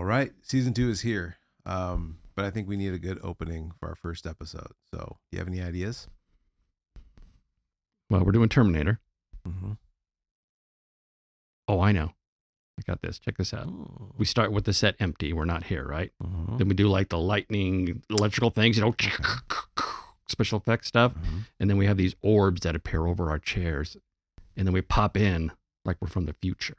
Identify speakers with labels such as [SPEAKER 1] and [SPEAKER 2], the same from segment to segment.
[SPEAKER 1] right, season two is here. Um, but I think we need a good opening for our first episode. So, do you have any ideas?
[SPEAKER 2] Well, we're doing Terminator.
[SPEAKER 1] Mm-hmm.
[SPEAKER 2] Oh, I know. I got this. Check this out. We start with the set empty. We're not here, right?
[SPEAKER 1] Mm-hmm.
[SPEAKER 2] Then we do like the lightning, electrical things, you know, special effects stuff.
[SPEAKER 1] Mm-hmm.
[SPEAKER 2] And then we have these orbs that appear over our chairs. And then we pop in like we're from the future.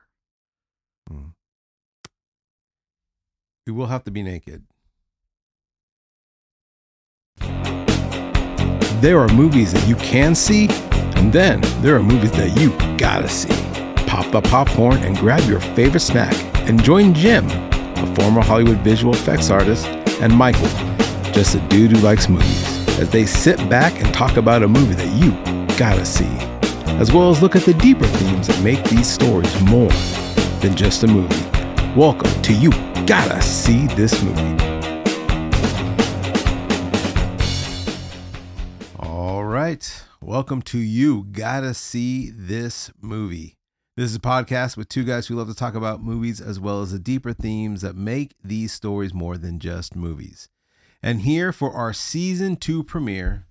[SPEAKER 1] We will have to be naked. There are movies that you can see, and then there are movies that you gotta see. Pop the popcorn and grab your favorite snack and join Jim, a former Hollywood visual effects artist, and Michael, just a dude who likes movies, as they sit back and talk about a movie that you gotta see, as well as look at the deeper themes that make these stories more than just a movie. Welcome to You Gotta See This Movie. All right. Welcome to You Gotta See This Movie. This is a podcast with two guys who love to talk about movies as well as the deeper themes that make these stories more than just movies. And here for our season two premiere,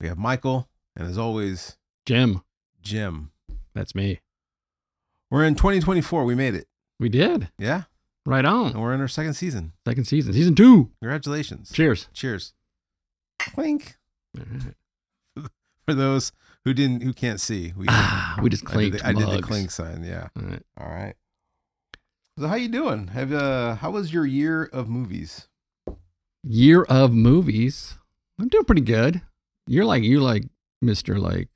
[SPEAKER 1] we have Michael and as always,
[SPEAKER 2] Jim,
[SPEAKER 1] Jim.
[SPEAKER 2] that's me.
[SPEAKER 1] We're in 2024. We made it.
[SPEAKER 2] We did.
[SPEAKER 1] Yeah.
[SPEAKER 2] Right
[SPEAKER 1] And
[SPEAKER 2] on.
[SPEAKER 1] we're in our second season.
[SPEAKER 2] Second season, season two.
[SPEAKER 1] Congratulations.
[SPEAKER 2] Cheers.
[SPEAKER 1] Cheers. Clink.
[SPEAKER 2] All right.
[SPEAKER 1] For those who didn't, who can't see, we,
[SPEAKER 2] Ah, we just
[SPEAKER 1] I did,
[SPEAKER 2] clinked.
[SPEAKER 1] the, I did the
[SPEAKER 2] mugs.
[SPEAKER 1] clink sign. Yeah.
[SPEAKER 2] All right.
[SPEAKER 1] All right. So how you doing? Have uh, how was your year of movies?
[SPEAKER 2] year of movies. I'm doing pretty good. You're like you like Mr. like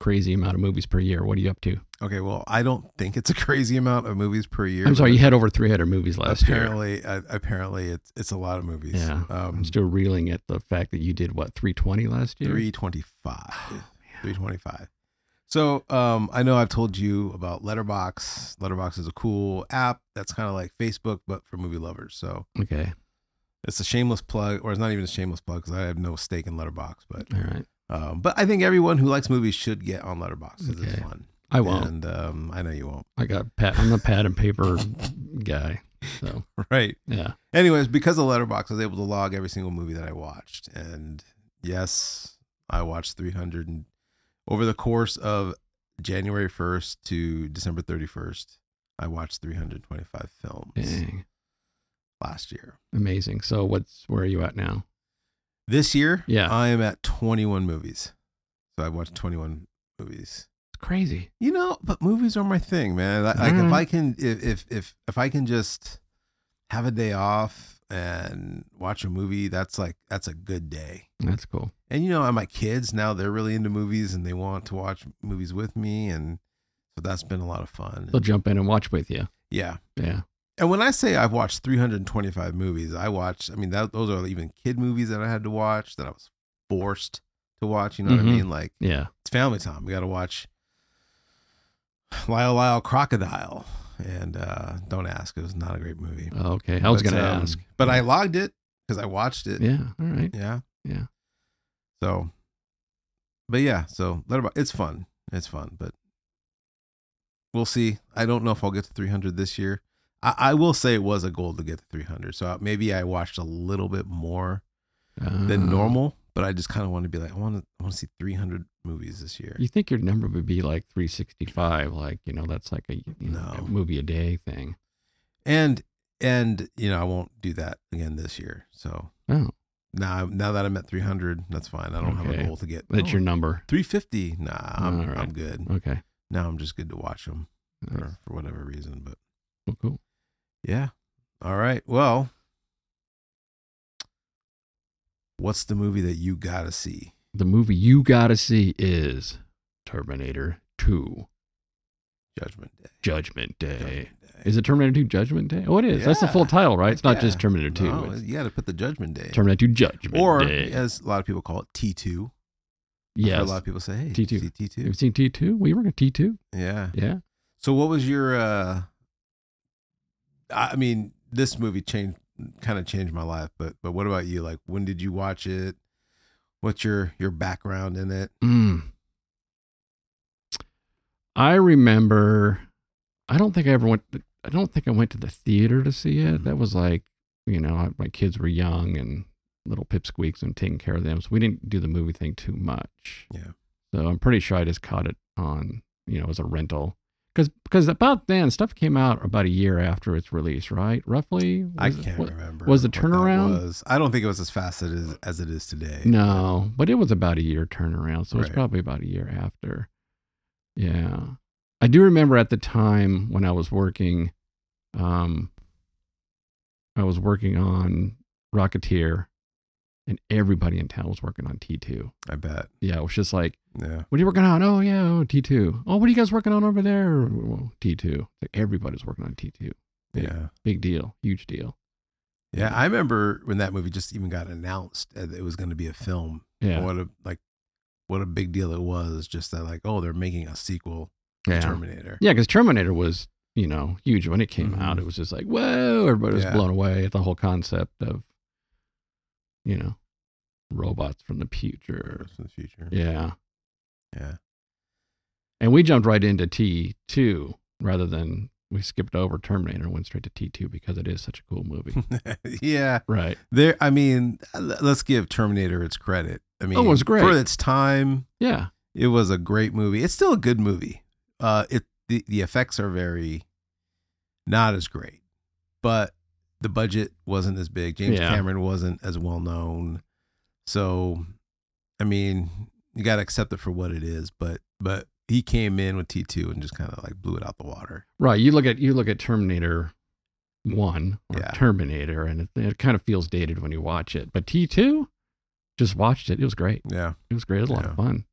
[SPEAKER 2] crazy amount of movies per year. What are you up to?
[SPEAKER 1] Okay, well, I don't think it's a crazy amount of movies per year.
[SPEAKER 2] I'm
[SPEAKER 1] but
[SPEAKER 2] sorry, you had over 300 movies last year.
[SPEAKER 1] Apparently, uh, apparently, it's it's a lot of movies.
[SPEAKER 2] Yeah.
[SPEAKER 1] um,
[SPEAKER 2] I'm still reeling at the fact that you did what 320 last year. Oh,
[SPEAKER 1] 325. 325. So um, I know I've told you about Letterbox. Letterbox is a cool app that's kind of like Facebook, but for movie lovers. So
[SPEAKER 2] Okay.
[SPEAKER 1] it's a shameless plug, or it's not even a shameless plug because I have no stake in Letterbox. But
[SPEAKER 2] All right.
[SPEAKER 1] um, but I think everyone who likes movies should get on Letterbox 'cause it's
[SPEAKER 2] Okay.
[SPEAKER 1] fun.
[SPEAKER 2] I won't.
[SPEAKER 1] And um, I know you won't.
[SPEAKER 2] I got pad. I'm the pad and paper guy. So
[SPEAKER 1] Right.
[SPEAKER 2] yeah.
[SPEAKER 1] Anyways, because of Letterbox, I was able to log every single movie that I watched, and yes, I watched 300 and, over the course of January 1st to December 31st. I watched 325 films
[SPEAKER 2] Dang.
[SPEAKER 1] last year.
[SPEAKER 2] Amazing. So what's where are you at now?
[SPEAKER 1] This year,
[SPEAKER 2] Yeah.
[SPEAKER 1] I am at 21 movies, so I watched 21 movies.
[SPEAKER 2] It's crazy.
[SPEAKER 1] You know, but movies are my thing, man. Like like, if I can, if, if if if I can just have a day off and watch a movie, that's like that's a good day.
[SPEAKER 2] That's cool.
[SPEAKER 1] and you know and my kids now they're really into movies and they want to watch movies with me and so that's been a lot of fun
[SPEAKER 2] They'll jump in and watch with you.
[SPEAKER 1] yeah
[SPEAKER 2] Yeah.
[SPEAKER 1] and when i say i've watched 325 movies i watched i mean that, those are even kid movies that i had to watch that i was forced to watch you know what i
[SPEAKER 2] Mhm.
[SPEAKER 1] mean like
[SPEAKER 2] Yeah.
[SPEAKER 1] it's family time we got to watch lyle lyle crocodile and uh don't ask it was not a great movie
[SPEAKER 2] Okay. I was
[SPEAKER 1] But,
[SPEAKER 2] going to
[SPEAKER 1] um,
[SPEAKER 2] ask.
[SPEAKER 1] but i logged it because i watched it
[SPEAKER 2] Yeah. All right.
[SPEAKER 1] Yeah.
[SPEAKER 2] Yeah.
[SPEAKER 1] So, but yeah, so Letterbox, it's fun. It's fun, but we'll see. I don't know if I'll get to 300 this year. I, I will say it was a goal to get to 300. So uh, maybe I watched a little bit more than
[SPEAKER 2] Uh,
[SPEAKER 1] normal, but I just kind of want to be like, I want to, I want to see 300 movies this year.
[SPEAKER 2] You think your number would be like 365, like, you know, that's like a, you know, a
[SPEAKER 1] No.
[SPEAKER 2] movie a day thing.
[SPEAKER 1] And, and, you know, I won't do that again this year. So
[SPEAKER 2] Oh,
[SPEAKER 1] now, now that I'm at 300, that's fine. I don't have
[SPEAKER 2] Okay.
[SPEAKER 1] a goal to get
[SPEAKER 2] that's
[SPEAKER 1] oh,
[SPEAKER 2] your number.
[SPEAKER 1] 350. Nah, I'm,
[SPEAKER 2] All right.
[SPEAKER 1] I'm good.
[SPEAKER 2] Okay.
[SPEAKER 1] now I'm just good to watch them
[SPEAKER 2] Nice.
[SPEAKER 1] for, for whatever reason. But
[SPEAKER 2] Well, cool.
[SPEAKER 1] yeah. All right. Well, what's the movie that you got to see?
[SPEAKER 2] The movie you got to see is Terminator 2
[SPEAKER 1] Judgment Day.
[SPEAKER 2] Judgment Day.
[SPEAKER 1] Judgment Day.
[SPEAKER 2] Is it Terminator 2 Judgment Day? Oh, it is. That's the full
[SPEAKER 1] Yeah.
[SPEAKER 2] title, right? It's not just
[SPEAKER 1] Yeah.
[SPEAKER 2] Terminator 2.
[SPEAKER 1] No,
[SPEAKER 2] it's
[SPEAKER 1] you got to put the Judgment Day.
[SPEAKER 2] Terminator 2 Judgment
[SPEAKER 1] or,
[SPEAKER 2] Day.
[SPEAKER 1] as a lot of people call it, T2. I've heard
[SPEAKER 2] yes.
[SPEAKER 1] A lot of people say, hey, did
[SPEAKER 2] T2.
[SPEAKER 1] you see
[SPEAKER 2] Have
[SPEAKER 1] T2.
[SPEAKER 2] you seen T2? We were in T2.
[SPEAKER 1] Yeah.
[SPEAKER 2] Yeah.
[SPEAKER 1] So, what was your, uh, I I mean, this movie changed, kind of changed my life, but, but what about you? Like, when did you watch it? What's your, your background in it?
[SPEAKER 2] Mm. I remember. I don't think I ever went. I don't think I went to the theater to see
[SPEAKER 1] Mm-hmm.
[SPEAKER 2] it. That was like, you know, I, my kids were young and little pipsqueaks and taking care of them. So we didn't do the movie thing too much.
[SPEAKER 1] Yeah.
[SPEAKER 2] So I'm pretty sure I just caught it on, you know, as a rental. Because because about then stuff came out about a year after its release, right? Roughly.
[SPEAKER 1] I
[SPEAKER 2] Was it-
[SPEAKER 1] can't
[SPEAKER 2] what-
[SPEAKER 1] remember.
[SPEAKER 2] was the
[SPEAKER 1] what that
[SPEAKER 2] turnaround-
[SPEAKER 1] was. I don't think it was as fast as, as it is today.
[SPEAKER 2] No, but it was about a year turnaround, so it's
[SPEAKER 1] Right.
[SPEAKER 2] probably about a year after. Yeah, I do remember at the time when I was working, um, I was working on Rocketeer, and everybody in town was working on T two.
[SPEAKER 1] I bet.
[SPEAKER 2] Yeah, it was just like,
[SPEAKER 1] Yeah.
[SPEAKER 2] what are you working on? Oh yeah, oh, T two. Oh, what are you guys working on over there? T two. Like everybody's working on T two. Yeah.
[SPEAKER 1] Yeah.
[SPEAKER 2] Big deal, huge deal.
[SPEAKER 1] Yeah. I remember when that movie just even got announced that it was going to be a film.
[SPEAKER 2] Yeah,
[SPEAKER 1] What a like what a big deal it was just that like oh they're making a sequel to
[SPEAKER 2] yeah.
[SPEAKER 1] Terminator.
[SPEAKER 2] Yeah, because Terminator was, you know, huge when it came
[SPEAKER 1] Mhm.
[SPEAKER 2] out. It was just like, whoa, everybody was
[SPEAKER 1] Yeah.
[SPEAKER 2] blown away at the whole concept of, you know, robots from the future.
[SPEAKER 1] That's In the future.
[SPEAKER 2] Yeah.
[SPEAKER 1] Yeah.
[SPEAKER 2] And we jumped right into T2 rather than we skipped over Terminator and went straight to T2 because it is such a cool movie.
[SPEAKER 1] yeah.
[SPEAKER 2] right.
[SPEAKER 1] There I mean l- let's give Terminator its credit. I mean
[SPEAKER 2] it was Oh, great.
[SPEAKER 1] for its time.
[SPEAKER 2] Yeah.
[SPEAKER 1] It was a great movie. It's still a good movie. Uh, it the, the effects are very not as great, but the budget wasn't as big. James
[SPEAKER 2] Yeah.
[SPEAKER 1] Cameron wasn't as well known, so I mean, you got to accept it for what it is. But but he came in with T two and just kind of like blew it out the water.
[SPEAKER 2] Right. You look at you look at Terminator one or
[SPEAKER 1] Yeah.
[SPEAKER 2] Terminator and it, it kind of feels dated when you watch it. But T two, just watched it. It was great.
[SPEAKER 1] Yeah.
[SPEAKER 2] It was great. It was a lot
[SPEAKER 1] Yeah.
[SPEAKER 2] of fun.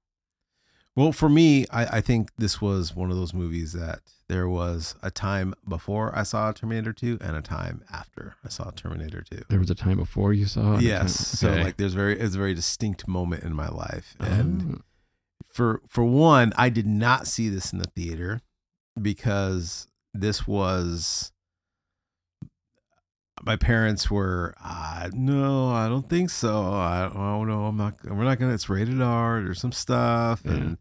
[SPEAKER 1] Well, for me, I, I think this was one of those movies that there was a time before I saw Terminator two and a time after I saw Terminator two.
[SPEAKER 2] There was a time before you saw it. a
[SPEAKER 1] yes
[SPEAKER 2] time- Oh, okay.
[SPEAKER 1] so like there's very it's a very distinct moment in my life and
[SPEAKER 2] Oh,
[SPEAKER 1] for for one i did not see this in the theater because this was my parents were uh, no i don't think so i don't know i'm not we're not gonna it's rated r there's some stuff
[SPEAKER 2] Yeah.
[SPEAKER 1] and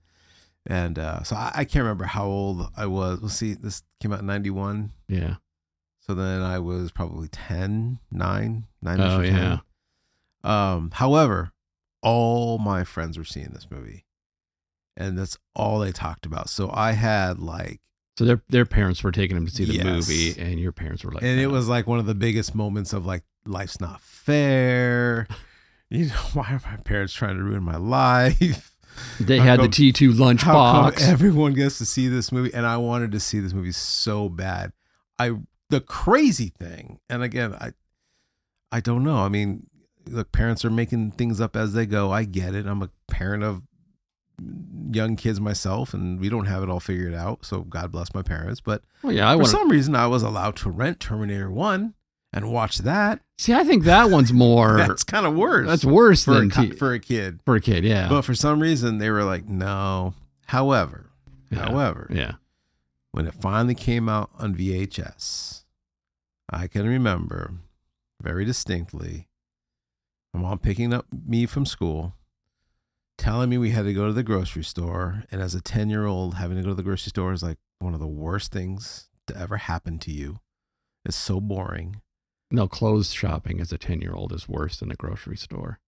[SPEAKER 1] and uh, so I, I can't remember how old i was let's see this came out in 91
[SPEAKER 2] yeah.
[SPEAKER 1] so then i was probably 10 9 9
[SPEAKER 2] Oh
[SPEAKER 1] or 10.
[SPEAKER 2] yeah.
[SPEAKER 1] Um, however, all my friends were seeing this movie, and that's all they talked about. So I had like,
[SPEAKER 2] So their their parents were taking them to see the
[SPEAKER 1] Yes.
[SPEAKER 2] movie, and your parents were like,
[SPEAKER 1] and it
[SPEAKER 2] "No."
[SPEAKER 1] was like one of the biggest moments of like, life's not fair. You know, why are my parents trying to ruin my life?
[SPEAKER 2] they
[SPEAKER 1] how
[SPEAKER 2] had
[SPEAKER 1] come-
[SPEAKER 2] the T two
[SPEAKER 1] How
[SPEAKER 2] lunchbox.
[SPEAKER 1] come everyone gets to see this movie? And I wanted to see this movie so bad. I the crazy thing, and again, I I don't know. I mean, look, parents are making things up as they go. I get it. I'm a parent of young kids myself, and we don't have it all figured out. So God bless my parents. But
[SPEAKER 2] well, Oh, yeah, I
[SPEAKER 1] for
[SPEAKER 2] want to
[SPEAKER 1] some reason, I was allowed to rent Terminator One and watch that.
[SPEAKER 2] see. I think that one's more.
[SPEAKER 1] That's
[SPEAKER 2] Er, that's,
[SPEAKER 1] kind of worse.
[SPEAKER 2] worse
[SPEAKER 1] for a,
[SPEAKER 2] than
[SPEAKER 1] co-
[SPEAKER 2] T- for,
[SPEAKER 1] for a kid.
[SPEAKER 2] a kid. Yeah.
[SPEAKER 1] But for some reason, they were like, no. However,
[SPEAKER 2] yeah.
[SPEAKER 1] however,
[SPEAKER 2] yeah.
[SPEAKER 1] when it finally came out on VHS, I can remember very distinctly my mom picking up me from school, telling me we had to go to the grocery store. And as a 10 year old, having to go to the grocery store is like one of the worst things to ever happen to you. It's so boring.
[SPEAKER 2] No, clothes shopping as a ten year old is worse than a grocery store.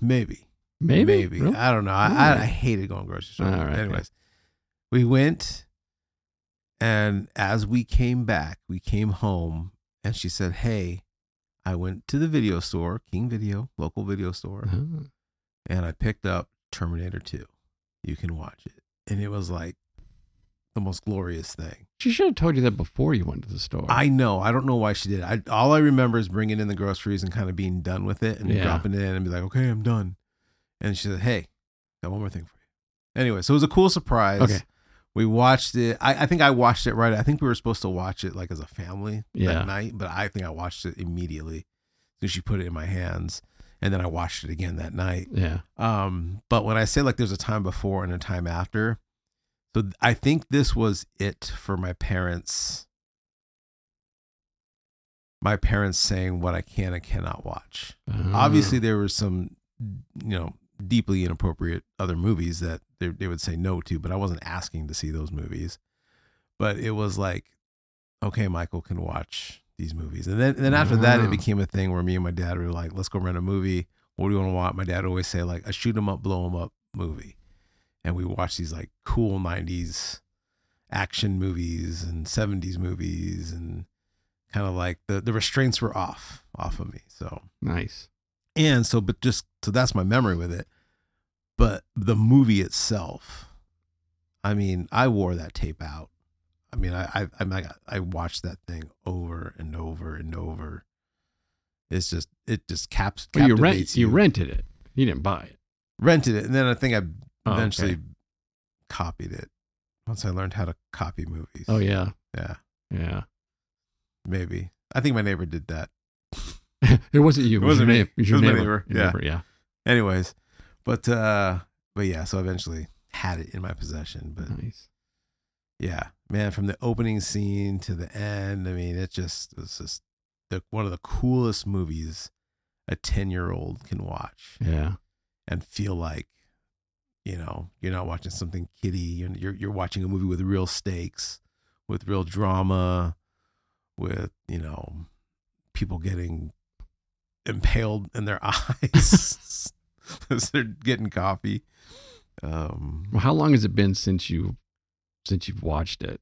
[SPEAKER 1] Maybe.
[SPEAKER 2] Maybe.
[SPEAKER 1] Maybe.
[SPEAKER 2] Really?
[SPEAKER 1] I don't know. I, I,
[SPEAKER 2] Really?
[SPEAKER 1] I hated going grocery store.
[SPEAKER 2] All right,
[SPEAKER 1] Anyways, we went, and as we came back, we came home, and she said, "Hey, I went to the video store, King Video, local video store,
[SPEAKER 2] Uh-huh.
[SPEAKER 1] and I picked up Terminator Two. You can watch it." And it was like the most glorious thing.
[SPEAKER 2] She should have told you that before you went to the store.
[SPEAKER 1] I know. I don't know why she did. It. I all I remember is bringing in the groceries and kind of being done with it and
[SPEAKER 2] Yeah.
[SPEAKER 1] dropping it in and be like, "Okay, I'm done." And she said, "Hey, got one more thing for you." Anyway, so it was a cool surprise.
[SPEAKER 2] Okay.
[SPEAKER 1] We watched it. I, I think I watched it right. I think we were supposed to watch it like as a family
[SPEAKER 2] Yeah.
[SPEAKER 1] that night, but I think I watched it immediately. So she put it in my hands, and then I watched it again that night.
[SPEAKER 2] Yeah.
[SPEAKER 1] Um, but when I say like there's a time before and a time after, so th- I think this was it for my parents. My parents saying what I can and cannot watch.
[SPEAKER 2] Uh-huh.
[SPEAKER 1] Obviously, there were some, you know, deeply inappropriate other movies that they, they would say no to, but I wasn't asking to see those movies. But it was like okay, Michael can watch these movies. And then, then after that, it
[SPEAKER 2] Wow.
[SPEAKER 1] became a thing where me and my dad were like, let's go rent a movie. What do you want to watch? My dad always say like a shoot 'em up, blow 'em up movie. And we watch these like cool nineties action movies and seventies movies and kind of like the, the restraints were off, off of me. So,
[SPEAKER 2] Nice.
[SPEAKER 1] and so, but just, so that's my memory with it. But the movie itself, I mean, I wore that tape out. I mean, I, I, I, mean, I, got- I watched that thing over and over and over. It's just, it just caps.
[SPEAKER 2] Well, you
[SPEAKER 1] captivates
[SPEAKER 2] rent you rented it. You didn't buy it.
[SPEAKER 1] rented it. And then I think I
[SPEAKER 2] Oh, okay.
[SPEAKER 1] eventually copied it once I learned how to copy movies.
[SPEAKER 2] Oh yeah.
[SPEAKER 1] Yeah.
[SPEAKER 2] Yeah.
[SPEAKER 1] Maybe. I think my neighbor did that.
[SPEAKER 2] it wasn't you.
[SPEAKER 1] It wasn't
[SPEAKER 2] your
[SPEAKER 1] me.
[SPEAKER 2] neigh- was
[SPEAKER 1] It
[SPEAKER 2] your
[SPEAKER 1] was my
[SPEAKER 2] neighbor.
[SPEAKER 1] neighbor.
[SPEAKER 2] Your
[SPEAKER 1] Yeah.
[SPEAKER 2] neighbor, Yeah.
[SPEAKER 1] Anyways, but, uh, but yeah, so I eventually had it in my possession, but
[SPEAKER 2] Nice.
[SPEAKER 1] Yeah, man, from the opening scene to the end, I mean, it just it's just the, one of the coolest movies a 10-year-old can watch
[SPEAKER 2] Yeah.
[SPEAKER 1] and feel like, you know, you're not watching something kiddie, you're you're, you're watching a movie with real stakes, with real drama, with, you know, people getting impaled in their eyes as they're getting coffee. Um
[SPEAKER 2] Well, how long has it been since you since you've watched it?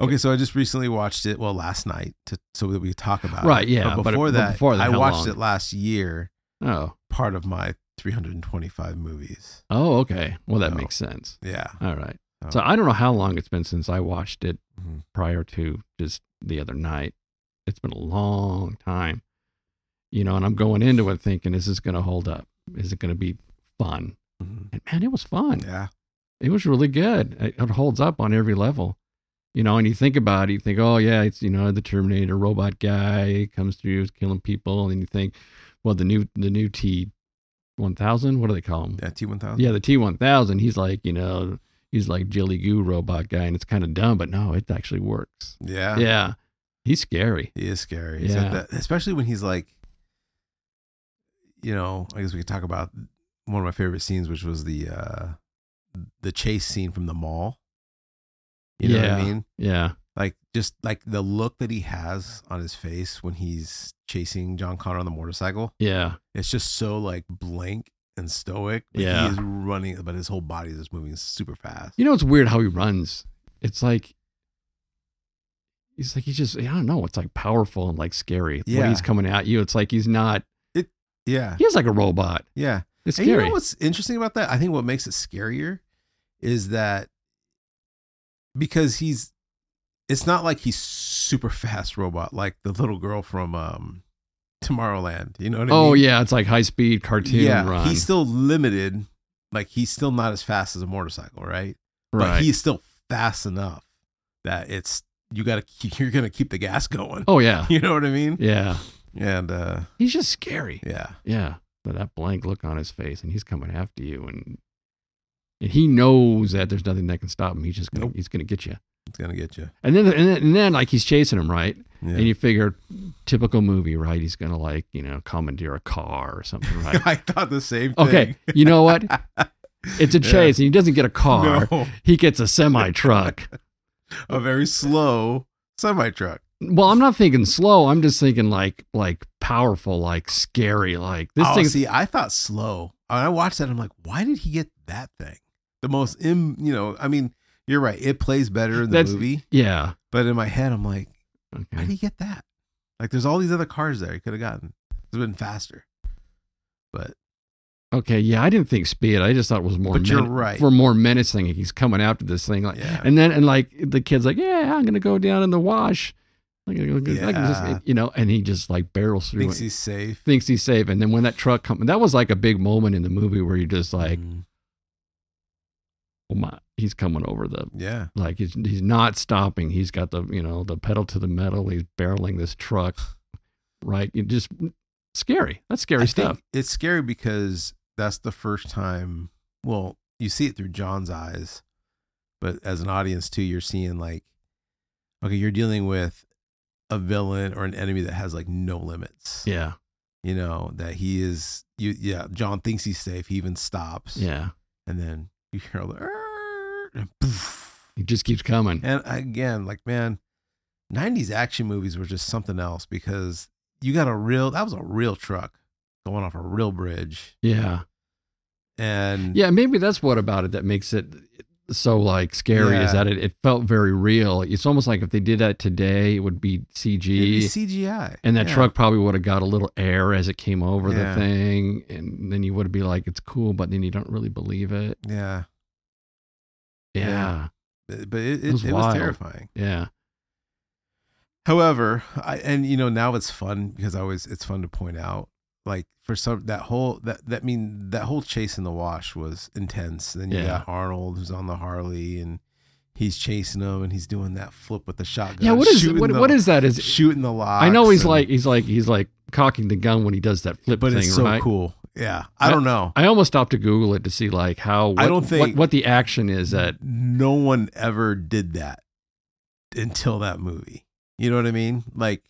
[SPEAKER 1] Okay, so I just recently watched it. Well, last night, to, so that we could talk about
[SPEAKER 2] Right,
[SPEAKER 1] it.
[SPEAKER 2] yeah,
[SPEAKER 1] But
[SPEAKER 2] but-
[SPEAKER 1] before
[SPEAKER 2] but
[SPEAKER 1] that,
[SPEAKER 2] before that,
[SPEAKER 1] I
[SPEAKER 2] how
[SPEAKER 1] watched
[SPEAKER 2] long?
[SPEAKER 1] it last year.
[SPEAKER 2] Oh.
[SPEAKER 1] Part of my 325 movies.
[SPEAKER 2] Oh, okay. Well, that
[SPEAKER 1] No.
[SPEAKER 2] makes sense.
[SPEAKER 1] Yeah,
[SPEAKER 2] All right.
[SPEAKER 1] Oh.
[SPEAKER 2] So I don't know how long it's been since I watched it
[SPEAKER 1] Mhm.
[SPEAKER 2] prior to just the other night. It's been a long time, you know, and I'm going into it thinking, is this going to hold up? Is it going to be fun?
[SPEAKER 1] Mhm.
[SPEAKER 2] And man, it was fun.
[SPEAKER 1] yeah,
[SPEAKER 2] It was really good. It, it holds up on every level, you know, and you think about it, you think, oh, yeah, it's, you know, the Terminator robot guy comes through, is killing people. And then you think, well, the new, the new T 1000, what do they call him?
[SPEAKER 1] yeah. T1000.
[SPEAKER 2] Yeah, the T one thousand. He's like, you know, he's like Jilly Goo robot guy, and it's kind of dumb, but no, it actually works.
[SPEAKER 1] yeah,
[SPEAKER 2] yeah, he's scary.
[SPEAKER 1] He is scary. He
[SPEAKER 2] Yeah.
[SPEAKER 1] said that, especially when he's like, you know, I guess we could talk about one of my favorite scenes, which was the uh the chase scene from the mall. You know what I
[SPEAKER 2] Yeah.
[SPEAKER 1] mean?
[SPEAKER 2] Yeah,
[SPEAKER 1] like just like the look that he has on his face when he's chasing John Connor on the motorcycle.
[SPEAKER 2] yeah,
[SPEAKER 1] It's just so like blank and stoic. Like,
[SPEAKER 2] Yeah.
[SPEAKER 1] he is running, but his whole body is just moving super fast.
[SPEAKER 2] you know, it's weird how he runs. It's like he's like he's just I don't know. It's like powerful and like scary. Yeah.
[SPEAKER 1] Yeah.
[SPEAKER 2] When he's coming at you, it's like he's not.
[SPEAKER 1] Yeah,
[SPEAKER 2] He's like a robot.
[SPEAKER 1] yeah.
[SPEAKER 2] It's
[SPEAKER 1] And you
[SPEAKER 2] scary.
[SPEAKER 1] know what's interesting about that? I think what makes it scarier is that because he's, it's not like he's super fast robot like the little girl from um Tomorrowland. You know what I mean?
[SPEAKER 2] oh yeah, it's like high speed cartoon
[SPEAKER 1] yeah.
[SPEAKER 2] run.
[SPEAKER 1] He's still limited. Like he's still not as fast as a motorcycle, right?
[SPEAKER 2] right.
[SPEAKER 1] but he's still fast enough that it's you got to keep you're gonna keep the gas going.
[SPEAKER 2] oh yeah,
[SPEAKER 1] You know what I mean?
[SPEAKER 2] yeah.
[SPEAKER 1] And uh,
[SPEAKER 2] He's just scary.
[SPEAKER 1] yeah,
[SPEAKER 2] Yeah. But that blank look on his face and he's coming after you and and he knows that there's nothing that can stop him. He's just gonna
[SPEAKER 1] Nope.
[SPEAKER 2] he's gonna get you.
[SPEAKER 1] it's gonna get you.
[SPEAKER 2] And then and then, and then like he's chasing him, right?
[SPEAKER 1] Yeah.
[SPEAKER 2] And you figure typical movie, right? He's gonna like, you know, commandeer a car or something, right?
[SPEAKER 1] I thought the same thing.
[SPEAKER 2] okay. You know what? It's a
[SPEAKER 1] Yeah.
[SPEAKER 2] chase and he doesn't get a car.
[SPEAKER 1] No,
[SPEAKER 2] He gets a semi truck.
[SPEAKER 1] a very slow semi truck.
[SPEAKER 2] well, I'm not thinking slow. I'm just thinking like like powerful, like scary, like this
[SPEAKER 1] oh,
[SPEAKER 2] thing's
[SPEAKER 1] see, I thought slow. And I watched that. I'm like, why did he get that thing? The most, im, you know, I mean, you're right. It plays better in the
[SPEAKER 2] That's-
[SPEAKER 1] movie,
[SPEAKER 2] yeah.
[SPEAKER 1] but in my head, I'm like, how
[SPEAKER 2] Okay.
[SPEAKER 1] did he get that? Like, there's all these other cars there. He could have gotten. It's been faster. But
[SPEAKER 2] Okay, yeah, I didn't think speed. I just thought it was more.
[SPEAKER 1] But you're right.
[SPEAKER 2] For more menacing, he's coming after this thing, like,
[SPEAKER 1] Yeah.
[SPEAKER 2] and then and like the kid's like, yeah, I'm gonna go down in the wash, like, like, like,
[SPEAKER 1] Yeah.
[SPEAKER 2] you know, and he just like barrels through,
[SPEAKER 1] thinks
[SPEAKER 2] it,
[SPEAKER 1] he's safe.
[SPEAKER 2] thinks he's safe, and then when that truck comes, that was like a big moment in the movie where you're just like,
[SPEAKER 1] Mm,
[SPEAKER 2] oh my, he's coming over the.
[SPEAKER 1] yeah,
[SPEAKER 2] Like he's he's not stopping. He's got the you know the pedal to the metal. He's barreling this truck, right? It just mm, scary. That's scary
[SPEAKER 1] I
[SPEAKER 2] stuff.
[SPEAKER 1] think It's scary because that's the first time. Well, you see it through John's eyes, but as an audience too, you're seeing like, okay, you're dealing with a villain or an enemy that has like no limits.
[SPEAKER 2] Yeah,
[SPEAKER 1] You know that he is. You yeah. John thinks he's safe. He even stops.
[SPEAKER 2] yeah.
[SPEAKER 1] and then you hear all the "Arr," and poof.
[SPEAKER 2] He just keeps coming.
[SPEAKER 1] And again, like man, 90s action movies were just something else because you got a real that was a real truck going off a real bridge
[SPEAKER 2] Yeah.
[SPEAKER 1] and
[SPEAKER 2] Yeah, maybe that's what about it that makes it so like scary is
[SPEAKER 1] Yeah.
[SPEAKER 2] that it, it felt very real. It's almost like if they did that today, it would be
[SPEAKER 1] it'd
[SPEAKER 2] CG.
[SPEAKER 1] be CGI
[SPEAKER 2] and that
[SPEAKER 1] Yeah.
[SPEAKER 2] truck probably would have got a little air as it came over
[SPEAKER 1] Yeah.
[SPEAKER 2] the thing. And then you would be like, it's cool, but then you don't really believe it.
[SPEAKER 1] yeah Yeah.
[SPEAKER 2] Yeah.
[SPEAKER 1] but but it, it,
[SPEAKER 2] was
[SPEAKER 1] it was
[SPEAKER 2] wild.
[SPEAKER 1] terrifying
[SPEAKER 2] Yeah.
[SPEAKER 1] However, I and you know now it's fun because I always it's fun to point out like for some that whole that that mean that whole chase in the wash was intense. Then you
[SPEAKER 2] Yeah.
[SPEAKER 1] got Arnold who's on the Harley and he's chasing him and he's doing that flip with the shotgun.
[SPEAKER 2] Yeah. what is
[SPEAKER 1] shooting
[SPEAKER 2] what,
[SPEAKER 1] the,
[SPEAKER 2] what is that? Is
[SPEAKER 1] shooting the lock?
[SPEAKER 2] I know he's like he's like he's like cocking the gun when he does that flip
[SPEAKER 1] but
[SPEAKER 2] thing,
[SPEAKER 1] it's so
[SPEAKER 2] right?
[SPEAKER 1] cool. Yeah, I don't know.
[SPEAKER 2] I almost stopped to Google it to see like how what,
[SPEAKER 1] I don't think-
[SPEAKER 2] what, what the action is that
[SPEAKER 1] no one ever did that until that movie. You know what I mean? Like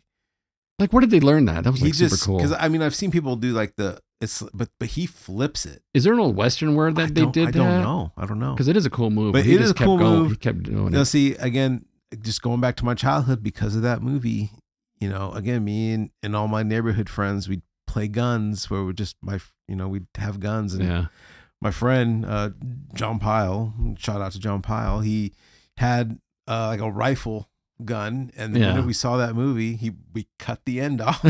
[SPEAKER 2] like where did they learn that? That was
[SPEAKER 1] he
[SPEAKER 2] like
[SPEAKER 1] just
[SPEAKER 2] super cool.
[SPEAKER 1] because I mean I've seen people do like the it's but but he flips it.
[SPEAKER 2] Is there an old Western word that
[SPEAKER 1] I
[SPEAKER 2] they
[SPEAKER 1] don't-
[SPEAKER 2] did
[SPEAKER 1] I
[SPEAKER 2] that?
[SPEAKER 1] don't know. I don't know.
[SPEAKER 2] Because it is a cool move.
[SPEAKER 1] But
[SPEAKER 2] he
[SPEAKER 1] it
[SPEAKER 2] just
[SPEAKER 1] is a
[SPEAKER 2] kept
[SPEAKER 1] cool
[SPEAKER 2] going.
[SPEAKER 1] move.
[SPEAKER 2] He kept doing
[SPEAKER 1] Now,
[SPEAKER 2] it.
[SPEAKER 1] see, again, just going back to my childhood because of that movie, you know, again, me and, and all my neighborhood friends, we'd play guns where we're just my, you know, we'd have guns. And
[SPEAKER 2] Yeah.
[SPEAKER 1] my friend, uh, John Pyle, shout out to John Pyle, he had uh, like a rifle gun. And the
[SPEAKER 2] Yeah.
[SPEAKER 1] minute we saw that movie, he we cut the end off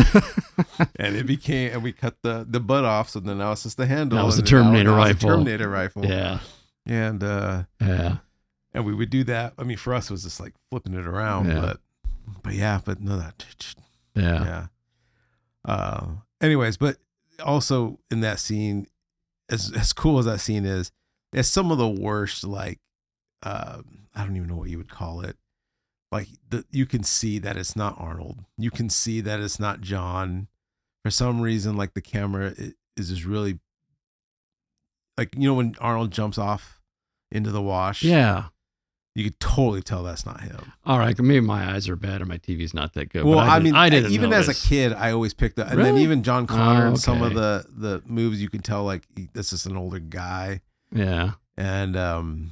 [SPEAKER 1] and it became, and we cut the, the butt off. So then now it's just the handle.
[SPEAKER 2] Now it's
[SPEAKER 1] and
[SPEAKER 2] a
[SPEAKER 1] then now-
[SPEAKER 2] Terminator
[SPEAKER 1] now it's a
[SPEAKER 2] rifle.
[SPEAKER 1] Terminator rifle.
[SPEAKER 2] yeah.
[SPEAKER 1] And, uh,
[SPEAKER 2] Yeah.
[SPEAKER 1] and we would do that. I mean, for us, it was just like flipping it around,
[SPEAKER 2] Yeah.
[SPEAKER 1] but but yeah, but no, that
[SPEAKER 2] Yeah.
[SPEAKER 1] yeah. Uh, anyways, but also in that scene, as as cool as that scene is, it's some of the worst. Like, um, I don't even know what you would call it. Like, the, you can see that it's not Arnold. You can see that it's not John. For some reason, like the camera i- is just really, like you know when Arnold jumps off into the wash.
[SPEAKER 2] Yeah.
[SPEAKER 1] You could totally tell that's not him.
[SPEAKER 2] All right. Maybe my eyes are bad or my TV's not that good.
[SPEAKER 1] well,
[SPEAKER 2] but
[SPEAKER 1] I,
[SPEAKER 2] I, didn't-
[SPEAKER 1] mean,
[SPEAKER 2] I didn't
[SPEAKER 1] even as
[SPEAKER 2] notice.
[SPEAKER 1] a kid, I always picked up, and then
[SPEAKER 2] Really?
[SPEAKER 1] even John Connor
[SPEAKER 2] Oh,
[SPEAKER 1] and some of
[SPEAKER 2] okay.
[SPEAKER 1] the the moves, you can tell like he- this is an older guy,
[SPEAKER 2] Yeah.
[SPEAKER 1] and um,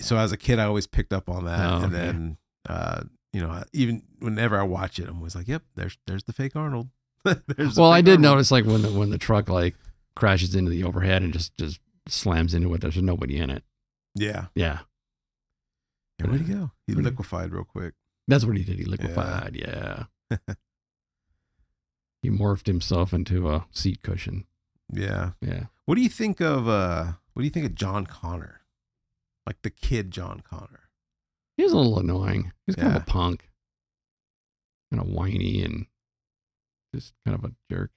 [SPEAKER 1] so as a kid, I always picked up on that,
[SPEAKER 2] Oh,
[SPEAKER 1] and
[SPEAKER 2] okay.
[SPEAKER 1] then uh, you know, even whenever I watch it, I'm always like, yep, there's there's the fake Arnold. There's the
[SPEAKER 2] Well, I
[SPEAKER 1] fake
[SPEAKER 2] did
[SPEAKER 1] Arnold.
[SPEAKER 2] notice like when the when the truck like crashes into the overhead and just just slams into it. There's nobody in it.
[SPEAKER 1] Yeah,
[SPEAKER 2] Yeah.
[SPEAKER 1] yeah where'd he go? He
[SPEAKER 2] Pretty-
[SPEAKER 1] liquefied real quick.
[SPEAKER 2] That's what he did. He liquefied. Yeah. he morphed himself into a seat cushion.
[SPEAKER 1] Yeah.
[SPEAKER 2] Yeah.
[SPEAKER 1] What do you think of uh? What do you think of John Connor? Like the kid John Connor.
[SPEAKER 2] He was a little annoying. He was kind
[SPEAKER 1] Yeah.
[SPEAKER 2] of a punk, kind of whiny, and just kind of a jerk.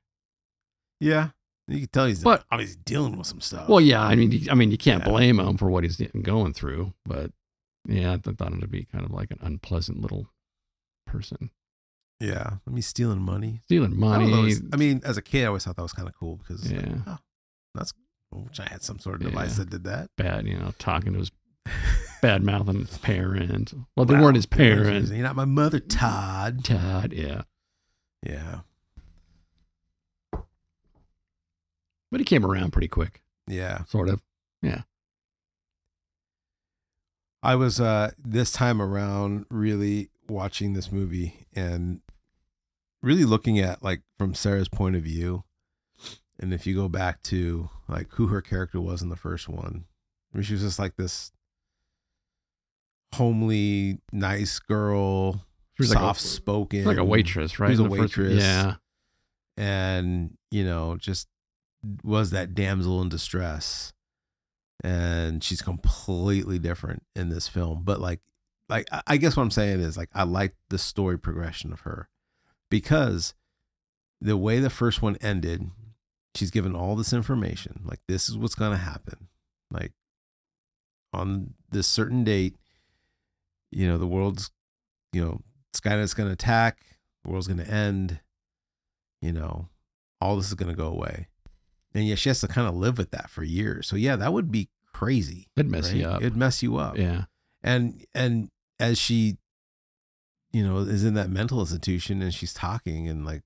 [SPEAKER 1] Yeah. You can tell he's
[SPEAKER 2] But-
[SPEAKER 1] obviously dealing with some stuff.
[SPEAKER 2] Well, yeah, I mean, you- I mean, you can't
[SPEAKER 1] Yeah.
[SPEAKER 2] blame him for what he's going through, but yeah, I th- thought him to be kind of like an unpleasant little person,
[SPEAKER 1] yeah. I mean, stealing money.
[SPEAKER 2] stealing
[SPEAKER 1] I, don't know,
[SPEAKER 2] money.
[SPEAKER 1] it's- I mean, as a kid, I always thought that was kind of cool because it's like,
[SPEAKER 2] Yeah.
[SPEAKER 1] oh, that's which I had some sort of device
[SPEAKER 2] Yeah.
[SPEAKER 1] that did that.
[SPEAKER 2] Bad, you know, talking to his bad mouthing his parents. Well, they
[SPEAKER 1] Wow,
[SPEAKER 2] weren't his
[SPEAKER 1] they weren't
[SPEAKER 2] parents. Mm-hmm.
[SPEAKER 1] using- You're not my mother, Todd.
[SPEAKER 2] Todd, yeah,
[SPEAKER 1] Yeah.
[SPEAKER 2] but he came around pretty quick,
[SPEAKER 1] Yeah.
[SPEAKER 2] sort of.
[SPEAKER 1] I was uh this time around really watching this movie and really looking at like from Sarah's point of view. And if you go back to like who her character was in the first one, I mean, she was just like this homely, nice girl,
[SPEAKER 2] She was like a-
[SPEAKER 1] soft spoken,
[SPEAKER 2] Like a waitress, right?
[SPEAKER 1] was
[SPEAKER 2] in
[SPEAKER 1] a
[SPEAKER 2] the first-
[SPEAKER 1] waitress.
[SPEAKER 2] yeah,
[SPEAKER 1] and you know just was that damsel in distress and she's completely different in this film but like like I- i guess what i'm saying is like i like the story progression of her because the way the first one ended she's given all this information like this is what's going to happen like on this certain date you know the world's you know skynet's going to attack the world's going to end you know all this is going to go away and yet she has to kind of live with that for years so yeah that would be crazy
[SPEAKER 2] it'd mess you
[SPEAKER 1] right?
[SPEAKER 2] up.
[SPEAKER 1] it'd mess you up
[SPEAKER 2] yeah,
[SPEAKER 1] and and as she you know is in that mental institution and she's talking and like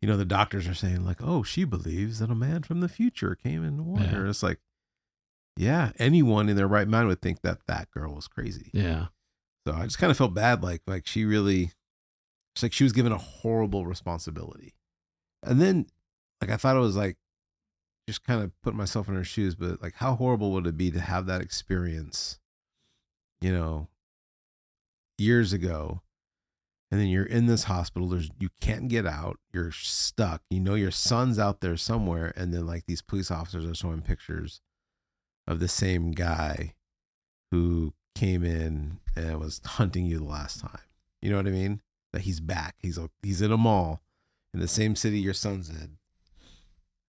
[SPEAKER 1] you know the doctors are saying like oh she believes that a man from the future came and warned
[SPEAKER 2] Yeah.
[SPEAKER 1] her it's like yeah anyone in their right mind would think that that girl was crazy
[SPEAKER 2] yeah.
[SPEAKER 1] So I just kind of felt bad, like like she really, it's like she was given a horrible responsibility, and then like I thought it was like just kind of put myself in her shoes, but like how horrible would it be to have that experience, you know, years ago, and then you're in this hospital, there's you can't get out, you're stuck, you know your son's out there somewhere, and then like these police officers are showing pictures of the same guy who came in and was hunting you the last time. You know what I mean? That he's back. He's a, he's in a mall in the same city your son's in.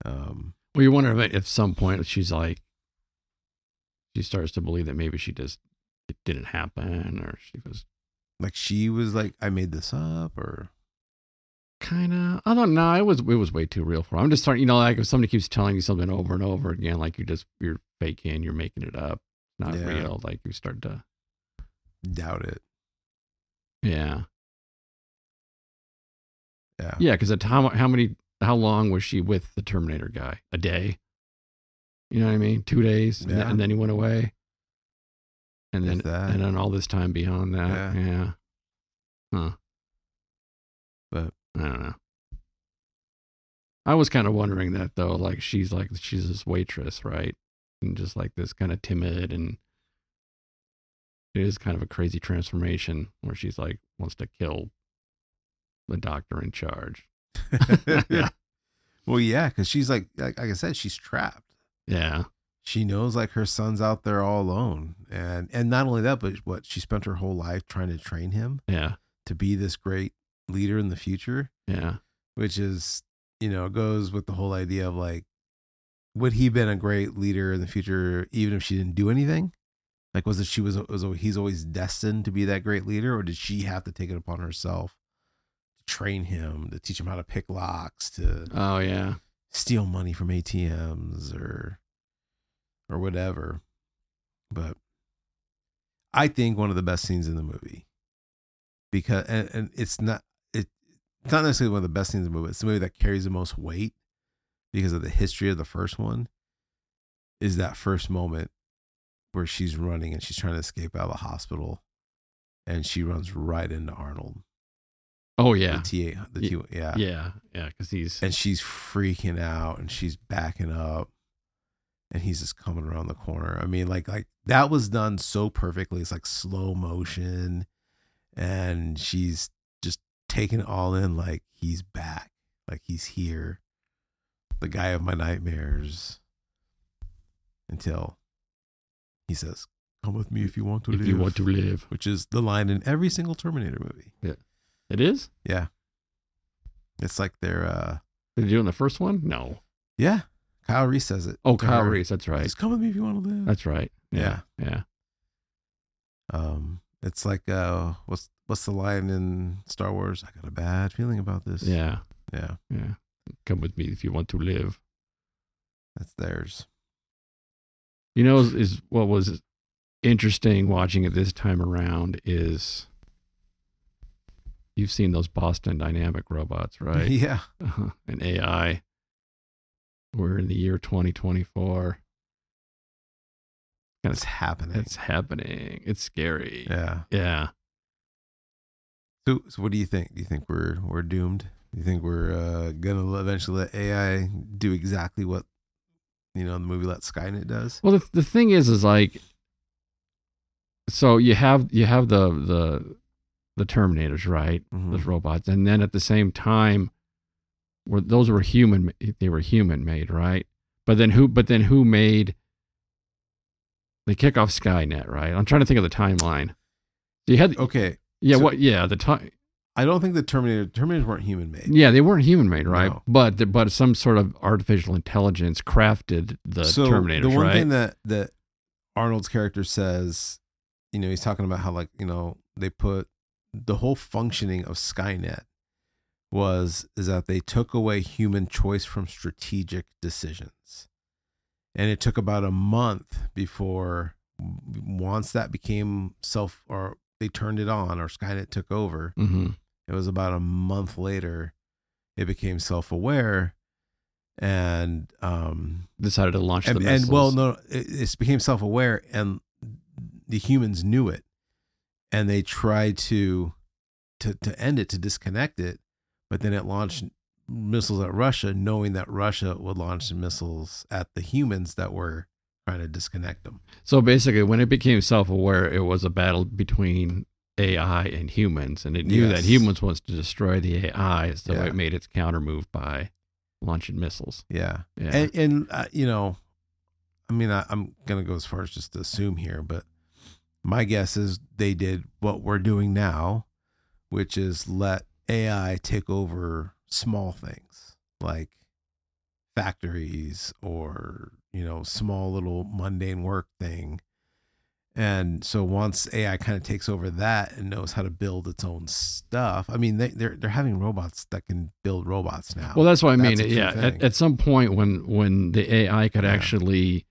[SPEAKER 1] Um,
[SPEAKER 2] Well, you wonder if at some point she's like, she starts to believe that maybe she just it didn't happen, or she was
[SPEAKER 1] like she was like, I made this up, or
[SPEAKER 2] kind of. I don't know. It was it was way too real for. Her. I'm just starting. You know, like if somebody keeps telling you something over and over again, like you just you're faking, you're making it up, not
[SPEAKER 1] Yeah.
[SPEAKER 2] real. Like you start to,
[SPEAKER 1] doubt it.
[SPEAKER 2] yeah,
[SPEAKER 1] Yeah.
[SPEAKER 2] yeah. Because how how many how long was she with the Terminator guy? A day. You know what I mean? Two days, and,
[SPEAKER 1] Yeah.
[SPEAKER 2] and then he went away. And
[SPEAKER 1] If
[SPEAKER 2] then
[SPEAKER 1] that.
[SPEAKER 2] and uh, then all this time beyond that,
[SPEAKER 1] Yeah.
[SPEAKER 2] yeah. Huh.
[SPEAKER 1] But-
[SPEAKER 2] I don't know. I was kind of wondering that though. Like she's like she's this waitress, right? And just like this kind of timid and it is kind of a crazy transformation where she's like wants to kill the doctor in charge.
[SPEAKER 1] well, yeah, because she's like, like like I said, she's trapped.
[SPEAKER 2] Yeah.
[SPEAKER 1] She knows like her son's out there all alone, and and not only that, but what she spent her whole life trying to train him
[SPEAKER 2] Yeah.
[SPEAKER 1] to be this great leader in the future.
[SPEAKER 2] Yeah.
[SPEAKER 1] which is you know goes with the whole idea of like would he been a great leader in the future even if she didn't do anything like was it she was, was he's always destined to be that great leader or did she have to take it upon herself to train him to teach him how to pick locks to
[SPEAKER 2] Oh yeah.
[SPEAKER 1] steal money from ATMs or or whatever but I think one of the best scenes in the movie because and, and it's not it, it's not necessarily one of the best scenes in the movie. It's the movie that carries the most weight because of the history of the first one. Is that first moment where she's running and she's trying to escape out of the hospital, and she runs right into Arnold,
[SPEAKER 2] Oh yeah.
[SPEAKER 1] the T8, the
[SPEAKER 2] Ye-
[SPEAKER 1] T, yeah,
[SPEAKER 2] Yeah. Yeah. Because he's
[SPEAKER 1] and she's freaking out and she's backing up and he's just coming around the corner i mean like like that was done so perfectly it's like slow motion and she's just taking it all in like he's back like he's here the guy of my nightmares until he says come with me if you want to
[SPEAKER 2] if
[SPEAKER 1] live
[SPEAKER 2] you want to live.
[SPEAKER 1] which is the line in every single terminator movie
[SPEAKER 2] It is?
[SPEAKER 1] yeah it's like their uh
[SPEAKER 2] Did you do it in the first one? No.
[SPEAKER 1] Yeah. Kyle Reese says it.
[SPEAKER 2] Oh, Kyle
[SPEAKER 1] Or,
[SPEAKER 2] Reese. That's right.
[SPEAKER 1] Just come with me if you want to live.
[SPEAKER 2] That's right. Yeah. Yeah.
[SPEAKER 1] um, it's like uh, what's what's the line in Star Wars? I got a bad feeling about this.
[SPEAKER 2] Yeah.
[SPEAKER 1] yeah,
[SPEAKER 2] Yeah. Come with me if you want to live.
[SPEAKER 1] that's theirs.
[SPEAKER 2] You know, is, is what was interesting watching it this time around is you've seen those Boston Dynamic robots, right?
[SPEAKER 1] Yeah,
[SPEAKER 2] uh An AI. We're in the year 2024.
[SPEAKER 1] it's happening.
[SPEAKER 2] It's happening. It's scary.
[SPEAKER 1] yeah.
[SPEAKER 2] Yeah.
[SPEAKER 1] So, so what do you think? Do you think we're we're doomed? Do you think we're uh, gonna eventually let AI do exactly what you know the movie Let Skynet does?
[SPEAKER 2] Well, the, the thing is, is like, so you have you have the the the Terminators, right?
[SPEAKER 1] Mhm.
[SPEAKER 2] Those robots, and then at the same time, were those were human? They were human made, right? But then who? But then who made? They kick off Skynet, right? I'm trying to think of the timeline. You had,
[SPEAKER 1] Okay,
[SPEAKER 2] yeah,
[SPEAKER 1] so-
[SPEAKER 2] what, yeah, the time,
[SPEAKER 1] I don't think the Terminator Terminators weren't human made.
[SPEAKER 2] yeah, they weren't human made, right?
[SPEAKER 1] No.
[SPEAKER 2] But the, but some sort of artificial intelligence crafted the Terminators,
[SPEAKER 1] The one
[SPEAKER 2] right?
[SPEAKER 1] thing that that Arnold's character says, you know, he's talking about how like you know they put the whole functioning of Skynet was is that they took away human choice from strategic decisions, and it took about a month before once that became self or they turned it on or Skynet took over.
[SPEAKER 2] mm-hmm.
[SPEAKER 1] It was about a month later it became self aware. And um,
[SPEAKER 2] Decided to launch
[SPEAKER 1] and,
[SPEAKER 2] the
[SPEAKER 1] and well
[SPEAKER 2] missiles.
[SPEAKER 1] no it, it became self-aware and the humans knew it and they tried to to to end it to disconnect it, but then it launched missiles at Russia, knowing that Russia would launch missiles at the humans that were trying to disconnect them.
[SPEAKER 2] So basically, when it became self aware, it was a battle between AI and humans, and it knew that
[SPEAKER 1] Yes.
[SPEAKER 2] humans wants to destroy the AI, so
[SPEAKER 1] Yeah.
[SPEAKER 2] it made its counter move by launching missiles.
[SPEAKER 1] Yeah,
[SPEAKER 2] Yeah.
[SPEAKER 1] and, and uh, you know, I mean, I, I'm gonna go as far as just to assume here, but my guess is they did what we're doing now, which is let AI take over small things like factories or you know small little mundane work thing. And so once AI kind of takes over that and knows how to build its own stuff, I mean they, they're they're having robots that can build robots now.
[SPEAKER 2] well, that's what I
[SPEAKER 1] That's
[SPEAKER 2] mean.
[SPEAKER 1] a true
[SPEAKER 2] Yeah,
[SPEAKER 1] thing.
[SPEAKER 2] at, at some point when when the AI could
[SPEAKER 1] Yeah.
[SPEAKER 2] actually,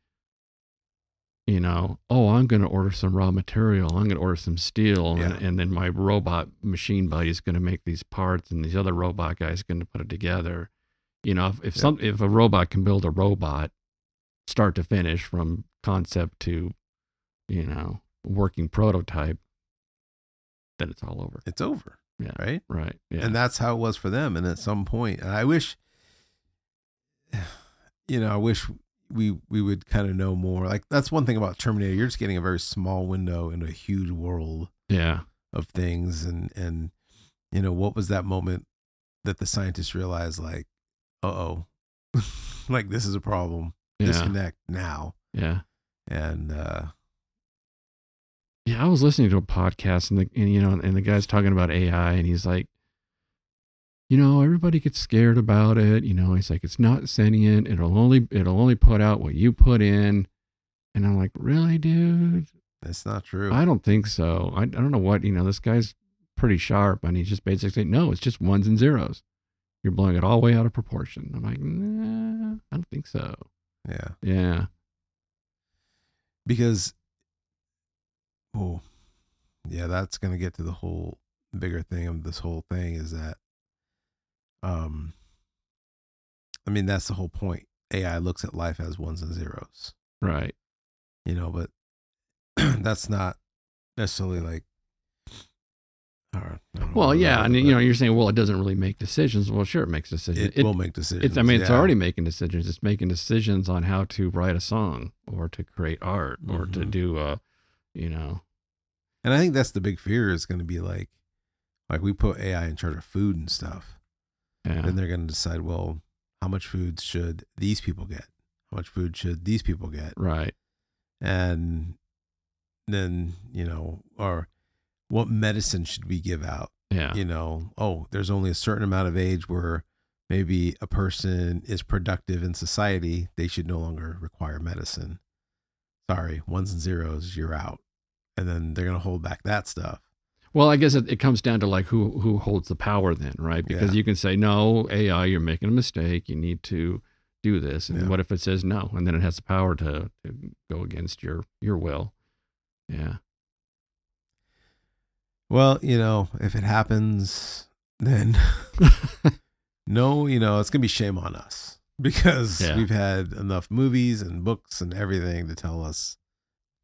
[SPEAKER 2] you know, oh, I'm going to order some raw material, I'm going to order some steel, and,
[SPEAKER 1] Yeah.
[SPEAKER 2] and then my robot machine buddy is going to make these parts, and these other robot guys going to put it together. You know, if, if
[SPEAKER 1] Yeah.
[SPEAKER 2] some if a robot can build a robot, start to finish, from concept to, you know, working prototype, then it's all over.
[SPEAKER 1] it's over.
[SPEAKER 2] Yeah.
[SPEAKER 1] Right.
[SPEAKER 2] Right. Yeah.
[SPEAKER 1] And that's how it was for them. And at some point, and I wish, you know, I wish we we would kind of know more. Like that's one thing about Terminator. You're just getting a very small window into a huge world
[SPEAKER 2] yeah.
[SPEAKER 1] of things. And and you know, what was that moment that the scientists realized, like, uh oh, like this is a problem.
[SPEAKER 2] Yeah.
[SPEAKER 1] Disconnect now.
[SPEAKER 2] Yeah.
[SPEAKER 1] And uh,
[SPEAKER 2] Yeah, I was listening to a podcast and the and, you know and the guy's talking about AI and he's like, you know, everybody gets scared about it. You know, he's like, it's not sentient. It'll only it'll only put out what you put in. And I'm like, really, dude?
[SPEAKER 1] that's not true.
[SPEAKER 2] I don't think so. I, I don't know what you know. This guy's pretty sharp, and he's just basically saying, no, it's just ones and zeros. You're blowing it all way out of proportion. I'm like, nah, I don't think so.
[SPEAKER 1] yeah.
[SPEAKER 2] Yeah,
[SPEAKER 1] because oh yeah that's gonna get to the whole bigger thing of this whole thing is that um i mean that's the whole point ai looks at life as ones and zeros
[SPEAKER 2] right.
[SPEAKER 1] you know but that's not necessarily like or, I don't
[SPEAKER 2] Well,
[SPEAKER 1] know,
[SPEAKER 2] yeah, and you know,
[SPEAKER 1] but
[SPEAKER 2] you're saying, well, it doesn't really make decisions. Well, sure, it makes decisions.
[SPEAKER 1] it, will make decisions
[SPEAKER 2] It's, I mean, it's
[SPEAKER 1] yeah.
[SPEAKER 2] already making decisions. It's making decisions on how to write a song or to create art or to
[SPEAKER 1] Mhm.
[SPEAKER 2] do a, you know,
[SPEAKER 1] And I think that's the big fear is going to be like, like we put AI in charge of food and stuff.
[SPEAKER 2] yeah,
[SPEAKER 1] Then they're going to decide, well, how much food should these people get? How much food should these people get?
[SPEAKER 2] right,
[SPEAKER 1] And then, you know, or what medicine should we give out?
[SPEAKER 2] yeah,
[SPEAKER 1] You know, oh, there's only a certain amount of age where maybe a person is productive in society. They should no longer require medicine. Sorry, ones and zeros, you're out. And then they're going to hold back that stuff.
[SPEAKER 2] Well, I guess it, it comes down to like who who holds the power then, right? Because
[SPEAKER 1] Yeah.
[SPEAKER 2] you can say no, AI, you're making a mistake. You need to do this. And
[SPEAKER 1] Yeah.
[SPEAKER 2] what if it says no, and then it has the power to, to go against your your will? Yeah,
[SPEAKER 1] Well, you know, if it happens, then no, you know, it's going to be shame on us because
[SPEAKER 2] Yeah.
[SPEAKER 1] we've had enough movies and books and everything to tell us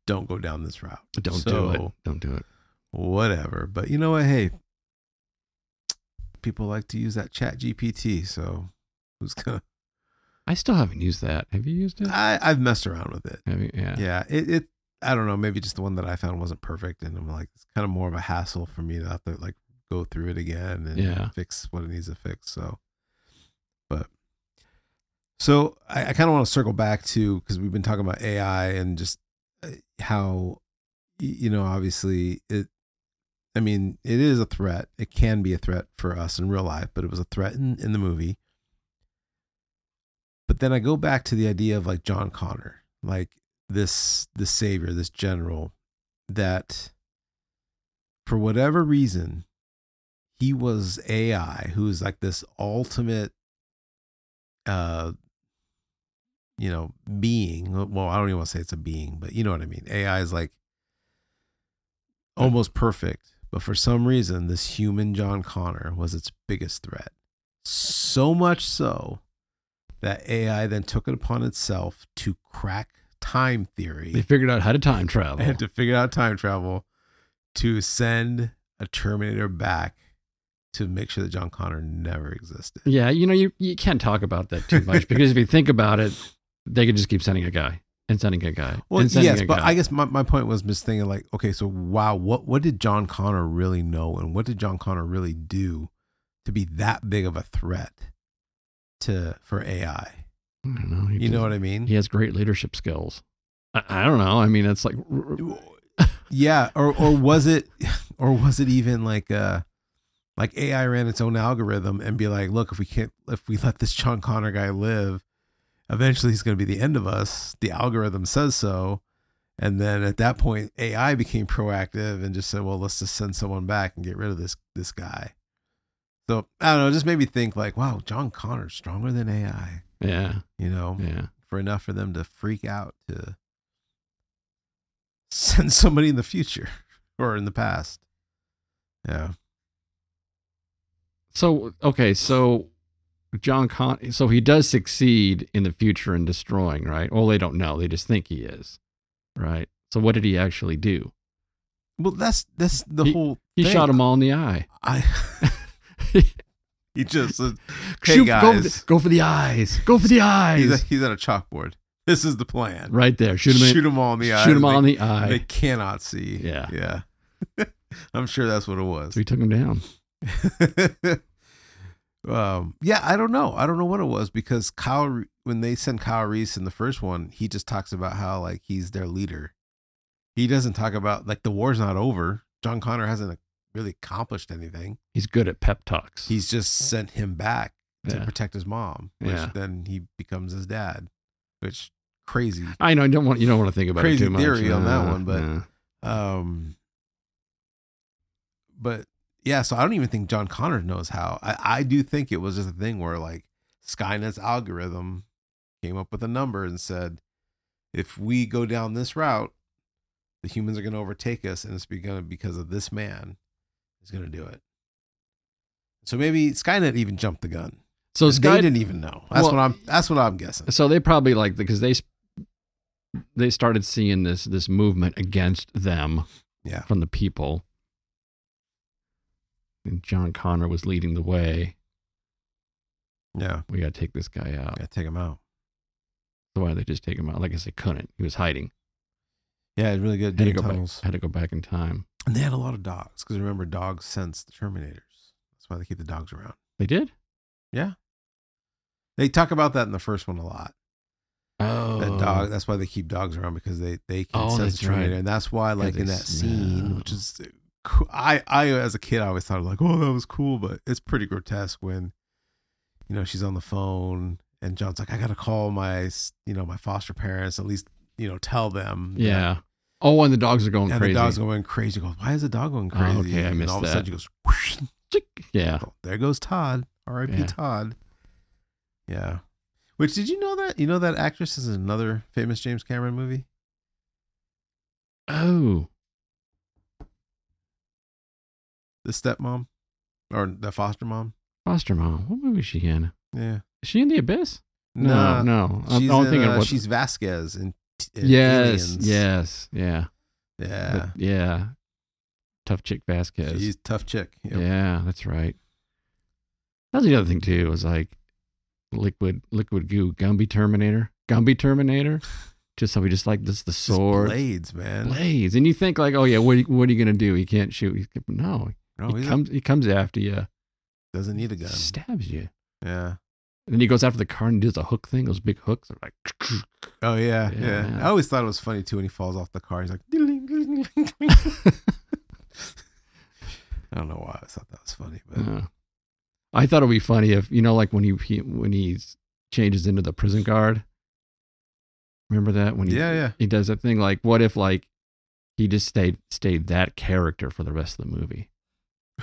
[SPEAKER 1] don't go down this route.
[SPEAKER 2] don't do it.
[SPEAKER 1] So,
[SPEAKER 2] Don't do it.
[SPEAKER 1] Whatever. But you know what? Hey, people like to use that chat GPT. So who's going
[SPEAKER 2] I still haven't used that. Have you used it?
[SPEAKER 1] to, I, I've messed around with it.
[SPEAKER 2] Have you? Yeah.
[SPEAKER 1] Yeah. It, it, I don't know. Maybe just the one that I found wasn't perfect. And I'm like, it's kind of more of a hassle for me to have to like go through it again and
[SPEAKER 2] Yeah.
[SPEAKER 1] fix what it needs to fix. So, but so I, I kind of want to circle back to because we've been talking about AI and just uh, how, y- you know, obviously it, I mean, it is a threat. It can be a threat for us in real life, but it was a threat in, in the movie. But then I go back to the idea of like John Connor, like this the savior, this general, that for whatever reason, he was AI, who is like this ultimate uh you know, being. Well, I don't even want to say it's a being, but you know what I mean. AI is like almost perfect, but for some reason this human John Connor was its biggest threat. So much so that AI then took it upon itself to crack time theory
[SPEAKER 2] They figured out how to time travel.
[SPEAKER 1] and to figure out time travel to send a Terminator back to make sure that John Connor never existed.
[SPEAKER 2] Yeah, you know, you, you can't talk about that too much because if you think about it, they could just keep sending a guy and sending a guy.
[SPEAKER 1] Well,
[SPEAKER 2] and sending
[SPEAKER 1] yes,
[SPEAKER 2] a
[SPEAKER 1] but
[SPEAKER 2] guy.
[SPEAKER 1] I guess my, my point was just thinking like, okay, so wow, what what did John Connor really know, and what did John Connor really do to be that big of a threat to for AI?
[SPEAKER 2] I don't know. He
[SPEAKER 1] You
[SPEAKER 2] just-
[SPEAKER 1] know what I mean?
[SPEAKER 2] he has great leadership skills. I, I don't know. I mean, it's like
[SPEAKER 1] Yeah, or or was it, or was it even like uh, like AI ran its own algorithm and be like, look, if we can't, if we let this John Connor guy live, eventually he's going to be the end of us. The algorithm says so, and then at that point, AI became proactive and just said, well, let's just send someone back and get rid of this this guy. So I don't know, it just made me think like, wow, John Connor's stronger than AI.
[SPEAKER 2] yeah,
[SPEAKER 1] You know,
[SPEAKER 2] yeah.
[SPEAKER 1] for enough for them to freak out to send somebody in the future or in the past. Yeah.
[SPEAKER 2] So okay, so John Con, so he does succeed in the future in destroying, right? Well, they don't know. They just think he is, right? So what did he actually do?
[SPEAKER 1] Well, that's that's the whole.
[SPEAKER 2] He
[SPEAKER 1] thing.
[SPEAKER 2] shot them all in the eye.
[SPEAKER 1] I. he just uh, said, "Hey
[SPEAKER 2] Shoot,
[SPEAKER 1] guys,"
[SPEAKER 2] go, for the, go for the eyes. Go for the eyes.
[SPEAKER 1] he's, he's at a chalkboard. This is the plan.
[SPEAKER 2] right there. Shoot him.
[SPEAKER 1] Shoot 'em all in the eye.
[SPEAKER 2] Shoot him all in the eye.
[SPEAKER 1] They cannot see.
[SPEAKER 2] Yeah.
[SPEAKER 1] Yeah. I'm sure that's what it was.
[SPEAKER 2] so he took him down.
[SPEAKER 1] um, yeah, I don't know. I don't know what it was because Kyle, Re- when they send Kyle Reese in the first one, he just talks about how like he's their leader. He doesn't talk about like the war's not over. John Connor hasn't really accomplished anything.
[SPEAKER 2] He's good at pep talks.
[SPEAKER 1] He's just sent him back to
[SPEAKER 2] Yeah.
[SPEAKER 1] protect his mom, which
[SPEAKER 2] Yeah.
[SPEAKER 1] then he becomes his dad, which crazy.
[SPEAKER 2] I know. I don't want you don't want to think about
[SPEAKER 1] Crazy
[SPEAKER 2] it too much.
[SPEAKER 1] theory on that
[SPEAKER 2] Nah,
[SPEAKER 1] one, but-
[SPEAKER 2] nah.
[SPEAKER 1] Um, but yeah, so I don't even think John Connor knows how. I, I do think it was just a thing where like Skynet's algorithm came up with a number and said, if we go down this route, the humans are going to overtake us, and it's begun because of this man is going to do it. So maybe Skynet even jumped the gun.
[SPEAKER 2] so
[SPEAKER 1] they
[SPEAKER 2] Sky
[SPEAKER 1] didn't even know. That's
[SPEAKER 2] Well-
[SPEAKER 1] what I'm. That's what I'm guessing.
[SPEAKER 2] so they probably like because they s- they started seeing this this movement against them
[SPEAKER 1] Yeah.
[SPEAKER 2] from the people and john connor was leading the way
[SPEAKER 1] Yeah,
[SPEAKER 2] we gotta take this guy out
[SPEAKER 1] gotta take him out.
[SPEAKER 2] so why they just take him out like i said couldn't he was hiding
[SPEAKER 1] Yeah, it's really good.
[SPEAKER 2] had to,
[SPEAKER 1] Dig
[SPEAKER 2] go back,
[SPEAKER 1] tunnels.
[SPEAKER 2] had to go back in time
[SPEAKER 1] And they had a lot of dogs because remember, dogs sense the Terminators. That's why they keep the dogs around.
[SPEAKER 2] they did
[SPEAKER 1] They talk about that in the first one a lot.
[SPEAKER 2] oh
[SPEAKER 1] That dog. That's why they keep dogs around because they they can
[SPEAKER 2] Oh,
[SPEAKER 1] sense
[SPEAKER 2] that's
[SPEAKER 1] the Terminator,
[SPEAKER 2] right.
[SPEAKER 1] and that's why like
[SPEAKER 2] they
[SPEAKER 1] in that
[SPEAKER 2] smell.
[SPEAKER 1] scene, which is cool. I I as a kid I always thought like, oh, that was cool, but it's pretty grotesque when, you know, she's on the phone and John's like, I gotta call my s- you know my foster parents at least you know tell them. that-
[SPEAKER 2] yeah oh and the dogs are going
[SPEAKER 1] And
[SPEAKER 2] crazy
[SPEAKER 1] the dog's going crazy. Goes, why is the dog going
[SPEAKER 2] Oh,
[SPEAKER 1] crazy?
[SPEAKER 2] okay, I
[SPEAKER 1] and
[SPEAKER 2] missed
[SPEAKER 1] all of a
[SPEAKER 2] that.
[SPEAKER 1] sudden she goes. Whoosh,
[SPEAKER 2] yeah
[SPEAKER 1] Oh, there goes Todd. R.I.P.
[SPEAKER 2] Yeah.
[SPEAKER 1] Todd. Yeah. Which did you know that you know that actress is in another famous James Cameron movie?
[SPEAKER 2] oh
[SPEAKER 1] The stepmom or the foster mom?
[SPEAKER 2] foster mom what movie is she in
[SPEAKER 1] Yeah.
[SPEAKER 2] is she in the abyss
[SPEAKER 1] Nah,
[SPEAKER 2] no, no.
[SPEAKER 1] She's,
[SPEAKER 2] I'm
[SPEAKER 1] in,
[SPEAKER 2] thinking
[SPEAKER 1] uh,
[SPEAKER 2] what
[SPEAKER 1] she's Vasquez in, in
[SPEAKER 2] yes,
[SPEAKER 1] Aliens.
[SPEAKER 2] yes, yeah,
[SPEAKER 1] Yeah.
[SPEAKER 2] But- yeah. Tough chick Vasquez.
[SPEAKER 1] She's a tough chick. Yep.
[SPEAKER 2] Yeah, that's right. That was the other thing too. Was like liquid, liquid goo, Gumby Terminator, Gumby Terminator. Just how we just like this the
[SPEAKER 1] Just
[SPEAKER 2] sword
[SPEAKER 1] blades, man.
[SPEAKER 2] blades, and you think like, oh yeah, what are you- what are you gonna do? He can't shoot. He, no,
[SPEAKER 1] No,
[SPEAKER 2] he
[SPEAKER 1] he
[SPEAKER 2] comes he comes after you,
[SPEAKER 1] doesn't need a gun.
[SPEAKER 2] stabs you,
[SPEAKER 1] Yeah.
[SPEAKER 2] and then he goes after the car and does a hook thing. Those big hooks are like,
[SPEAKER 1] Oh yeah,
[SPEAKER 2] Yeah,
[SPEAKER 1] yeah,
[SPEAKER 2] man.
[SPEAKER 1] I always thought it was funny too when he falls off the car. He's like, "Ding, ding, ding, ding." I don't know why I thought that was funny, but
[SPEAKER 2] Yeah. I thought it'd be funny if you know, like when he, he when he changes into the prison guard. Remember that when he
[SPEAKER 1] Yeah, yeah.
[SPEAKER 2] he does that thing like what if like he just stayed stayed that character for the rest of the movie.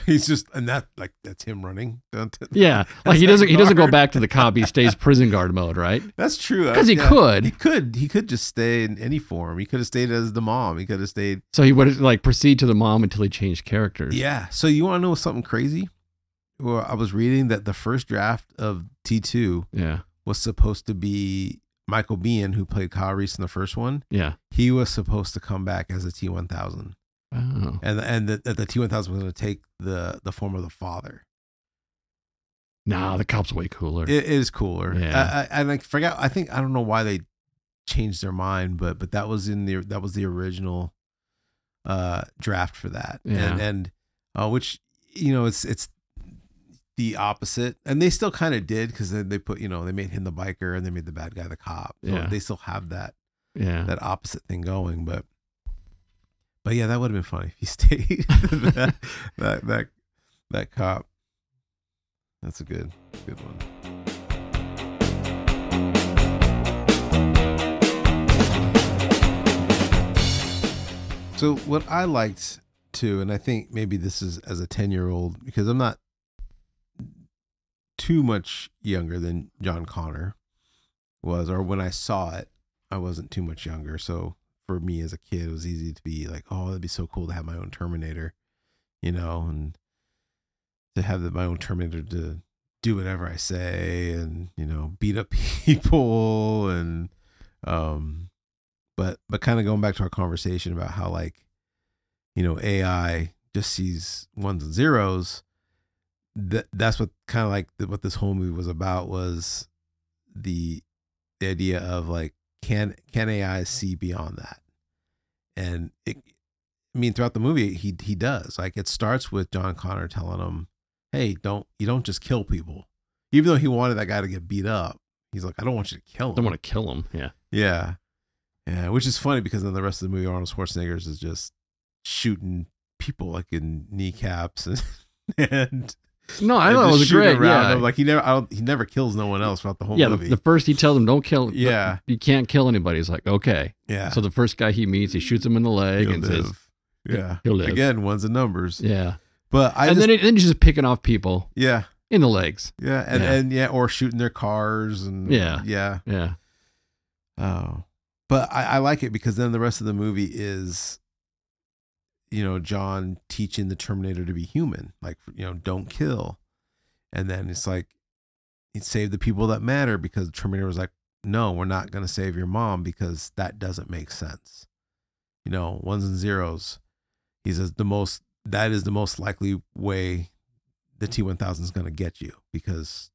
[SPEAKER 1] He's just and that like that's him running. Don't it?
[SPEAKER 2] Yeah, like
[SPEAKER 1] That's
[SPEAKER 2] he
[SPEAKER 1] that
[SPEAKER 2] doesn't he doesn't go
[SPEAKER 1] guard.
[SPEAKER 2] back to the cop. He stays prison guard mode, right?
[SPEAKER 1] That's true.
[SPEAKER 2] 'Cause he
[SPEAKER 1] Yeah.
[SPEAKER 2] could.
[SPEAKER 1] He could. He could just stay in any form. He could have stayed as the mom. He could have stayed.
[SPEAKER 2] So he would like proceed to the mom until he changed characters.
[SPEAKER 1] Yeah. So you want to know something crazy? Well, I was reading that the first draft of T two
[SPEAKER 2] yeah,
[SPEAKER 1] was supposed to be Michael Biehn, who played Kyle Reese in the first one.
[SPEAKER 2] yeah.
[SPEAKER 1] He was supposed to come back as a T one thousand.
[SPEAKER 2] Wow.
[SPEAKER 1] and and that that the T one thousand was going to take the the form of the father.
[SPEAKER 2] Nah, the cop's way cooler.
[SPEAKER 1] It is cooler.
[SPEAKER 2] Yeah.
[SPEAKER 1] I, I, and I forgot. I think I don't know why they changed their mind, but but that was in the that was the original uh draft for that,
[SPEAKER 2] Yeah.
[SPEAKER 1] and and uh, which you know it's it's the opposite, and they still kind of did because then they put you know they made him the biker and they made the bad guy the cop. So
[SPEAKER 2] Yeah.
[SPEAKER 1] they still have that
[SPEAKER 2] yeah.
[SPEAKER 1] that opposite thing going, but. But yeah, that would have been funny if he stayed. that, that that that cop. That's a good good one. So what I liked too, and I think maybe this is as a ten year old because I'm not too much younger than John Connor was, or when I saw it, I wasn't too much younger. So for me as a kid, it was easy to be like, "Oh, that'd be so cool to have my own Terminator," you know, and to have the, my own Terminator to do whatever I say and you know beat up people and um, but but kind of going back to our conversation about how like you know AI just sees ones and zeros. That that's what kind of like what this whole movie was about was the the idea of like can can AI see beyond that? And it, I mean, throughout the movie, he he does. Like it starts with John Connor telling him, "Hey, don't you don't just kill people." Even though he wanted that guy to get beat up, he's like, "I don't want you to kill him."
[SPEAKER 2] Don't want to kill him. Yeah.
[SPEAKER 1] Yeah. Yeah, which is funny because then the rest of the movie, Arnold Schwarzenegger's is just shooting people like in kneecaps and and
[SPEAKER 2] No, I
[SPEAKER 1] and
[SPEAKER 2] thought it
[SPEAKER 1] just
[SPEAKER 2] was
[SPEAKER 1] shooting
[SPEAKER 2] great. Yeah.
[SPEAKER 1] them. like he never, I don't, he never kills no one else throughout the whole
[SPEAKER 2] yeah, the,
[SPEAKER 1] movie.
[SPEAKER 2] the first he tells him don't kill.
[SPEAKER 1] Yeah.
[SPEAKER 2] you can't kill anybody. He's like, okay.
[SPEAKER 1] yeah,
[SPEAKER 2] So the first guy he meets, he shoots him in the leg
[SPEAKER 1] He'll
[SPEAKER 2] and says,
[SPEAKER 1] live. yeah,
[SPEAKER 2] he'll live.
[SPEAKER 1] again, ones and numbers.
[SPEAKER 2] yeah.
[SPEAKER 1] But I
[SPEAKER 2] and
[SPEAKER 1] just,
[SPEAKER 2] then, it, then he's just picking off people
[SPEAKER 1] yeah,
[SPEAKER 2] in the legs.
[SPEAKER 1] yeah, and
[SPEAKER 2] Yeah.
[SPEAKER 1] and yeah, or shooting their cars and
[SPEAKER 2] Yeah.
[SPEAKER 1] yeah.
[SPEAKER 2] Yeah.
[SPEAKER 1] Oh. But I, I like it because then the rest of the movie is, you know, John teaching the Terminator to be human, like, you know, don't kill. And then it's like, he saved the people that matter because the Terminator was like, no, we're not going to save your mom because that doesn't make sense. You know, ones and zeros. He says the most, that is the most likely way the T1000 is going to get you because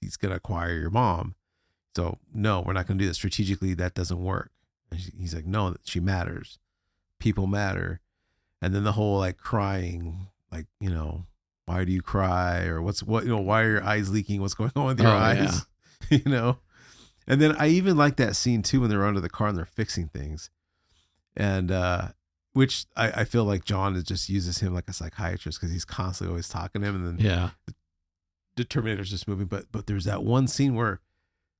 [SPEAKER 1] he's going to acquire your mom. So no, we're not going to do that strategically. That doesn't work. And she, he's like, no, she matters. People matter. And then the whole like crying, like you know, why do you cry or what's what you know, why are your eyes leaking? What's going on with your
[SPEAKER 2] Oh,
[SPEAKER 1] eyes? you know. And then I even like that scene too when they're under the car and they're fixing things, and uh which I, I feel like John is just uses him like a psychiatrist because he's constantly always talking to him, and then
[SPEAKER 2] Yeah.
[SPEAKER 1] the Terminator's just moving, but but there's that one scene where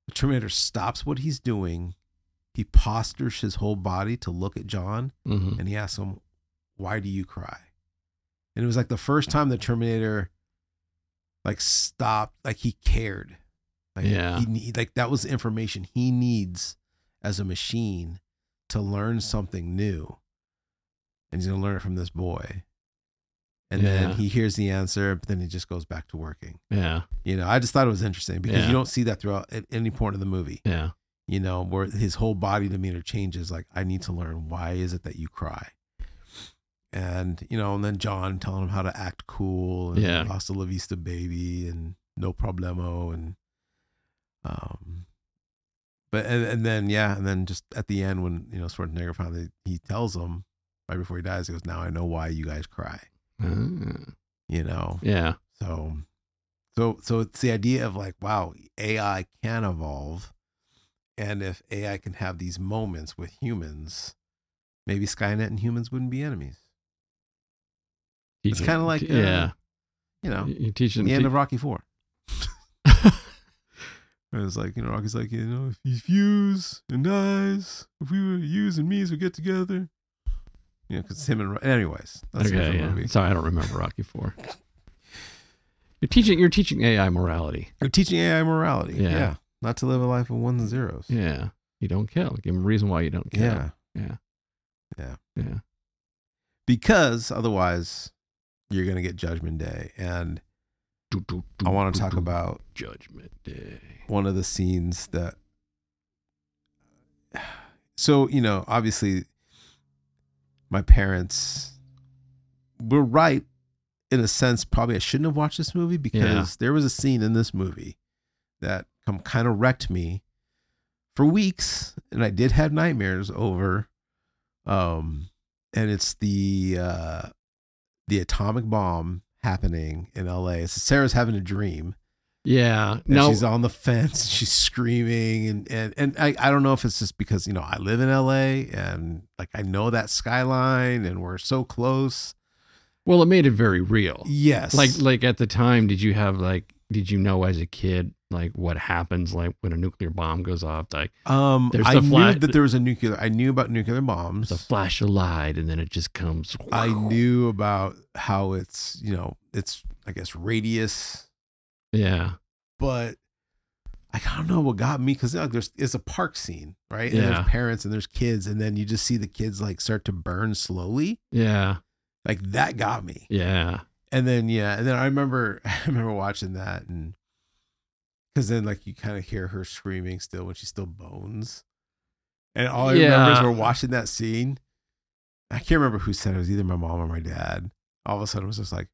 [SPEAKER 1] the Terminator stops what he's doing, he postures his whole body to look at John,
[SPEAKER 2] hmm
[SPEAKER 1] and he asks him, "Why do you cry?" And it was like the first time the Terminator, like stopped, like he cared, like
[SPEAKER 2] Yeah.
[SPEAKER 1] he need, like that was information he needs as a machine to learn something new, and he's gonna learn it from this boy. And then
[SPEAKER 2] Yeah.
[SPEAKER 1] he hears the answer, but then he just goes back to working.
[SPEAKER 2] Yeah.
[SPEAKER 1] You know, I just thought it was interesting because
[SPEAKER 2] Yeah.
[SPEAKER 1] you don't see that throughout at any point of the movie.
[SPEAKER 2] Yeah.
[SPEAKER 1] You know, where his whole body demeanor changes. Like, I need to learn why is it that you cry, and you know, and then John telling him how to act cool and
[SPEAKER 2] Yeah.
[SPEAKER 1] Hasta La Vista, baby, and no problemo, and um, but and, and then yeah, and then just at the end when you know Schwarzenegger finally he tells him right before he dies, he goes, "Now I know why you guys cry."
[SPEAKER 2] Ah.
[SPEAKER 1] You know,
[SPEAKER 2] Yeah.
[SPEAKER 1] so, so, so it's the idea of like, wow, AI can evolve, and if AI can have these moments with humans, maybe Skynet and humans wouldn't be enemies. It's
[SPEAKER 2] Teaching-
[SPEAKER 1] kinda like, uh,
[SPEAKER 2] yeah.
[SPEAKER 1] You know,
[SPEAKER 2] You teach them.
[SPEAKER 1] the end of Rocky Four. And it's like, you know, Rocky's like, you know, if these views and eyes, if we were yous and me's would get together, you know, because him and Ro- anyways, that's a
[SPEAKER 2] okay.
[SPEAKER 1] different
[SPEAKER 2] Yeah.
[SPEAKER 1] movie.
[SPEAKER 2] Sorry, I don't remember Rocky Four. You're teaching. You're teaching AI morality.
[SPEAKER 1] You're teaching AI morality,
[SPEAKER 2] Yeah.
[SPEAKER 1] yeah. not to live a life of ones and zeros,
[SPEAKER 2] Yeah. You don't kill. Give them a reason why you don't kill.
[SPEAKER 1] yeah.
[SPEAKER 2] Yeah.
[SPEAKER 1] Yeah.
[SPEAKER 2] Yeah.
[SPEAKER 1] because otherwise you're going to get judgment day and
[SPEAKER 2] Do, do, do,
[SPEAKER 1] i want
[SPEAKER 2] do,
[SPEAKER 1] to talk
[SPEAKER 2] do.
[SPEAKER 1] about
[SPEAKER 2] Judgment Day.
[SPEAKER 1] one of the scenes that so you know obviously my parents we're right in a sense. Probably I shouldn't have watched this movie because
[SPEAKER 2] Yeah.
[SPEAKER 1] there was a scene in this movie that come kind of wrecked me for weeks, and I did have nightmares over. Um, and it's the uh, the atomic bomb happening in L.A. So Sarah's having a dream.
[SPEAKER 2] Yeah.
[SPEAKER 1] And
[SPEAKER 2] No.
[SPEAKER 1] she's on the fence. and She's screaming, and and and I, I don't know if it's just because you know I live in L.A. and like I know that skyline, and we're so close.
[SPEAKER 2] well, it made it very real.
[SPEAKER 1] Yes,
[SPEAKER 2] Like like at the time, did you have like did you know as a kid like what happens like when a nuclear bomb goes off like
[SPEAKER 1] um,
[SPEAKER 2] there's
[SPEAKER 1] I
[SPEAKER 2] the
[SPEAKER 1] knew
[SPEAKER 2] fly-
[SPEAKER 1] that there was a nuclear. I knew about nuclear bombs.
[SPEAKER 2] the flash of light and then it just comes.
[SPEAKER 1] I knew about how it's you know it's I guess radius,
[SPEAKER 2] Yeah.
[SPEAKER 1] but I don't know what got me because like, there's it's a park scene right, and
[SPEAKER 2] Yeah.
[SPEAKER 1] there's parents and there's kids, and then you just see the kids like start to burn slowly.
[SPEAKER 2] Yeah.
[SPEAKER 1] Like that got me.
[SPEAKER 2] Yeah.
[SPEAKER 1] and then yeah, and then I remember I remember watching that and because then like you kind of hear her screaming still when she still bones, and all I remember is
[SPEAKER 2] Yeah.
[SPEAKER 1] we're watching that scene. I can't remember who said it, it was either my mom or my dad. All of a sudden, it was just like,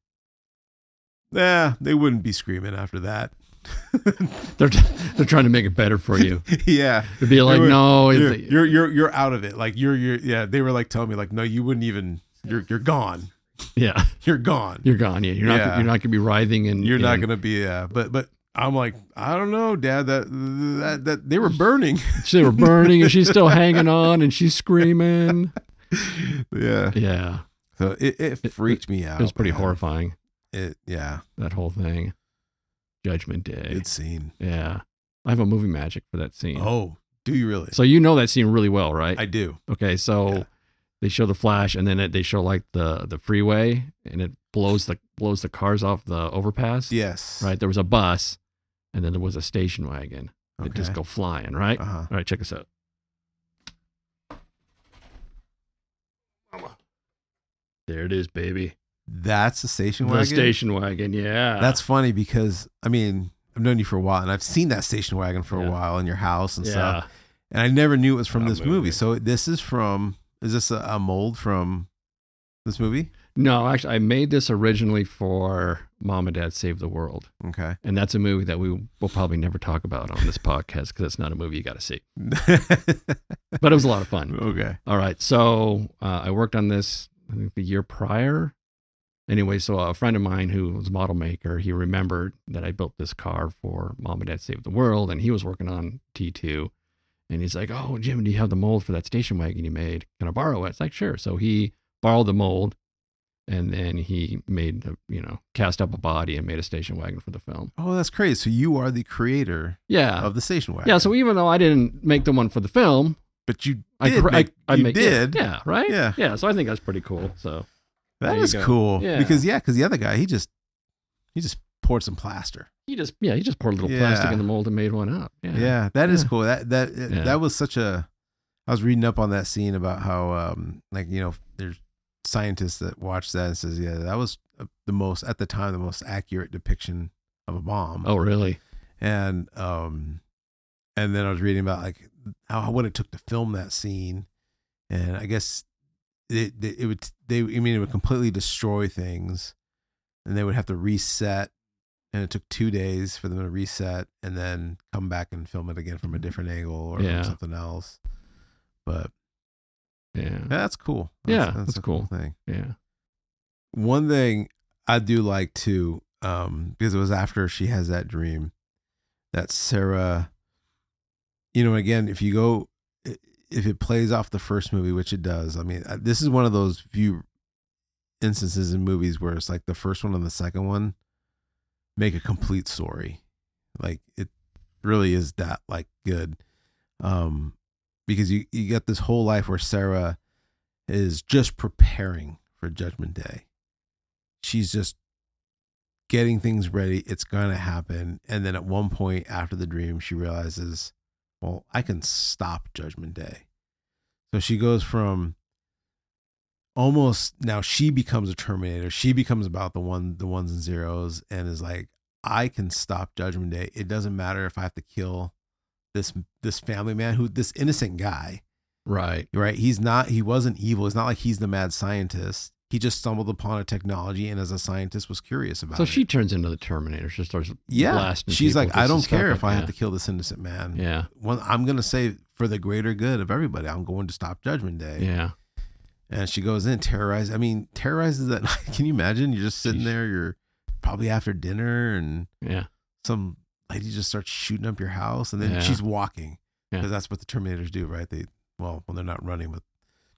[SPEAKER 1] nah, they wouldn't be screaming after that.
[SPEAKER 2] They're they're trying to make it better for you.
[SPEAKER 1] yeah,
[SPEAKER 2] It'd be like
[SPEAKER 1] were-
[SPEAKER 2] no, it's
[SPEAKER 1] you're, you're you're you're out of it. Like you're you're yeah. They were like telling me like, no, you wouldn't even. You're you're gone.
[SPEAKER 2] yeah.
[SPEAKER 1] You're gone.
[SPEAKER 2] You're gone. Yeah, you're not.
[SPEAKER 1] Yeah.
[SPEAKER 2] You're not gonna be writhing, and
[SPEAKER 1] You're not
[SPEAKER 2] and
[SPEAKER 1] gonna be, uh, but but I'm like, I don't know, Dad. That that that they were burning.
[SPEAKER 2] They were burning, and she's still hanging on, and she's screaming.
[SPEAKER 1] yeah.
[SPEAKER 2] Yeah,
[SPEAKER 1] So it, it freaked me out.
[SPEAKER 2] it was pretty
[SPEAKER 1] Oh, man.
[SPEAKER 2] horrifying.
[SPEAKER 1] It yeah,
[SPEAKER 2] That whole thing. Judgment Day.
[SPEAKER 1] good scene.
[SPEAKER 2] yeah, I have a movie magic for that scene.
[SPEAKER 1] Oh, do you really?
[SPEAKER 2] So you know that scene really well, right?
[SPEAKER 1] I do.
[SPEAKER 2] okay, so
[SPEAKER 1] Yeah.
[SPEAKER 2] they show the flash, and then it, they show like the the freeway, and it blows the blows the cars off the overpass.
[SPEAKER 1] Yes.
[SPEAKER 2] Right. There was a bus, and then there was a station wagon. that just
[SPEAKER 1] Okay.
[SPEAKER 2] go flying. Right.
[SPEAKER 1] Uh-huh.
[SPEAKER 2] All right, check this out. There it is, baby.
[SPEAKER 1] That's the station
[SPEAKER 2] The
[SPEAKER 1] wagon.
[SPEAKER 2] station wagon, yeah.
[SPEAKER 1] That's funny because I mean I've known you for a while and I've seen that station wagon for
[SPEAKER 2] Yeah.
[SPEAKER 1] a while in your house and
[SPEAKER 2] yeah.
[SPEAKER 1] stuff. And I never knew it was from
[SPEAKER 2] That
[SPEAKER 1] this movie.
[SPEAKER 2] movie.
[SPEAKER 1] So this is from. Is this a, a mold from this movie?
[SPEAKER 2] No, actually, I made this originally for Mom and Dad Save the World,
[SPEAKER 1] Okay.
[SPEAKER 2] and that's a movie that we will probably never talk about on this podcast because it's not a movie you got to see. But it was a lot of fun.
[SPEAKER 1] okay.
[SPEAKER 2] All right, so uh, I worked on this I think the year prior. Anyway, so a friend of mine who was a model maker, he remembered that I built this car for Mom and Dad Save the World, and he was working on T2. And he's like, "Oh, Jim, do you have the mold for that station wagon you made? Can I borrow it?" It's like, "Sure." So he borrowed the mold, and then he made the you know cast up a body and made a station wagon for the film.
[SPEAKER 1] Oh, that's crazy. So you are the creator
[SPEAKER 2] Yeah,
[SPEAKER 1] of the station wagon.
[SPEAKER 2] Uh, yeah. So even though I didn't make the one for the film,
[SPEAKER 1] but you did.
[SPEAKER 2] I cr-
[SPEAKER 1] make,
[SPEAKER 2] I, I
[SPEAKER 1] you
[SPEAKER 2] make- yeah,
[SPEAKER 1] did.
[SPEAKER 2] Yeah, right.
[SPEAKER 1] Yeah.
[SPEAKER 2] yeah. So I think that's pretty cool. So
[SPEAKER 1] That
[SPEAKER 2] There
[SPEAKER 1] is
[SPEAKER 2] you go.
[SPEAKER 1] cool.
[SPEAKER 2] Yeah.
[SPEAKER 1] Because yeah, because the other guy he just he just poured some plaster.
[SPEAKER 2] He just yeah, he just poured a little
[SPEAKER 1] Yeah.
[SPEAKER 2] plastic in the mold and made one up.
[SPEAKER 1] Yeah,
[SPEAKER 2] Yeah.
[SPEAKER 1] that is
[SPEAKER 2] Yeah.
[SPEAKER 1] cool. That that
[SPEAKER 2] Yeah.
[SPEAKER 1] that was such a. I was reading up on that scene about how um like you know there's scientists that watch that and says yeah that was uh, the most at the time the most accurate depiction of a bomb.
[SPEAKER 2] Oh really?
[SPEAKER 1] and um and then i was reading about like how what it took to film that scene and i guess it it, it would they i mean it would completely destroy things and they would have to reset and it took two days for them to reset and then come back and film it again from a different angle or from
[SPEAKER 2] Mm-hmm. Yeah.
[SPEAKER 1] something else but
[SPEAKER 2] Yeah.
[SPEAKER 1] yeah, that's cool
[SPEAKER 2] Mm. Yeah, that's
[SPEAKER 1] a
[SPEAKER 2] cool.
[SPEAKER 1] thing
[SPEAKER 2] Yeah.
[SPEAKER 1] one thing I do like too, um, because it was after she has that dream that Sarah, you know, again, if you go, if it plays off the first movie, which it does, I mean, uh, this is one of those few instances in movies where it's like the first one and the second one make a complete story. Like it really is that like good. Um, because you, you got this whole life where Sarah is just preparing for Judgment Day. She's just getting things ready. It's going to happen. And then at one point after the dream, she realizes, well, I can stop Judgment Day. So she goes from almost now she becomes a terminator she becomes about the one the ones and zeros and is like i can stop judgment day it doesn't matter if i have to kill this this family man who this innocent guy
[SPEAKER 2] Right.
[SPEAKER 1] right? He's not, he wasn't evil. It's not like he's the mad scientist. He just stumbled upon a technology and as a scientist was curious about
[SPEAKER 2] So
[SPEAKER 1] it.
[SPEAKER 2] she turns into the Terminator. She starts
[SPEAKER 1] yeah,
[SPEAKER 2] blasting.
[SPEAKER 1] she's
[SPEAKER 2] people
[SPEAKER 1] like,
[SPEAKER 2] just
[SPEAKER 1] I
[SPEAKER 2] to
[SPEAKER 1] don't
[SPEAKER 2] stop
[SPEAKER 1] care
[SPEAKER 2] it."
[SPEAKER 1] if I
[SPEAKER 2] yeah.
[SPEAKER 1] have to kill this innocent man.
[SPEAKER 2] Yeah,
[SPEAKER 1] Well, I'm gonna say for the greater good of everybody, I'm going to stop Judgment Day.
[SPEAKER 2] yeah.
[SPEAKER 1] And she goes in, terrorized. I mean, terrorizes that. Can you imagine? You're just sitting
[SPEAKER 2] Jeez.
[SPEAKER 1] there. You're probably after dinner, and
[SPEAKER 2] Yeah.
[SPEAKER 1] some lady just starts shooting up your house, and then
[SPEAKER 2] Yeah.
[SPEAKER 1] she's walking
[SPEAKER 2] Yeah.
[SPEAKER 1] because that's what the Terminators do, right? They well, when they're not running, but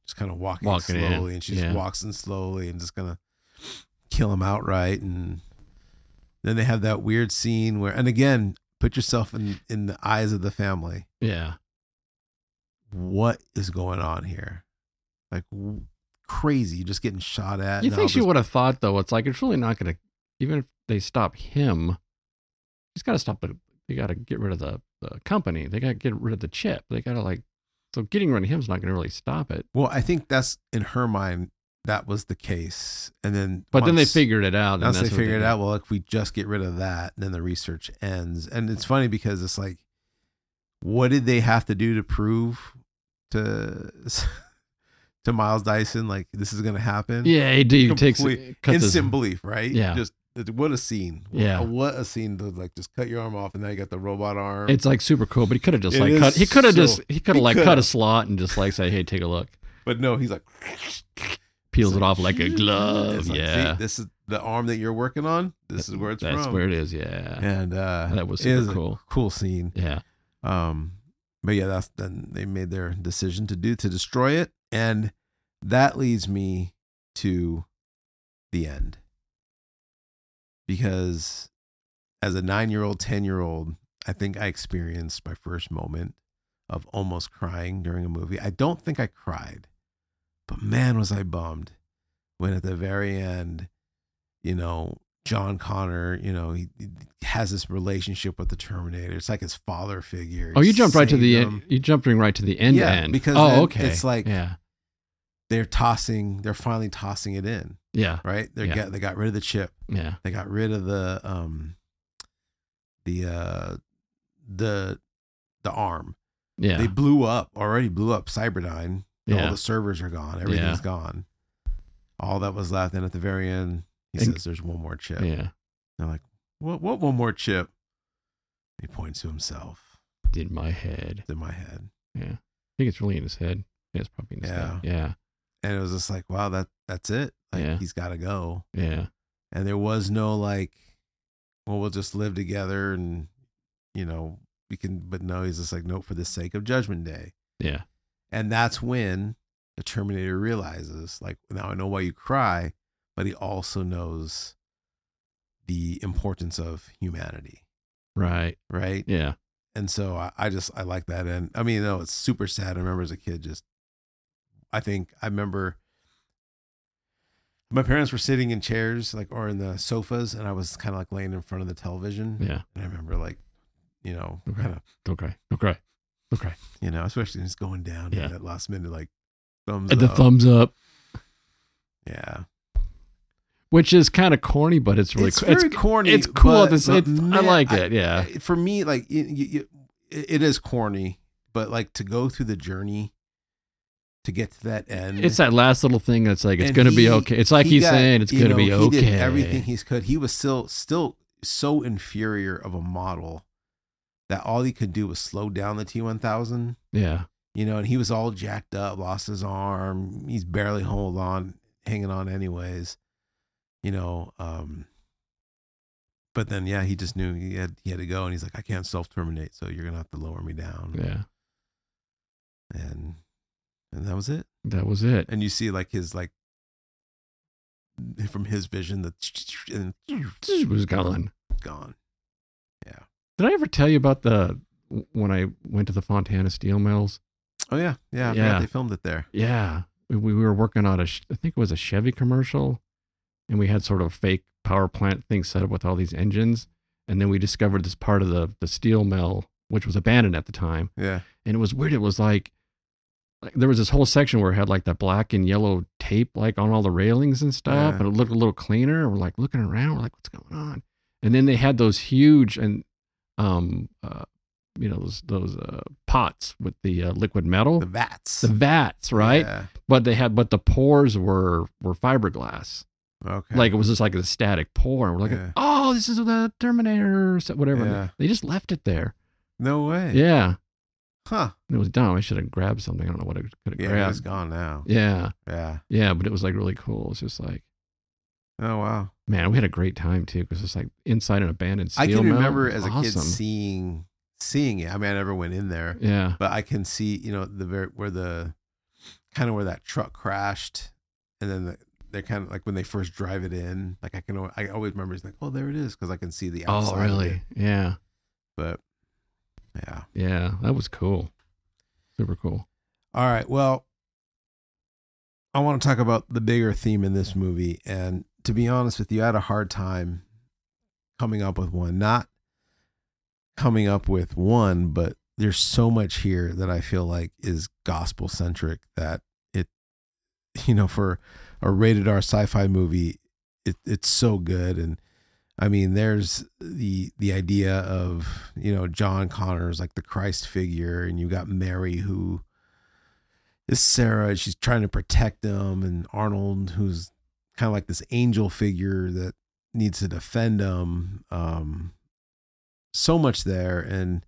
[SPEAKER 1] just kind of walking,
[SPEAKER 2] Walking, yeah.
[SPEAKER 1] slowly, and she just
[SPEAKER 2] Yeah.
[SPEAKER 1] walks in slowly and just gonna kill him outright. And then they have that weird scene where, and again, put yourself in in the eyes of the family.
[SPEAKER 2] Yeah.
[SPEAKER 1] What is going on here? Like w- crazy, just getting shot at.
[SPEAKER 2] You
[SPEAKER 1] and all
[SPEAKER 2] think she
[SPEAKER 1] this-
[SPEAKER 2] would have thought though? It's like it's really not going to. Even if they stop him, he's got to stop the. They got to get rid of the, the company. They got to get rid of the chip. They got to like. So getting rid of him's not going to really stop it.
[SPEAKER 1] Well, I think that's in her mind. That was the case, and then
[SPEAKER 2] But then they
[SPEAKER 1] once-
[SPEAKER 2] figured it out. and
[SPEAKER 1] Once they
[SPEAKER 2] that's what
[SPEAKER 1] figure it
[SPEAKER 2] did.
[SPEAKER 1] out, well, if we just get rid of that, then the research ends. And it's funny because it's like, what did they have to do to prove to to Miles Dyson like this is going to happen?
[SPEAKER 2] Yeah, he, do- he takes
[SPEAKER 1] Complete-
[SPEAKER 2] cuts his-
[SPEAKER 1] Instant belief, right?
[SPEAKER 2] Yeah.
[SPEAKER 1] Just what a scene.
[SPEAKER 2] Yeah.
[SPEAKER 1] What a scene to like just cut your arm off and now you got the robot arm.
[SPEAKER 2] It's like super cool, but he could have just
[SPEAKER 1] It
[SPEAKER 2] like
[SPEAKER 1] is
[SPEAKER 2] cut. He could have
[SPEAKER 1] so-
[SPEAKER 2] just he could
[SPEAKER 1] he
[SPEAKER 2] have like cut
[SPEAKER 1] coulda.
[SPEAKER 2] a slot and just like say, "Hey, take a look."
[SPEAKER 1] but no, he's like
[SPEAKER 2] Peels
[SPEAKER 1] it's
[SPEAKER 2] it off like a glove.
[SPEAKER 1] It's like, see,
[SPEAKER 2] yeah,
[SPEAKER 1] this is the arm that you're working on. This is where it's
[SPEAKER 2] that's
[SPEAKER 1] from.
[SPEAKER 2] where it is. Yeah,
[SPEAKER 1] and uh
[SPEAKER 2] that was
[SPEAKER 1] it is
[SPEAKER 2] super
[SPEAKER 1] a
[SPEAKER 2] cool.
[SPEAKER 1] cool scene.
[SPEAKER 2] Yeah,
[SPEAKER 1] Um, but yeah, that's then they made their decision to do to destroy it, and that leads me to the end because as a nine-year-old, ten-year-old, I think I experienced my first moment of almost crying during a movie. I don't think I cried, but man, was I bummed when at the very end, you know, John Connor, you know, he, he has this relationship with the Terminator. It's like his father figure.
[SPEAKER 2] Oh,
[SPEAKER 1] He
[SPEAKER 2] you jumped right to
[SPEAKER 1] saved
[SPEAKER 2] the
[SPEAKER 1] him.
[SPEAKER 2] end. You jumped right to the end.
[SPEAKER 1] Yeah,
[SPEAKER 2] end.
[SPEAKER 1] because
[SPEAKER 2] oh,
[SPEAKER 1] then
[SPEAKER 2] okay.
[SPEAKER 1] it's like-
[SPEAKER 2] yeah,
[SPEAKER 1] They're tossing. They're finally tossing it in,
[SPEAKER 2] yeah,
[SPEAKER 1] right? They
[SPEAKER 2] Yeah.
[SPEAKER 1] got they got rid of the chip.
[SPEAKER 2] yeah,
[SPEAKER 1] They got rid of the um, the uh, the the arm.
[SPEAKER 2] yeah.
[SPEAKER 1] They blew up already. Blew up Cyberdyne. All
[SPEAKER 2] yeah.
[SPEAKER 1] the servers are gone. Everything's
[SPEAKER 2] Yeah.
[SPEAKER 1] gone. All that was left. And at the very end, he
[SPEAKER 2] And-
[SPEAKER 1] says, "There's one more chip."
[SPEAKER 2] yeah.
[SPEAKER 1] They're like, "What? What? One more chip?" He points to himself.
[SPEAKER 2] Did my head.
[SPEAKER 1] It's in my head,
[SPEAKER 2] Yeah, I think it's really in his head. Yeah, it's probably in his head. Yeah,
[SPEAKER 1] and it was just like, "Wow, that that's it. Like
[SPEAKER 2] Yeah.
[SPEAKER 1] he's got to go."
[SPEAKER 2] yeah,
[SPEAKER 1] And there was no like, "Well, we'll just live together," and you know, we can. But no, he's just like, "Nope, for the sake of Judgment Day."
[SPEAKER 2] yeah,
[SPEAKER 1] And that's when the Terminator realizes, like, now I know why you cry, but he also knows the importance of humanity,
[SPEAKER 2] right.
[SPEAKER 1] right?
[SPEAKER 2] Yeah,
[SPEAKER 1] And so I, I just, I like that. And I mean, no, it's super sad. I remember as a kid, just, I think I remember my parents were sitting in chairs, like, or in the sofas, and I was kind of like laying in front of the television.
[SPEAKER 2] yeah.
[SPEAKER 1] And I remember, like, you know,
[SPEAKER 2] Okay.
[SPEAKER 1] kind of,
[SPEAKER 2] Don't cry. Don't cry. Don't cry.
[SPEAKER 1] you know, especially just going down
[SPEAKER 2] Yeah.
[SPEAKER 1] at that last minute, like, thumbs
[SPEAKER 2] And the
[SPEAKER 1] up.
[SPEAKER 2] thumbs up.
[SPEAKER 1] Yeah.
[SPEAKER 2] Which is kind of corny, but it's really
[SPEAKER 1] it's
[SPEAKER 2] cool.
[SPEAKER 1] very corny.
[SPEAKER 2] it's cool.
[SPEAKER 1] but-
[SPEAKER 2] It's-
[SPEAKER 1] but
[SPEAKER 2] it's- I
[SPEAKER 1] man,
[SPEAKER 2] like it. Yeah.
[SPEAKER 1] I- eh, for me, like it, it, it is corny, but like to go through the journey to get to that end.
[SPEAKER 2] It's that last little thing that's like it's
[SPEAKER 1] and
[SPEAKER 2] gonna be
[SPEAKER 1] he-
[SPEAKER 2] okay. It's like
[SPEAKER 1] he
[SPEAKER 2] he's
[SPEAKER 1] got-
[SPEAKER 2] saying it's
[SPEAKER 1] you
[SPEAKER 2] gonna
[SPEAKER 1] know,
[SPEAKER 2] be
[SPEAKER 1] he
[SPEAKER 2] okay.
[SPEAKER 1] did everything he could. He was still still so inferior of a model that all he could do was slow down the T one thousand.
[SPEAKER 2] yeah,
[SPEAKER 1] You know, and he was all jacked up, lost his arm. He's barely hold on, hanging on, anyways. You know, um, but then yeah, he just knew he had he had to go, and he's like, I can't self terminate, so you're gonna have to lower me down,
[SPEAKER 2] yeah.
[SPEAKER 1] and and that was it.
[SPEAKER 2] That was it.
[SPEAKER 1] And you see like his like from his vision that and
[SPEAKER 2] It was gone.
[SPEAKER 1] gone.
[SPEAKER 2] Did I ever tell you about the when I went to the Fontana Steel Mills?
[SPEAKER 1] Oh yeah, yeah, yeah.
[SPEAKER 2] Yeah.
[SPEAKER 1] They filmed it there.
[SPEAKER 2] Yeah, we, we were working on a sh- I think it was a Chevy commercial, and we had sort of a fake power plant thing set up with all these engines, and then we discovered this part of the the steel mill which was abandoned at the time,
[SPEAKER 1] Yeah,
[SPEAKER 2] and it was weird. It was like, like there was this whole section where it had like that black and yellow tape like on all the railings and stuff,
[SPEAKER 1] Yeah.
[SPEAKER 2] and it looked a little cleaner. We're like looking around, we're like, what's going on? And then they had those huge and um uh, you know those those uh, pots with the uh, liquid metal,
[SPEAKER 1] The vats.
[SPEAKER 2] the vats, right?
[SPEAKER 1] Yeah.
[SPEAKER 2] But they had but the pores were were fiberglass.
[SPEAKER 1] Okay.
[SPEAKER 2] Like it was just like a static pour. We're like,
[SPEAKER 1] Yeah.
[SPEAKER 2] oh, this is the Terminator or so- whatever.
[SPEAKER 1] Yeah.
[SPEAKER 2] They just left it there.
[SPEAKER 1] no way.
[SPEAKER 2] Yeah.
[SPEAKER 1] Huh.
[SPEAKER 2] And it was dumb. I should have grabbed something. I don't know what I could have
[SPEAKER 1] Yeah,
[SPEAKER 2] grabbed.
[SPEAKER 1] it's gone now.
[SPEAKER 2] Yeah.
[SPEAKER 1] Yeah.
[SPEAKER 2] Yeah. But it was like really cool. It's just like,
[SPEAKER 1] Oh wow.
[SPEAKER 2] man, we had a great time too because it's like inside an abandoned steel
[SPEAKER 1] I can
[SPEAKER 2] mill.
[SPEAKER 1] remember
[SPEAKER 2] It was
[SPEAKER 1] as a kid
[SPEAKER 2] awesome.
[SPEAKER 1] seeing seeing it. I mean, I never went in there,
[SPEAKER 2] Yeah.
[SPEAKER 1] but I can see you know the very where the kind of where that truck crashed, and then the, they're kind of like when they first drive it in. Like I can al- I always remember it's like oh there it is because I can see the outside.
[SPEAKER 2] Oh,
[SPEAKER 1] of
[SPEAKER 2] really?
[SPEAKER 1] it.
[SPEAKER 2] Yeah.
[SPEAKER 1] But yeah.
[SPEAKER 2] Yeah. That was cool. Super cool.
[SPEAKER 1] All right. Well, I want to talk about the bigger theme in this movie. And to be honest with you, I had a hard time coming up with one. Not coming up with one, but there's so much here that I feel like is gospel centric that it, you know, for a rated R sci fi movie, it, it's so good. And I mean, there's the the idea of you know John Connor's like the Christ figure, and you got Mary who is Sarah, and she's trying to protect him, and Arnold who's kind of like this angel figure that needs to defend him. Um, so much there, and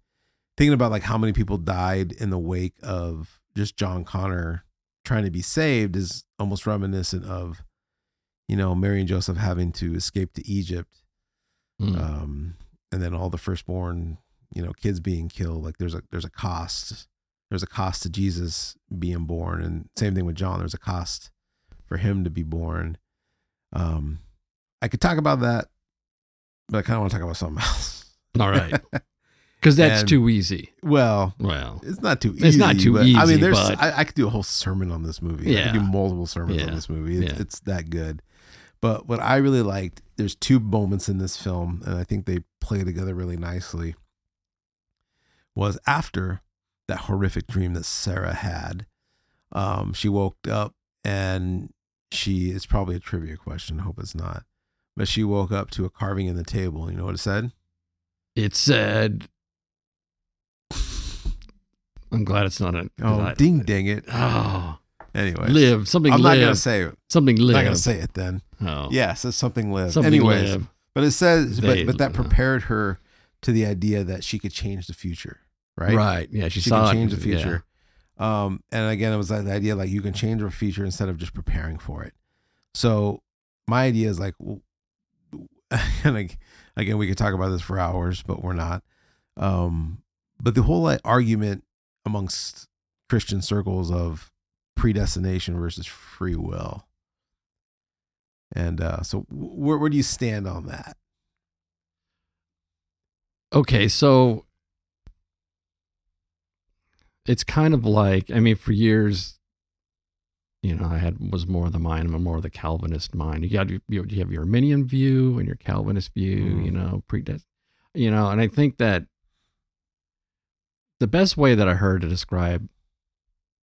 [SPEAKER 1] thinking about like how many people died in the wake of just John Connor trying to be saved is almost reminiscent of you know Mary and Joseph having to escape to Egypt
[SPEAKER 2] Mm.
[SPEAKER 1] um, and then all the firstborn you know kids being killed like there's a there's a cost there's a cost to jesus being born and same thing with john there's a cost for him to be born um i could talk about that but i kind of want to talk about something else
[SPEAKER 2] All right. Because that's
[SPEAKER 1] And-
[SPEAKER 2] too easy.
[SPEAKER 1] well
[SPEAKER 2] Well,
[SPEAKER 1] it's not too easy.
[SPEAKER 2] It's not too
[SPEAKER 1] but, I
[SPEAKER 2] easy,
[SPEAKER 1] mean, there's
[SPEAKER 2] but-
[SPEAKER 1] I, I could do a whole sermon on this movie. I
[SPEAKER 2] Yeah.
[SPEAKER 1] could do multiple sermons
[SPEAKER 2] Yeah.
[SPEAKER 1] on this movie. It's,
[SPEAKER 2] Yeah.
[SPEAKER 1] it's that good. But what I really liked, there's two moments in this film, and I think they play together really nicely. Was after that horrific dream that Sarah had, um, she woke up and she it's probably a trivia question. I hope it's not. But she woke up to a carving in the table. and You know what it said?
[SPEAKER 2] it said. I'm glad it's not a. 'cause
[SPEAKER 1] Oh,
[SPEAKER 2] I-
[SPEAKER 1] ding, ding it!
[SPEAKER 2] Oh,
[SPEAKER 1] anyway,
[SPEAKER 2] live something.
[SPEAKER 1] I'm not
[SPEAKER 2] live
[SPEAKER 1] gonna say it.
[SPEAKER 2] something. Live.
[SPEAKER 1] I'm not gonna say it then.
[SPEAKER 2] Oh,
[SPEAKER 1] Yeah, so something lives.
[SPEAKER 2] Something
[SPEAKER 1] Anyways,
[SPEAKER 2] live.
[SPEAKER 1] but it says,
[SPEAKER 2] They-
[SPEAKER 1] but, but that
[SPEAKER 2] yeah.
[SPEAKER 1] prepared her to the idea that she could change the future, right?
[SPEAKER 2] Right. Yeah. She,
[SPEAKER 1] She,
[SPEAKER 2] saw
[SPEAKER 1] can
[SPEAKER 2] it.
[SPEAKER 1] change the
[SPEAKER 2] Yeah.
[SPEAKER 1] future. Um, and again, it was like the idea like you can change your future instead of just preparing for it. So my idea is like, w- and ag- again, we could talk about this for hours, but we're not. Um, but the whole like, argument amongst Christian circles of predestination versus free will. And uh, so, wh- where where do you stand on that?
[SPEAKER 2] Okay, so it's kind of like I mean, for years, you know, I had was more of the mind. I'm more of the Calvinist mind. You got you, you have your Arminian view and your Calvinist view.
[SPEAKER 1] Mhm.
[SPEAKER 2] You know, predest, you know, and I think that the best way that I heard to describe,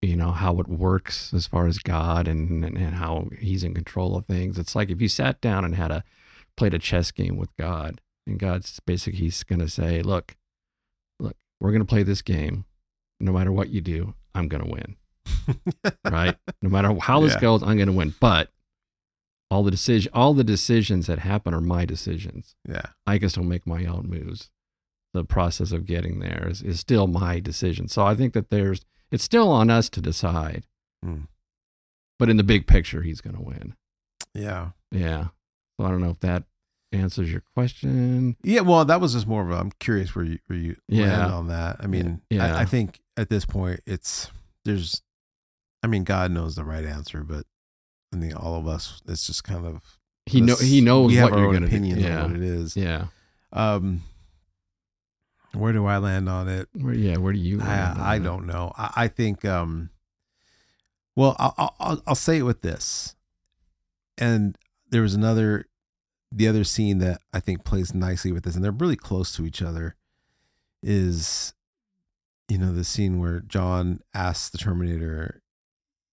[SPEAKER 2] you know, how it works as far as God and and, and how He's in control of things. It's like if you sat down and had a played a chess game with God. And God's basically he's gonna say, Look, look, we're gonna play this game. No matter what you do, I'm gonna win. right? No matter how this
[SPEAKER 1] Yeah.
[SPEAKER 2] goes, I'm gonna win. But all the decision all the decisions that happen are my decisions.
[SPEAKER 1] Yeah,
[SPEAKER 2] I can still make my own moves. The process of getting there is, is still my decision. So I think that there's it's still on us to decide.
[SPEAKER 1] Mm.
[SPEAKER 2] But in the big picture, he's gonna win.
[SPEAKER 1] yeah,
[SPEAKER 2] Yeah. So I don't know if that answers your question.
[SPEAKER 1] yeah. Well, that was just more of a. I'm curious where you where you
[SPEAKER 2] Yeah.
[SPEAKER 1] land on that. I mean,
[SPEAKER 2] Yeah.
[SPEAKER 1] I, I think at this point, it's there's. I mean, God knows the right answer, but I think all of us, it's just kind of
[SPEAKER 2] he know
[SPEAKER 1] this-
[SPEAKER 2] he knows
[SPEAKER 1] we have
[SPEAKER 2] what
[SPEAKER 1] our
[SPEAKER 2] you're
[SPEAKER 1] own
[SPEAKER 2] going to do.
[SPEAKER 1] opinions
[SPEAKER 2] Yeah,
[SPEAKER 1] on what it is.
[SPEAKER 2] yeah.
[SPEAKER 1] Um, where do I land on it?
[SPEAKER 2] Where, yeah, where do you? land on
[SPEAKER 1] I, I
[SPEAKER 2] that?
[SPEAKER 1] don't know. I, I think. Um, well, I'll, I'll- I'll I'll say it with this, and there was another, the other scene that I think plays nicely with this, and they're really close to each other. Is, you know, the scene where John asks the Terminator,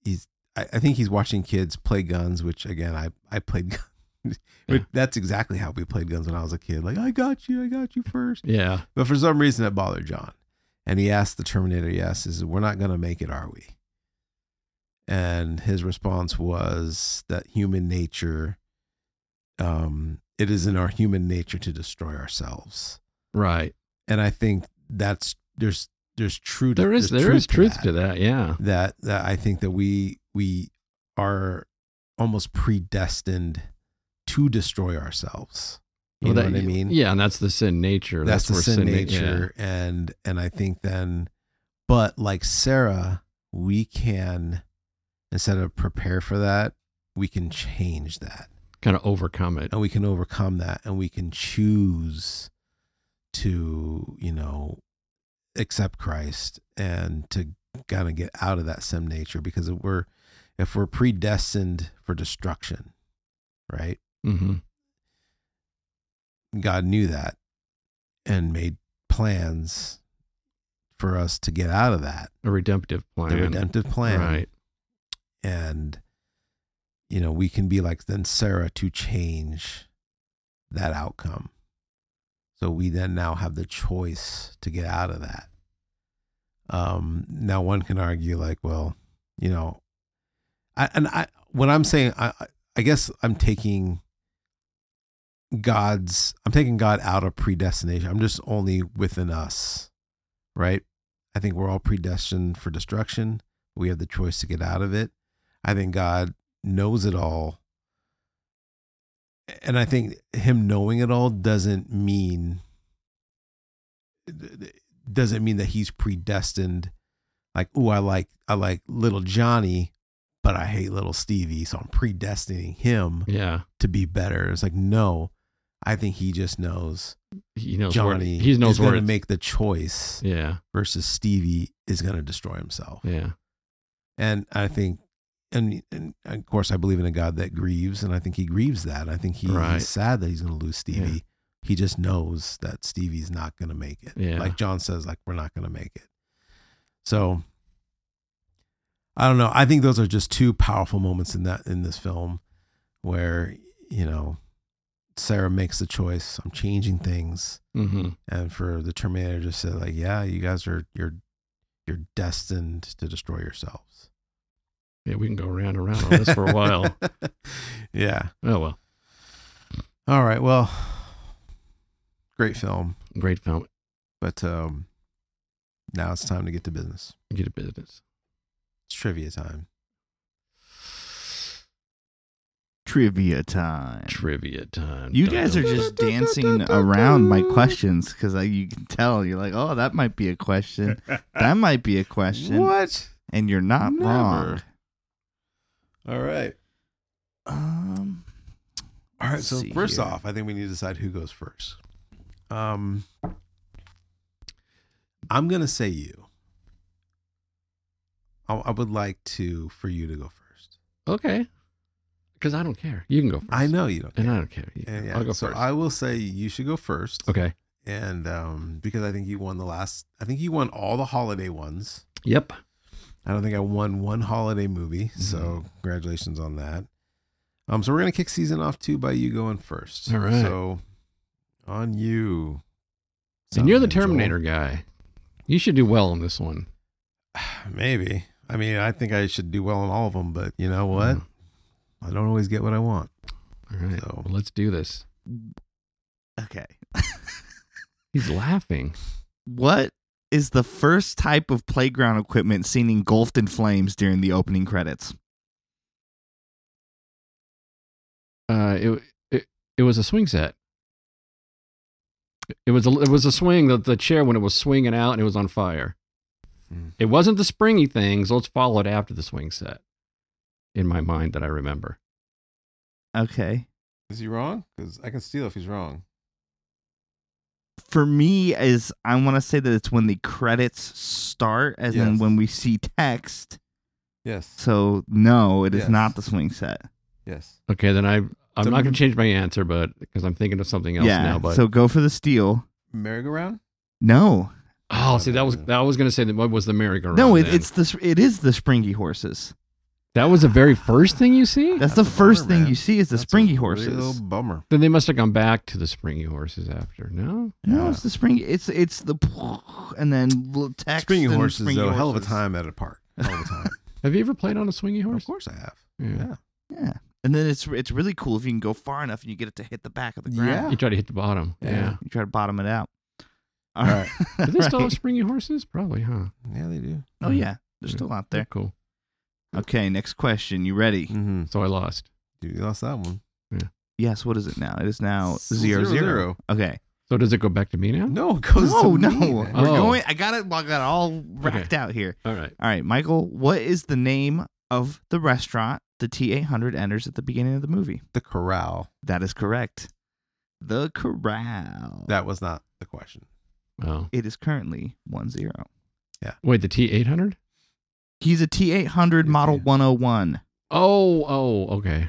[SPEAKER 1] he's I, I think he's watching kids play guns, which again I I played guns. But
[SPEAKER 2] Yeah.
[SPEAKER 1] That's exactly how we played guns when I was a kid. Like, I got you, I got you first.
[SPEAKER 2] Yeah,
[SPEAKER 1] But for some reason, it bothered John. And he asked the Terminator, yes, is we're not going to make it, are we? And his response was that human nature, um, it is in our human nature to destroy ourselves.
[SPEAKER 2] Right.
[SPEAKER 1] And I think that's, there's, there's true,
[SPEAKER 2] There is
[SPEAKER 1] there's
[SPEAKER 2] there is truth
[SPEAKER 1] that
[SPEAKER 2] to that. Yeah.
[SPEAKER 1] that that I think that we we are almost predestined to destroy ourselves. You
[SPEAKER 2] Well,
[SPEAKER 1] know
[SPEAKER 2] that-
[SPEAKER 1] what I mean?
[SPEAKER 2] Yeah, and that's the sin nature.
[SPEAKER 1] that's,
[SPEAKER 2] That's,
[SPEAKER 1] the
[SPEAKER 2] where
[SPEAKER 1] sin
[SPEAKER 2] na-
[SPEAKER 1] nature, and and I think then, but like Sarah, we can instead of prepare for that, we can change that,
[SPEAKER 2] yeah, kind of overcome it.
[SPEAKER 1] and we can overcome that, and we can choose to you know accept Christ and to kind of get out of that sin nature because if we're if we're predestined for destruction, right?
[SPEAKER 2] hmm
[SPEAKER 1] God knew that and made plans for us to get out of that,
[SPEAKER 2] A redemptive plan.
[SPEAKER 1] the redemptive plan.
[SPEAKER 2] Right.
[SPEAKER 1] And, you know, we can be like then Sarah to change that outcome. So we then now have the choice to get out of that. Um, now one can argue like, well, you know, I, and I, when I'm saying, I, I- I guess I'm taking God's, I'm taking God out of predestination. I'm just only within us, right? I think we're all predestined for destruction. We have the choice to get out of it. I think God knows it all. And I think him knowing it all doesn't mean doesn't mean that he's predestined like, oh, I like I like little Johnny, but I hate little Stevie, so I'm predestining him
[SPEAKER 2] Yeah.
[SPEAKER 1] to be better. It's like, no. I think he just knows
[SPEAKER 2] He knows
[SPEAKER 1] Johnny
[SPEAKER 2] where he knows
[SPEAKER 1] is
[SPEAKER 2] where
[SPEAKER 1] gonna
[SPEAKER 2] it's-
[SPEAKER 1] make the choice
[SPEAKER 2] Yeah.
[SPEAKER 1] versus Stevie is going to destroy himself.
[SPEAKER 2] Yeah.
[SPEAKER 1] And I think, and, and of course, I believe in a God that grieves, and I think he grieves that. I think he,
[SPEAKER 2] Right.
[SPEAKER 1] he's sad that he's going to lose Stevie.
[SPEAKER 2] Yeah.
[SPEAKER 1] He just knows that Stevie's not going to make it.
[SPEAKER 2] Yeah.
[SPEAKER 1] Like John says, like, we're not going to make it. So I don't know. I think those are just two powerful moments in that, in this film where, you know, Sarah makes the choice. I'm changing things
[SPEAKER 2] hmm
[SPEAKER 1] and for the Terminator just said like, yeah, you guys are you're you're destined to destroy yourselves.
[SPEAKER 2] Yeah. We can go round and round on this for a while.
[SPEAKER 1] yeah.
[SPEAKER 2] Oh well.
[SPEAKER 1] All right. Well, great film,
[SPEAKER 2] Great film.
[SPEAKER 1] but um, now it's time to get to business.
[SPEAKER 2] Get a business.
[SPEAKER 1] It's trivia time.
[SPEAKER 3] Trivia time.
[SPEAKER 2] Trivia time.
[SPEAKER 3] You
[SPEAKER 2] Dun,
[SPEAKER 3] guys are
[SPEAKER 2] dun, dun.
[SPEAKER 3] just dancing around my questions because you can tell you're like, oh, that might be a question, that might be a question,
[SPEAKER 1] What?
[SPEAKER 3] and you're not
[SPEAKER 1] Never.
[SPEAKER 3] wrong.
[SPEAKER 1] All right.
[SPEAKER 3] Um,
[SPEAKER 1] All right.
[SPEAKER 3] Let's
[SPEAKER 1] So
[SPEAKER 3] see
[SPEAKER 1] first
[SPEAKER 3] here.
[SPEAKER 1] off, I think we need to decide who goes first. Um, I'm gonna say you. I, I would like to for you to go first.
[SPEAKER 2] okay. Because I don't care. You can go first.
[SPEAKER 1] I know you don't.
[SPEAKER 2] and
[SPEAKER 1] care.
[SPEAKER 2] I don't care.
[SPEAKER 1] Yeah, yeah.
[SPEAKER 2] I'll go
[SPEAKER 1] so
[SPEAKER 2] first.
[SPEAKER 1] I will say you should go first.
[SPEAKER 2] okay.
[SPEAKER 1] And um, because I think you won the last, I think you won all the holiday ones.
[SPEAKER 2] Yep.
[SPEAKER 1] I don't think I won one holiday movie.
[SPEAKER 3] Mm-hmm.
[SPEAKER 1] So congratulations on that. Um, so we're gonna kick season off too by you going first.
[SPEAKER 2] All right.
[SPEAKER 1] So on you.
[SPEAKER 2] and you're
[SPEAKER 1] Son of
[SPEAKER 2] the
[SPEAKER 1] a Joel.
[SPEAKER 2] Terminator guy. You should do well on this one.
[SPEAKER 1] Maybe. I mean, I think I should do well on all of them, but you know what?
[SPEAKER 3] Mm.
[SPEAKER 1] I don't always get what I want.
[SPEAKER 2] Mm. All right.
[SPEAKER 1] So-
[SPEAKER 2] Well, let's do this.
[SPEAKER 3] okay.
[SPEAKER 2] He's laughing.
[SPEAKER 3] What is the first type of playground equipment seen engulfed in flames during the opening credits?
[SPEAKER 2] Uh, it, it it was a swing set. It was a it was a swing that the chair when it was swinging out and it was on fire.
[SPEAKER 1] Hmm.
[SPEAKER 2] It wasn't the springy things. Let's follow it after the swing set. In my mind, that I remember.
[SPEAKER 3] Okay.
[SPEAKER 1] Is he wrong? Because I can steal if he's wrong.
[SPEAKER 3] For me, is I want to say that it's when the credits start, as in
[SPEAKER 1] Yes.
[SPEAKER 3] when we see text.
[SPEAKER 1] Yes.
[SPEAKER 3] So no, it is
[SPEAKER 1] Yes.
[SPEAKER 3] not the swing set.
[SPEAKER 1] Yes.
[SPEAKER 2] Okay, then I I'm
[SPEAKER 1] So-
[SPEAKER 2] not going to change my answer, but because I'm thinking of something else
[SPEAKER 3] yeah.
[SPEAKER 2] now. But
[SPEAKER 3] So go for the steal.
[SPEAKER 1] Merry-go-round?
[SPEAKER 3] No,
[SPEAKER 2] oh, see, that was that was going to say that what was the merry-go-round?
[SPEAKER 3] no, it,
[SPEAKER 2] then.
[SPEAKER 3] it's the it is the springy horses.
[SPEAKER 2] That was the very first thing you see?
[SPEAKER 1] That's
[SPEAKER 3] That's, the
[SPEAKER 1] a
[SPEAKER 3] first
[SPEAKER 1] bummer,
[SPEAKER 3] thing
[SPEAKER 1] man.
[SPEAKER 3] you see is the
[SPEAKER 1] That's a
[SPEAKER 3] springy
[SPEAKER 1] Real
[SPEAKER 3] horses.
[SPEAKER 1] bummer.
[SPEAKER 2] Then they must have gone back to the springy horses after. No?
[SPEAKER 3] No,
[SPEAKER 1] Yeah.
[SPEAKER 3] it's the spring. It's it's the and then l- text.
[SPEAKER 1] Springy
[SPEAKER 3] and
[SPEAKER 1] horses,
[SPEAKER 3] springy
[SPEAKER 1] though, hell of a
[SPEAKER 3] horses.
[SPEAKER 1] time at a park. All the time.
[SPEAKER 2] Have you ever played on a swingy
[SPEAKER 1] of
[SPEAKER 2] horse?
[SPEAKER 1] course, I have.
[SPEAKER 2] Yeah.
[SPEAKER 3] Yeah, and then it's it's really cool if you can go far enough and you get it to hit the back of the
[SPEAKER 1] Yeah.
[SPEAKER 2] You
[SPEAKER 3] ground.
[SPEAKER 2] try to hit the bottom. Yeah.
[SPEAKER 3] you try to bottom it out.
[SPEAKER 1] All right.
[SPEAKER 2] Do they still
[SPEAKER 3] Right.
[SPEAKER 2] have springy horses? Probably, huh?
[SPEAKER 1] Yeah, they do.
[SPEAKER 3] Oh yeah, they're
[SPEAKER 2] Yeah.
[SPEAKER 3] still out there.
[SPEAKER 2] Cool.
[SPEAKER 3] Okay, next question. You ready?
[SPEAKER 1] Mm-hmm.
[SPEAKER 2] So I lost.
[SPEAKER 1] Dude, you lost that one.
[SPEAKER 3] Yes. What is it now? It is now
[SPEAKER 1] Zero,
[SPEAKER 3] zero zero.
[SPEAKER 1] zero.
[SPEAKER 3] Okay.
[SPEAKER 2] So does it go back to me now?
[SPEAKER 1] No, it goes. to
[SPEAKER 3] No, no.
[SPEAKER 1] me,
[SPEAKER 3] We're
[SPEAKER 1] man.
[SPEAKER 2] Oh.
[SPEAKER 3] going. I got it. I got it all racked out here.
[SPEAKER 2] All right.
[SPEAKER 3] All right, Michael. What is the name of the restaurant the T eight hundred enters at the beginning of the movie?
[SPEAKER 1] The corral.
[SPEAKER 3] That is correct. The corral.
[SPEAKER 1] That was not the question.
[SPEAKER 2] Oh.
[SPEAKER 3] it is currently 1-0.
[SPEAKER 2] Wait, the T eight hundred?
[SPEAKER 3] He's a T eight hundred
[SPEAKER 1] Yes,
[SPEAKER 3] model
[SPEAKER 1] yeah.
[SPEAKER 3] one hundred one.
[SPEAKER 2] Oh, oh, okay.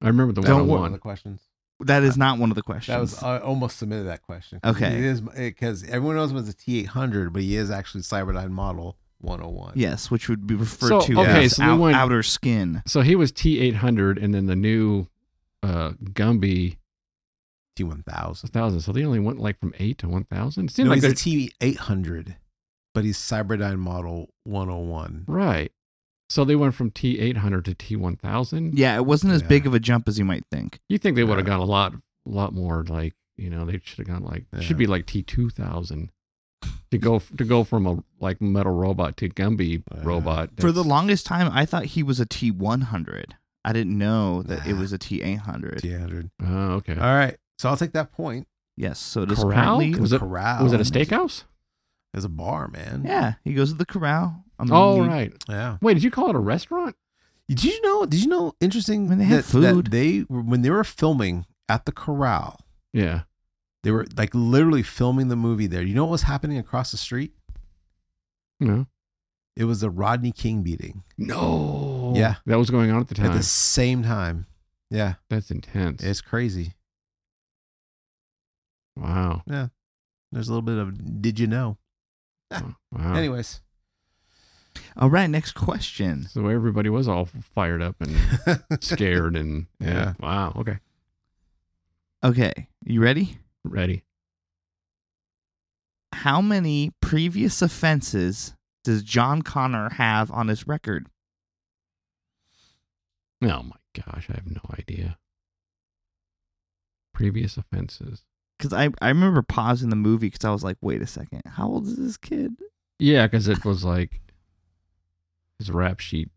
[SPEAKER 2] I remember the
[SPEAKER 1] That
[SPEAKER 2] one
[SPEAKER 1] was
[SPEAKER 2] on
[SPEAKER 1] one of the
[SPEAKER 2] one.
[SPEAKER 1] questions.
[SPEAKER 3] That is not one of the questions.
[SPEAKER 1] Uh, That was I almost submitted that question. 'Cause
[SPEAKER 3] Okay.
[SPEAKER 1] it is because everyone knows him as a T eight hundred, but he is actually Cyberdyne Model one hundred one.
[SPEAKER 3] yes, which would be referred
[SPEAKER 2] So,
[SPEAKER 3] to
[SPEAKER 2] okay,
[SPEAKER 3] as
[SPEAKER 2] so we
[SPEAKER 3] out-
[SPEAKER 2] went-
[SPEAKER 3] outer skin.
[SPEAKER 2] So he was T eight hundred and then the new uh Gumby
[SPEAKER 1] T one thousand.
[SPEAKER 2] thousand. So they only went like from eight to one thousand. Seemed
[SPEAKER 1] No,
[SPEAKER 2] like
[SPEAKER 1] he's a
[SPEAKER 2] they're
[SPEAKER 1] T eight hundred, but he's Cyberdyne Model one hundred one.
[SPEAKER 2] right. So they went from T eight hundred to T one thousand.
[SPEAKER 3] Yeah, it wasn't as
[SPEAKER 1] Yeah.
[SPEAKER 3] big of a jump as you might think.
[SPEAKER 2] You think they would have
[SPEAKER 1] Yeah.
[SPEAKER 2] gone a lot, lot more? Like you know, they should have gone like it
[SPEAKER 1] Yeah.
[SPEAKER 2] should be like T two thousand to go to go from a like metal robot to Gumby
[SPEAKER 1] Yeah.
[SPEAKER 2] robot.
[SPEAKER 3] For the
[SPEAKER 2] That's-
[SPEAKER 3] longest time, I thought he was a T one hundred. I didn't know that it
[SPEAKER 1] Nah.
[SPEAKER 3] was a T eight hundred.
[SPEAKER 1] T eight hundred.
[SPEAKER 2] oh okay.
[SPEAKER 1] All right. So I'll take that point.
[SPEAKER 3] Yes, so it is
[SPEAKER 2] Corral?
[SPEAKER 3] currently.
[SPEAKER 2] Was it-
[SPEAKER 1] corral.
[SPEAKER 2] was it a steakhouse?
[SPEAKER 1] There's a bar, man.
[SPEAKER 3] Yeah, he goes to the corral. I mean,
[SPEAKER 2] Oh
[SPEAKER 3] you-
[SPEAKER 2] right.
[SPEAKER 1] Yeah.
[SPEAKER 2] Wait, did you call it a restaurant?
[SPEAKER 1] Did you know? Did you know? Interesting.
[SPEAKER 3] When they had
[SPEAKER 1] that, that
[SPEAKER 3] food.
[SPEAKER 1] they when they were filming at the corral,
[SPEAKER 2] Yeah.
[SPEAKER 1] they were like literally filming the movie there. You know what was happening across the street?
[SPEAKER 2] No.
[SPEAKER 1] It was the Rodney King beating
[SPEAKER 2] No.
[SPEAKER 1] Yeah.
[SPEAKER 2] That was going on at the time.
[SPEAKER 1] at the same time. Yeah,
[SPEAKER 2] That's intense.
[SPEAKER 1] it's crazy.
[SPEAKER 2] wow.
[SPEAKER 1] There's a little bit of did you know?
[SPEAKER 2] Wow.
[SPEAKER 1] Anyways,
[SPEAKER 3] All right, next question.
[SPEAKER 2] So everybody was all fired up and scared and
[SPEAKER 1] Yeah.
[SPEAKER 2] Wow. Okay.
[SPEAKER 3] Okay, you ready?
[SPEAKER 2] Ready.
[SPEAKER 3] How many previous offenses does John Connor have on his record?
[SPEAKER 2] Oh my gosh, I have no idea. Previous offenses.
[SPEAKER 3] Because I, I remember pausing the movie because I was like, wait a second, how old is this kid?
[SPEAKER 2] Yeah, because it was like his rap sheet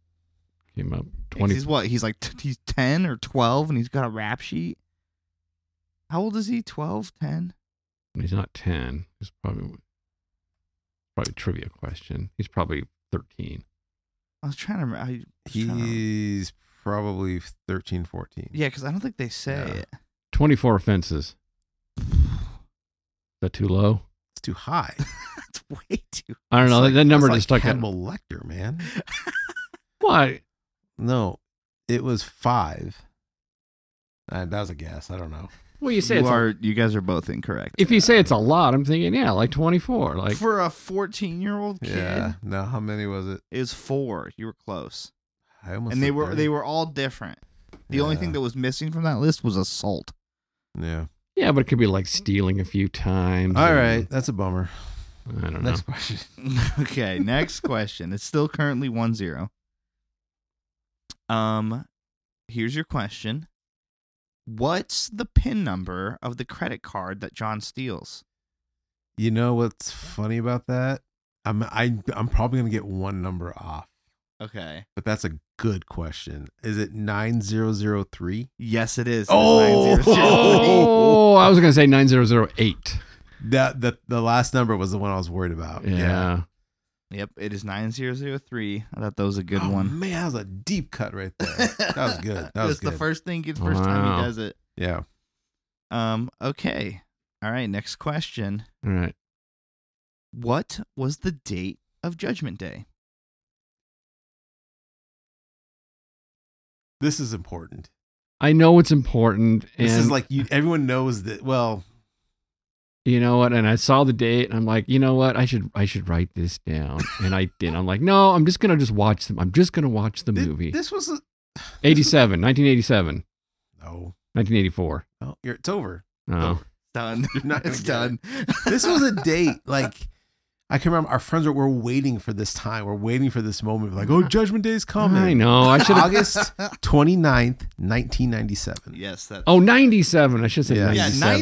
[SPEAKER 2] came up
[SPEAKER 3] 'Cause
[SPEAKER 2] twenty.
[SPEAKER 3] He's what? He's like t- he's ten or twelve, and he's got a rap sheet. How old is he? 12, 10?
[SPEAKER 2] He's not ten. He's probably probably a trivia question. He's probably thirteen.
[SPEAKER 3] I was trying to. rem- I,
[SPEAKER 1] he's probably 13, 14.
[SPEAKER 3] yeah, because I don't think they say
[SPEAKER 2] Twenty-four offenses. Is that too low?
[SPEAKER 1] It's too high.
[SPEAKER 3] it. It's way too.
[SPEAKER 2] I don't
[SPEAKER 1] It's
[SPEAKER 2] know.
[SPEAKER 1] like-
[SPEAKER 2] that number
[SPEAKER 1] that's
[SPEAKER 2] just
[SPEAKER 1] like
[SPEAKER 2] stuck out.
[SPEAKER 1] Hannibal Lecter, man.
[SPEAKER 2] Why?
[SPEAKER 1] No, it was five. Uh, that was a guess. I don't know.
[SPEAKER 2] Well, you say
[SPEAKER 3] you
[SPEAKER 2] it's a-
[SPEAKER 3] are. you guys are both incorrect.
[SPEAKER 2] if you say it's a lot, I'm thinking yeah, like twenty-four. Like
[SPEAKER 3] for a fourteen-year-old kid,
[SPEAKER 1] Yeah. No, how many was it?
[SPEAKER 3] it was four. You were close,
[SPEAKER 1] I almost
[SPEAKER 3] and they
[SPEAKER 1] said
[SPEAKER 3] were
[SPEAKER 1] 30.
[SPEAKER 3] they were all different. The only
[SPEAKER 1] Yeah.
[SPEAKER 3] thing that was missing from that list was assault.
[SPEAKER 1] Yeah.
[SPEAKER 2] Yeah, but it could be like stealing a few times.
[SPEAKER 1] All
[SPEAKER 2] and-
[SPEAKER 1] right. That's a bummer.
[SPEAKER 2] I don't know.
[SPEAKER 1] Next question.
[SPEAKER 3] okay, next question. It's still currently 1-0. Um here's your question. What's the pin number of the credit card that John steals?
[SPEAKER 1] You know what's funny about that? I'm I I'm probably gonna get one number off,
[SPEAKER 3] Okay.
[SPEAKER 1] but that's a good question. Is it nine zero zero three?
[SPEAKER 3] Yes, it is. It's
[SPEAKER 1] Oh!
[SPEAKER 3] 900.
[SPEAKER 2] Oh, I was going to say 9008.
[SPEAKER 1] That the the last number was the one I was worried about.
[SPEAKER 2] Yeah.
[SPEAKER 3] Yep, it is 9003. I thought that was a good
[SPEAKER 1] Oh,
[SPEAKER 3] one.
[SPEAKER 1] Man, that was a deep cut right there. That was good. That was
[SPEAKER 3] That's the
[SPEAKER 1] good.
[SPEAKER 3] first thing, it's the first time
[SPEAKER 2] Wow.
[SPEAKER 3] he does it.
[SPEAKER 1] yeah.
[SPEAKER 3] Um okay. All right, next question.
[SPEAKER 2] All right.
[SPEAKER 3] What was the date of Judgment Day?
[SPEAKER 1] This is important.
[SPEAKER 2] I know it's important. And
[SPEAKER 1] This is like you everyone knows that well
[SPEAKER 2] you know what? And I saw the date, and I'm like, you know what? I should I should write this down. And I did. I'm like, no, I'm just gonna just watch them. I'm just gonna watch the
[SPEAKER 1] Thi-
[SPEAKER 2] movie.
[SPEAKER 1] This was a,
[SPEAKER 2] 87, 1987,
[SPEAKER 1] no.
[SPEAKER 2] 1984.
[SPEAKER 1] no you're, it's over.
[SPEAKER 2] Oh,
[SPEAKER 3] Done.
[SPEAKER 1] You're not gonna
[SPEAKER 3] It's
[SPEAKER 1] get it.
[SPEAKER 3] done.
[SPEAKER 1] This was a date. Like I can remember, our friends were, were waiting for this time. We're waiting for this moment. Like, oh, Judgment Day is coming.
[SPEAKER 2] I know. I should have.
[SPEAKER 1] August 29th, 1997.
[SPEAKER 3] yes. That.
[SPEAKER 2] Oh, 97. I should say
[SPEAKER 1] Yeah.
[SPEAKER 3] yeah,
[SPEAKER 2] 97.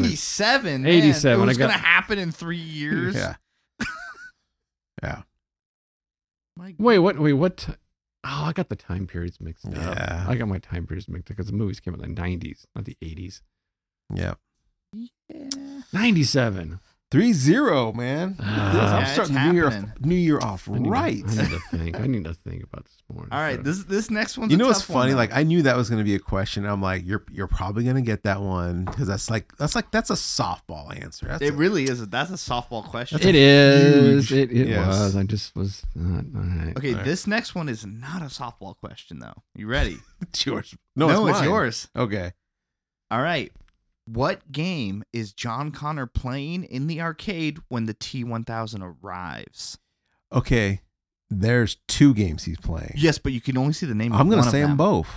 [SPEAKER 3] 97.
[SPEAKER 2] 87,
[SPEAKER 3] Man, it
[SPEAKER 2] I
[SPEAKER 3] was
[SPEAKER 2] got-
[SPEAKER 3] gonna happen in three years.
[SPEAKER 1] Yeah.
[SPEAKER 3] My
[SPEAKER 2] Wait, what? Wait, what? Oh, I got the time periods mixed up.
[SPEAKER 1] Yeah.
[SPEAKER 2] I got my time periods mixed up because the movies came out in the 90s, not the 80s.
[SPEAKER 1] Yeah.
[SPEAKER 3] Yeah.
[SPEAKER 2] 97.
[SPEAKER 1] 3 0, man.
[SPEAKER 2] Ah.
[SPEAKER 1] This- I'm
[SPEAKER 3] Yeah,
[SPEAKER 1] starting
[SPEAKER 3] it's
[SPEAKER 1] the new year,
[SPEAKER 3] happening.
[SPEAKER 1] new year off
[SPEAKER 2] I need to-
[SPEAKER 1] right.
[SPEAKER 2] I need to think. I need to think about this more.
[SPEAKER 3] All right. This this next one's
[SPEAKER 1] You
[SPEAKER 3] a
[SPEAKER 1] know what's
[SPEAKER 3] tough one,
[SPEAKER 1] funny?
[SPEAKER 3] though.
[SPEAKER 1] Like I knew that was going to be a question. I'm like, you're you're probably going to get that one because that's like that's like that's a softball answer. That's
[SPEAKER 3] it
[SPEAKER 1] a-
[SPEAKER 3] really is. A, that's a softball question.
[SPEAKER 2] It is.
[SPEAKER 1] huge-
[SPEAKER 2] It, it
[SPEAKER 1] Yes.
[SPEAKER 2] was. I just was not. All right.
[SPEAKER 3] Okay,
[SPEAKER 2] All right.
[SPEAKER 3] this next one is not a softball question though. You ready?
[SPEAKER 1] it's yours. No, it's, mine.
[SPEAKER 3] yours.
[SPEAKER 1] Okay.
[SPEAKER 3] All right. What game is John Connor playing in the arcade when the T1000 arrives?
[SPEAKER 1] Okay. There's two games he's playing.
[SPEAKER 3] Yes, but you can only see the name.
[SPEAKER 1] I'm going
[SPEAKER 3] going to
[SPEAKER 1] to say them both.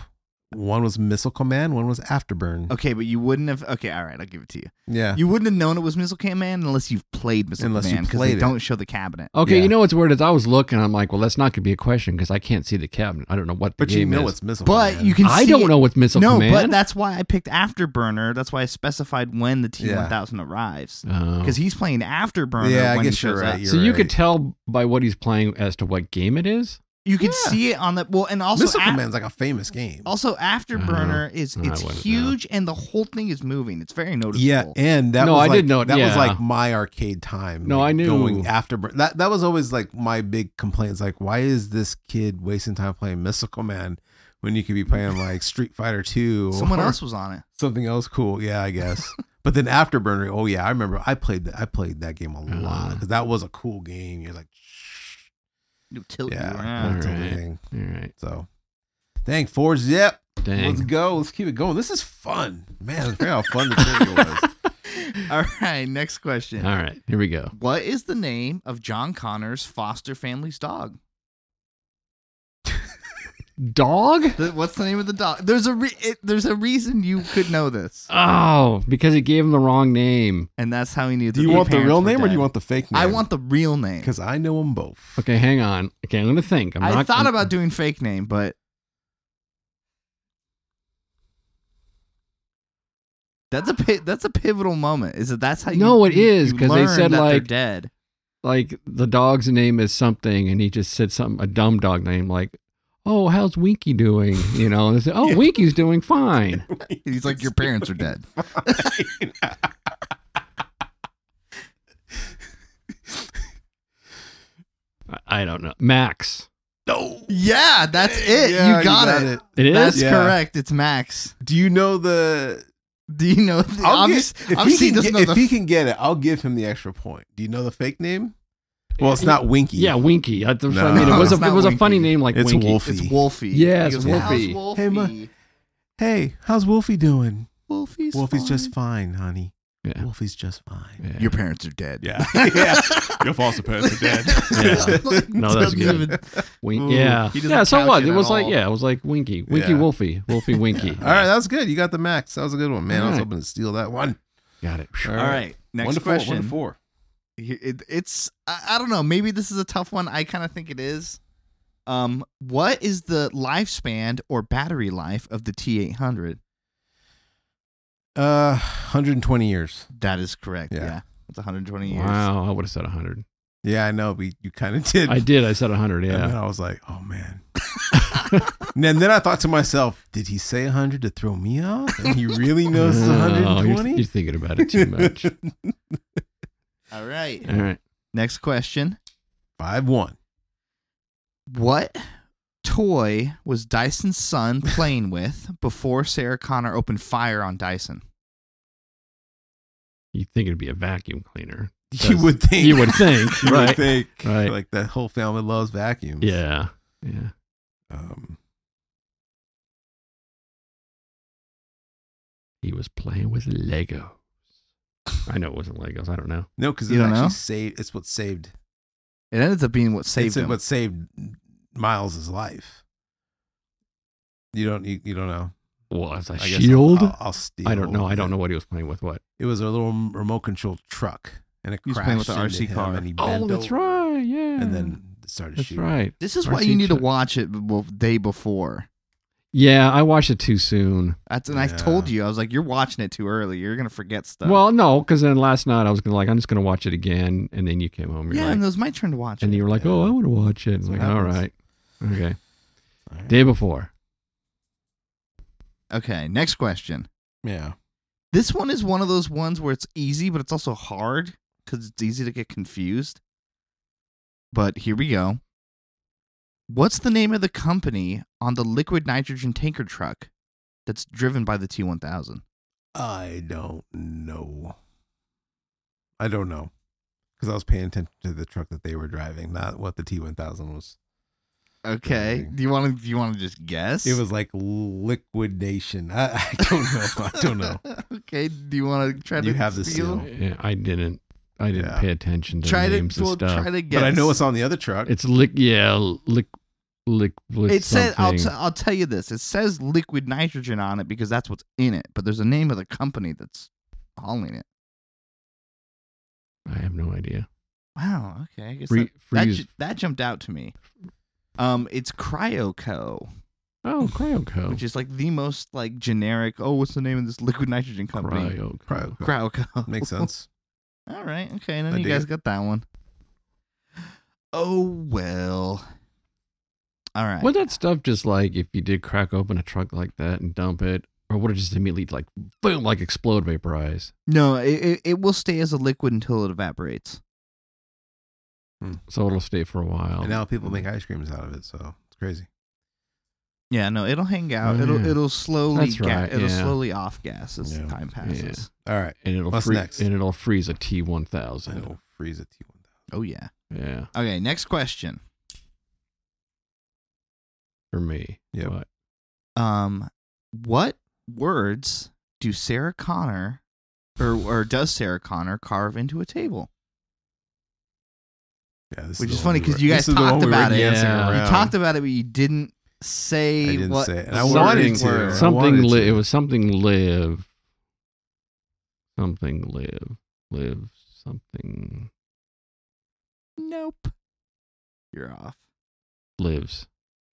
[SPEAKER 1] One was Missile Command. One was Afterburn.
[SPEAKER 3] Okay, but you wouldn't have. Okay, all right, I'll give it to you.
[SPEAKER 1] Yeah.
[SPEAKER 3] You wouldn't have known it was Missile Command unless you've played Missile
[SPEAKER 1] Unless you
[SPEAKER 3] Command because
[SPEAKER 1] played
[SPEAKER 3] they
[SPEAKER 1] it. Oh,
[SPEAKER 3] don't show the cabinet.
[SPEAKER 2] Okay,
[SPEAKER 1] Yeah.
[SPEAKER 2] you know what's weird is I was looking. I'm like, well, that's not gonna be a question because I can't see the cabinet. I don't know what the
[SPEAKER 1] but you
[SPEAKER 2] game
[SPEAKER 1] know
[SPEAKER 2] is.
[SPEAKER 1] it's Missile
[SPEAKER 3] But
[SPEAKER 1] Command.
[SPEAKER 3] you can.
[SPEAKER 2] I
[SPEAKER 3] see
[SPEAKER 2] don't
[SPEAKER 3] it.
[SPEAKER 2] know what's missile
[SPEAKER 3] No,
[SPEAKER 2] command.
[SPEAKER 3] but that's why I picked Afterburner. That's why I specified when the T1000 arrives
[SPEAKER 2] Oh.
[SPEAKER 3] because he's playing Afterburner.
[SPEAKER 1] Yeah, I
[SPEAKER 3] when he
[SPEAKER 1] guess you're
[SPEAKER 3] shows
[SPEAKER 1] right.
[SPEAKER 3] up.
[SPEAKER 1] You're
[SPEAKER 2] so you
[SPEAKER 1] right.
[SPEAKER 2] could tell by what he's playing as to what game it is.
[SPEAKER 3] You could
[SPEAKER 1] Yeah.
[SPEAKER 3] see it on the well, and also
[SPEAKER 1] Missile
[SPEAKER 3] af-
[SPEAKER 1] Command's like a famous game.
[SPEAKER 3] Also, Afterburner
[SPEAKER 1] Uh,
[SPEAKER 3] is
[SPEAKER 2] I
[SPEAKER 3] it's
[SPEAKER 2] wouldn't
[SPEAKER 3] huge and the whole thing is moving. It's very noticeable.
[SPEAKER 1] Yeah, and that
[SPEAKER 2] No,
[SPEAKER 1] was
[SPEAKER 2] I
[SPEAKER 1] like,
[SPEAKER 2] did know it,
[SPEAKER 1] that was
[SPEAKER 2] yeah.
[SPEAKER 1] like my arcade time.
[SPEAKER 2] No,
[SPEAKER 1] like,
[SPEAKER 2] I knew.
[SPEAKER 1] going after that. That was always like my big complaints. Like, why is this kid wasting time playing Missile Command when you could be playing like Street Fighter Two
[SPEAKER 3] Someone
[SPEAKER 1] or
[SPEAKER 3] else was on it.
[SPEAKER 1] something else cool? Yeah, I guess. but then Afterburner. Oh yeah, I remember. I played that. I played that game a lot
[SPEAKER 2] Uh.
[SPEAKER 1] because that was a cool game. You're like, shh,
[SPEAKER 3] It'll tilt
[SPEAKER 1] yeah,
[SPEAKER 3] you around.
[SPEAKER 1] that's
[SPEAKER 2] All right.
[SPEAKER 1] everything.
[SPEAKER 2] All right,
[SPEAKER 1] So, dang, four zip. Let's
[SPEAKER 2] dang.
[SPEAKER 1] go. Let's keep it going. This is fun, man. I forgot how fun the trivia was.
[SPEAKER 3] All right, next question.
[SPEAKER 2] All right, here we go.
[SPEAKER 3] What is the name of John Connor's foster family's dog?
[SPEAKER 2] Dog?
[SPEAKER 3] The- what's the name of the dog? There's a re- it, there's a reason you could know this,
[SPEAKER 2] Oh, because it gave him the wrong name.
[SPEAKER 3] and that's how he knew.
[SPEAKER 1] Do you want the real name or do you want the fake name?
[SPEAKER 3] I want the real name.
[SPEAKER 1] because I know them both.
[SPEAKER 2] Okay, hang on. Okay, I'm gonna think. I'm
[SPEAKER 3] I
[SPEAKER 2] not,
[SPEAKER 3] thought
[SPEAKER 2] I'm-
[SPEAKER 3] about doing fake name, but that's a pi- that's a pivotal moment. Is that that's how you?
[SPEAKER 2] No, it
[SPEAKER 3] you-
[SPEAKER 2] is,
[SPEAKER 3] you
[SPEAKER 2] 'cause they
[SPEAKER 3] learn
[SPEAKER 2] said,
[SPEAKER 3] that they're
[SPEAKER 2] like-
[SPEAKER 3] dead.
[SPEAKER 2] like the dog's name is something, and he just said something a dumb dog name like, "Oh, how's Winky doing?" You know, and they say, "Oh, Winky's doing fine."
[SPEAKER 3] He's like, your parents are dead.
[SPEAKER 2] I- I don't know. Max.
[SPEAKER 1] No.
[SPEAKER 3] Yeah, that's it.
[SPEAKER 1] Yeah,
[SPEAKER 3] you, got it.
[SPEAKER 2] It is.
[SPEAKER 3] That's
[SPEAKER 1] Yeah.
[SPEAKER 3] correct. It's Max.
[SPEAKER 1] Do you know the?
[SPEAKER 3] Do you know? The,
[SPEAKER 1] I'll get-
[SPEAKER 3] obvious-
[SPEAKER 1] if
[SPEAKER 3] obviously,
[SPEAKER 1] he
[SPEAKER 3] he
[SPEAKER 1] can
[SPEAKER 3] doesn't
[SPEAKER 1] get, if
[SPEAKER 3] know the.
[SPEAKER 1] he can get it, I'll give him the extra point. Do you know the fake name? Well, it's not Winky.
[SPEAKER 2] yeah, Winky. I, that's what I
[SPEAKER 1] No,
[SPEAKER 2] mean, it was
[SPEAKER 3] it's
[SPEAKER 2] a it
[SPEAKER 3] not
[SPEAKER 2] was a funny
[SPEAKER 3] Winky.
[SPEAKER 2] name like
[SPEAKER 1] it's
[SPEAKER 2] Winky.
[SPEAKER 1] Wolfie.
[SPEAKER 3] it's Wolfie.
[SPEAKER 2] Yeah,
[SPEAKER 3] He
[SPEAKER 2] it's
[SPEAKER 3] goes,
[SPEAKER 2] Wolfie.
[SPEAKER 3] "How's Wolfie.
[SPEAKER 1] Hey, ma- Hey, how's Wolfie doing?
[SPEAKER 3] Wolfie's,
[SPEAKER 1] Wolfie's just
[SPEAKER 3] fine.
[SPEAKER 1] fine, honey.
[SPEAKER 2] Yeah.
[SPEAKER 1] Wolfie's just fine.
[SPEAKER 2] Yeah.
[SPEAKER 3] Your parents are dead.
[SPEAKER 1] Yeah, yeah. Your foster parents are dead.
[SPEAKER 2] Yeah. No, that's
[SPEAKER 3] Doesn't
[SPEAKER 2] good.
[SPEAKER 3] even-
[SPEAKER 2] Wink-
[SPEAKER 3] Ooh,
[SPEAKER 2] yeah.
[SPEAKER 3] he doesn't
[SPEAKER 2] Yeah, so
[SPEAKER 3] couch
[SPEAKER 2] what?
[SPEAKER 3] it
[SPEAKER 2] It
[SPEAKER 3] at
[SPEAKER 2] was like,
[SPEAKER 3] all.
[SPEAKER 2] yeah, it was like Winky. Winky
[SPEAKER 1] Yeah.
[SPEAKER 2] Wolfie. Wolfie Winky.
[SPEAKER 1] All right, that was good. You got the max. That was a good one, man. I was
[SPEAKER 2] All right.
[SPEAKER 1] hoping to steal that one.
[SPEAKER 2] Got it.
[SPEAKER 1] All
[SPEAKER 3] All right. Next
[SPEAKER 1] one to four,
[SPEAKER 3] question.
[SPEAKER 1] One to four.
[SPEAKER 3] Here- it, it's I, I don't know maybe this is a tough one i kind of think it is um what is the lifespan or battery life of the t800
[SPEAKER 1] Uh, 120 years.
[SPEAKER 3] that is correct
[SPEAKER 1] Yeah.
[SPEAKER 3] yeah, it's 120 years
[SPEAKER 2] Wow, I would have said 100.
[SPEAKER 1] Yeah, I know. We you kind of did.
[SPEAKER 2] I did. I said 100.
[SPEAKER 1] And
[SPEAKER 2] Yeah.
[SPEAKER 1] then I was like, oh man. and then, then I thought to myself, did he say 100 to throw me off? And he really knows it's
[SPEAKER 2] Oh, you're,
[SPEAKER 1] 120?
[SPEAKER 2] you're thinking about it too much.
[SPEAKER 3] all right
[SPEAKER 2] All right.
[SPEAKER 3] next question
[SPEAKER 1] 5 1.
[SPEAKER 3] what toy was dyson's son playing with before sarah connor opened fire on dyson
[SPEAKER 2] You think it'd be a vacuum cleaner?
[SPEAKER 1] You would think.
[SPEAKER 2] You would think,
[SPEAKER 1] You would
[SPEAKER 2] right?
[SPEAKER 1] think.
[SPEAKER 2] Right.
[SPEAKER 1] Like that whole family loves vacuums.
[SPEAKER 2] Yeah. Yeah.
[SPEAKER 1] Um,
[SPEAKER 2] He was playing with Lego. I know it wasn't Legos. I don't know.
[SPEAKER 1] No, because
[SPEAKER 3] You
[SPEAKER 1] it
[SPEAKER 3] don't
[SPEAKER 1] actually
[SPEAKER 3] know?
[SPEAKER 1] saved. It's what saved.
[SPEAKER 3] It ended up being what saved
[SPEAKER 1] it's
[SPEAKER 3] him.
[SPEAKER 1] what saved Miles' life. You don't. You, you don't know.
[SPEAKER 2] Was a
[SPEAKER 1] I guess I'll-
[SPEAKER 2] shield?
[SPEAKER 1] I'll, I'll steal.
[SPEAKER 2] I don't know. I don't
[SPEAKER 1] it.
[SPEAKER 2] know what he was playing with. What?
[SPEAKER 1] It was a little remote control truck, and it
[SPEAKER 3] He was
[SPEAKER 1] crashed
[SPEAKER 3] playing with the
[SPEAKER 1] into
[SPEAKER 3] RC
[SPEAKER 1] him,
[SPEAKER 3] car.
[SPEAKER 1] And he
[SPEAKER 2] Oh,
[SPEAKER 1] bent
[SPEAKER 2] that's
[SPEAKER 1] over,
[SPEAKER 2] right. Yeah.
[SPEAKER 1] And then started
[SPEAKER 2] that's
[SPEAKER 1] shooting.
[SPEAKER 2] right.
[SPEAKER 3] this is why
[SPEAKER 2] RC
[SPEAKER 3] you need to
[SPEAKER 2] check.
[SPEAKER 3] watch it the day before.
[SPEAKER 2] Yeah, I watched it too soon.
[SPEAKER 3] That's and I
[SPEAKER 1] Yeah.
[SPEAKER 3] told you I was like, you're watching it too early. You're gonna forget stuff.
[SPEAKER 2] Well, no, because then last night I was gonna like, I'm just gonna watch it again, and then you came home. You're
[SPEAKER 3] yeah,
[SPEAKER 2] like,
[SPEAKER 3] and it was my turn to watch
[SPEAKER 2] and
[SPEAKER 3] it.
[SPEAKER 2] you were like, "Oh, I want to watch it."
[SPEAKER 1] That's
[SPEAKER 2] like,
[SPEAKER 1] what
[SPEAKER 2] all
[SPEAKER 1] happens.
[SPEAKER 2] right, okay.
[SPEAKER 1] All right.
[SPEAKER 2] Day before,
[SPEAKER 3] Okay, next question.
[SPEAKER 1] Yeah.
[SPEAKER 3] This one is one of those ones where it's easy, but it's also hard because it's easy to get confused. But here we go. What's the name of the company on the liquid nitrogen tanker truck that's driven by the T1000?
[SPEAKER 1] I don't know. I don't know. Because I was paying attention to the truck that they were driving, not what the T1000 was.
[SPEAKER 3] Okay, do you want to? Do you want to just guess?
[SPEAKER 1] It was like liquidation. I, I don't know. I don't know.
[SPEAKER 3] okay, do you want to try to?
[SPEAKER 1] You have the
[SPEAKER 3] steal?
[SPEAKER 1] seal.
[SPEAKER 2] Yeah, I didn't, I didn't
[SPEAKER 1] Yeah.
[SPEAKER 2] pay attention to
[SPEAKER 3] Try to
[SPEAKER 2] names
[SPEAKER 3] well,
[SPEAKER 2] and stuff.
[SPEAKER 3] try to guess.
[SPEAKER 1] But I know it's on the other truck.
[SPEAKER 2] It's lick, yeah, lick, lick. lick
[SPEAKER 3] It says I'll, t-
[SPEAKER 2] something.
[SPEAKER 3] I'll tell you this. It says liquid nitrogen on it because that's what's in it. But there's a name of the company that's hauling it.
[SPEAKER 2] I have no idea.
[SPEAKER 3] Wow. Okay. I guess
[SPEAKER 2] Free,
[SPEAKER 3] that, that,
[SPEAKER 2] freeze.
[SPEAKER 3] ju- that jumped out to me. Um, it's Cryoco,
[SPEAKER 2] oh, cryoco.
[SPEAKER 3] which is like the most like generic. Oh, what's the name of this liquid nitrogen company?
[SPEAKER 2] cryoco.
[SPEAKER 1] Cryo-
[SPEAKER 3] Cryoco.
[SPEAKER 1] Makes sense.
[SPEAKER 3] All right. Okay. And
[SPEAKER 1] I
[SPEAKER 3] then you
[SPEAKER 1] dig
[SPEAKER 3] guys
[SPEAKER 1] it.
[SPEAKER 3] got that one. Oh well. All right.
[SPEAKER 2] Would that stuff just like if you did crack open a truck like that and dump it, or would it just immediately like boom, like explode, vaporize?
[SPEAKER 3] No, it, it it will stay as a liquid until it evaporates.
[SPEAKER 2] So it'll stay for a while.
[SPEAKER 1] And now people make ice creams out of it, so it's crazy.
[SPEAKER 3] Yeah, no, it'll hang out.
[SPEAKER 2] Oh,
[SPEAKER 3] it'll
[SPEAKER 2] yeah.
[SPEAKER 3] it'll slowly
[SPEAKER 2] That's
[SPEAKER 3] ga-
[SPEAKER 2] right,
[SPEAKER 3] it'll
[SPEAKER 2] yeah.
[SPEAKER 3] slowly off gas as
[SPEAKER 1] Yeah.
[SPEAKER 3] time passes.
[SPEAKER 1] All right.
[SPEAKER 2] and it'll
[SPEAKER 1] What's
[SPEAKER 2] free-
[SPEAKER 1] next?
[SPEAKER 2] and it'll freeze a T one
[SPEAKER 1] I
[SPEAKER 2] thousand.
[SPEAKER 1] will freeze a T1000.
[SPEAKER 3] Oh yeah.
[SPEAKER 2] Yeah,
[SPEAKER 3] Okay, next question.
[SPEAKER 2] for me.
[SPEAKER 1] Yep.
[SPEAKER 2] But
[SPEAKER 3] Um what words do Sarah Connor or or does Sarah Connor carve into a table?
[SPEAKER 1] Yeah, this
[SPEAKER 3] Which
[SPEAKER 1] the
[SPEAKER 3] is
[SPEAKER 1] one
[SPEAKER 3] funny
[SPEAKER 1] we
[SPEAKER 3] 'cause
[SPEAKER 1] were-
[SPEAKER 3] you
[SPEAKER 1] this
[SPEAKER 3] guys
[SPEAKER 1] is the
[SPEAKER 3] talked
[SPEAKER 1] one we were
[SPEAKER 3] about it.
[SPEAKER 1] dancing
[SPEAKER 2] Yeah. You
[SPEAKER 3] You
[SPEAKER 1] around.
[SPEAKER 3] talked about it, but you didn't say
[SPEAKER 1] I didn't
[SPEAKER 3] what
[SPEAKER 1] say it. And I
[SPEAKER 3] words
[SPEAKER 1] wanted to.
[SPEAKER 3] were.
[SPEAKER 1] Some-
[SPEAKER 2] something
[SPEAKER 1] wanted
[SPEAKER 2] li-
[SPEAKER 1] to.
[SPEAKER 2] it was something live something live live something
[SPEAKER 3] nope. You're off.
[SPEAKER 2] lives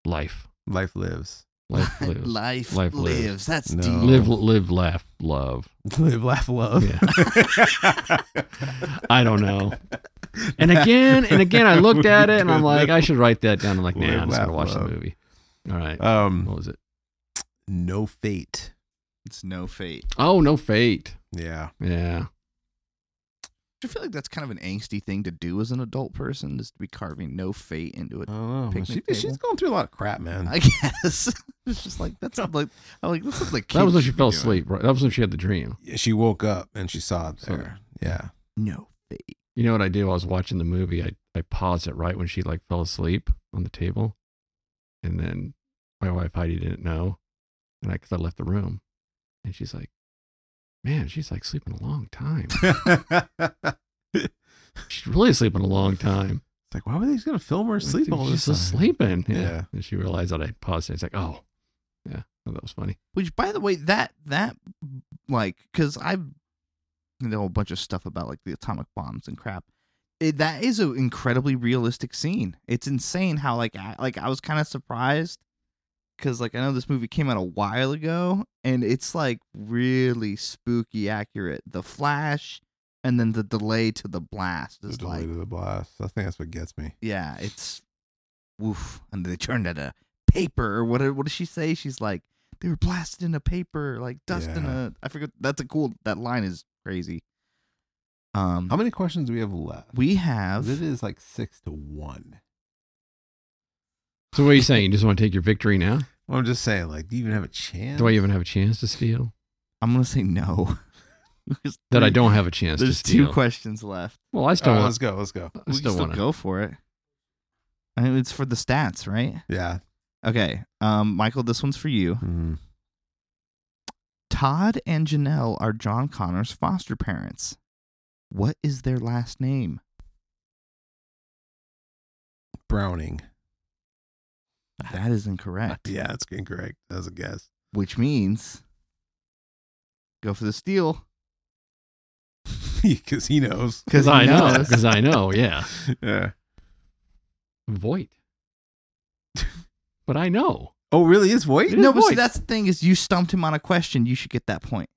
[SPEAKER 2] life
[SPEAKER 1] Life lives.
[SPEAKER 2] life lives
[SPEAKER 3] Life,
[SPEAKER 2] Life lives.
[SPEAKER 3] lives. That's
[SPEAKER 1] No.
[SPEAKER 3] deep.
[SPEAKER 2] live live laugh love
[SPEAKER 1] Live, laugh, love.
[SPEAKER 2] Yeah. I don't know. and again and again I looked at it and I'm like I should write that down I'm like nah
[SPEAKER 1] Live,
[SPEAKER 2] I'm just gonna
[SPEAKER 1] laugh,
[SPEAKER 2] watch the
[SPEAKER 1] love.
[SPEAKER 2] movie all right
[SPEAKER 1] Um,
[SPEAKER 2] what was it
[SPEAKER 1] no fate.
[SPEAKER 3] It's no fate.
[SPEAKER 2] oh no fate
[SPEAKER 1] Yeah.
[SPEAKER 2] yeah
[SPEAKER 3] Do you feel like that's kind of an angsty thing to do as an adult person, is to be carving no fate into it?
[SPEAKER 1] I don't know. man.
[SPEAKER 3] Picnic
[SPEAKER 1] She,
[SPEAKER 3] table.
[SPEAKER 1] she's going through a lot of crap, man.
[SPEAKER 3] I guess it's just like that's not like I'm like this is like
[SPEAKER 2] that was when
[SPEAKER 3] what
[SPEAKER 2] she fell asleep right that was when she had the dream
[SPEAKER 1] she woke up and she saw it
[SPEAKER 2] Saw
[SPEAKER 1] there. Yeah.
[SPEAKER 3] No fate.
[SPEAKER 2] You know what I did while I was watching the movie? I, I paused it right when she like fell asleep on the table. And then my wife Heidi didn't know. And I, cause I left the room and she's like, man, she's like sleeping a long time.
[SPEAKER 1] it's
[SPEAKER 2] she's really sleeping a long time.
[SPEAKER 1] like, why were they going to film her sleep all
[SPEAKER 2] she's
[SPEAKER 1] this
[SPEAKER 2] just
[SPEAKER 1] time?
[SPEAKER 2] sleeping. Yeah.
[SPEAKER 1] Yeah.
[SPEAKER 2] And she realized that I paused it. It's like, oh, yeah, well, that was funny.
[SPEAKER 3] Which, by the way, that that like because I know a whole bunch of stuff about like the atomic bombs and crap. It, that is an incredibly realistic scene. It's insane how like I, like I was kind of surprised because like I know this movie came out a while ago and it's like really spooky accurate. The flash and then the delay to the blast
[SPEAKER 1] The
[SPEAKER 3] is
[SPEAKER 1] delay
[SPEAKER 3] like
[SPEAKER 1] to the blast. I think that's what gets me.
[SPEAKER 3] yeah, it's woof. And they turned it a paper or what? What does she say? She's like, they were blasted in a paper, like dust in
[SPEAKER 1] Yeah.
[SPEAKER 3] a. I forget. That's a cool. That line is crazy. Um,
[SPEAKER 1] How many questions do we have left?
[SPEAKER 3] we
[SPEAKER 1] It
[SPEAKER 3] have.
[SPEAKER 1] is like six to one.
[SPEAKER 2] So what are you saying? You just want to take your victory now?
[SPEAKER 1] I'm just saying, like, do you even have a chance?
[SPEAKER 2] Do I even have a chance to steal?
[SPEAKER 3] I'm gonna say no. There's
[SPEAKER 2] That I
[SPEAKER 3] three-
[SPEAKER 2] don't have a chance to
[SPEAKER 3] There's
[SPEAKER 2] steal.
[SPEAKER 3] two questions left.
[SPEAKER 2] well, I still
[SPEAKER 1] All right,
[SPEAKER 2] want.
[SPEAKER 1] let's go. Let's go.
[SPEAKER 2] I
[SPEAKER 3] we can
[SPEAKER 2] still
[SPEAKER 3] still
[SPEAKER 2] want to.
[SPEAKER 3] go for it. I mean, it's for the stats, right?
[SPEAKER 1] Yeah. hmm,
[SPEAKER 3] Okay, um, Michael, this one's for you.
[SPEAKER 1] Mm-hmm.
[SPEAKER 3] Todd and Janelle are John Connor's foster parents. What is their last name?
[SPEAKER 1] Browning.
[SPEAKER 3] That is incorrect.
[SPEAKER 1] Yeah, that's incorrect. That was a guess.
[SPEAKER 3] Which means go for the steal.
[SPEAKER 1] Because he knows.
[SPEAKER 3] Because
[SPEAKER 2] I know. Because I know. Yeah.
[SPEAKER 1] Yeah.
[SPEAKER 2] Voight. But I know.
[SPEAKER 1] Oh, really? It's Voight?
[SPEAKER 2] It is
[SPEAKER 3] No, but see,
[SPEAKER 2] voice.
[SPEAKER 3] that's the thing is you stumped him on a question. You should get that point.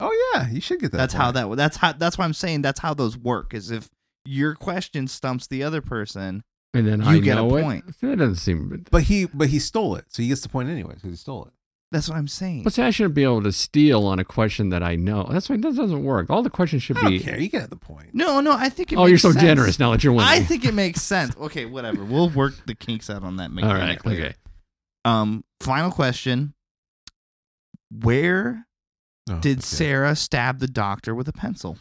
[SPEAKER 1] Oh, yeah. You should get that.
[SPEAKER 3] that's how
[SPEAKER 1] point.
[SPEAKER 3] that. That's how. That's why I'm saying that's how those work. Is if your question stumps the other person,
[SPEAKER 2] And then
[SPEAKER 3] You
[SPEAKER 2] I
[SPEAKER 3] get a
[SPEAKER 2] know it.
[SPEAKER 3] point.
[SPEAKER 2] That doesn't seem.
[SPEAKER 1] But he, but he stole it, so he gets the point anyway. Because he stole it.
[SPEAKER 3] that's what I'm saying.
[SPEAKER 2] But see, I shouldn't be able to steal on a question that I know. That's why that doesn't work. All the questions should
[SPEAKER 1] I don't
[SPEAKER 2] be.
[SPEAKER 1] care. You get the point.
[SPEAKER 3] no, no, I think. It
[SPEAKER 2] Oh,
[SPEAKER 3] makes
[SPEAKER 2] you're so
[SPEAKER 3] sense.
[SPEAKER 2] generous now that you're winning.
[SPEAKER 3] I think it makes sense. Okay, whatever. We'll work the kinks out on that.
[SPEAKER 2] All right.
[SPEAKER 3] mechanically.
[SPEAKER 2] Okay.
[SPEAKER 3] Um, final question. Where
[SPEAKER 1] Oh,
[SPEAKER 3] did
[SPEAKER 1] okay.
[SPEAKER 3] Sarah stab the doctor with a pencil?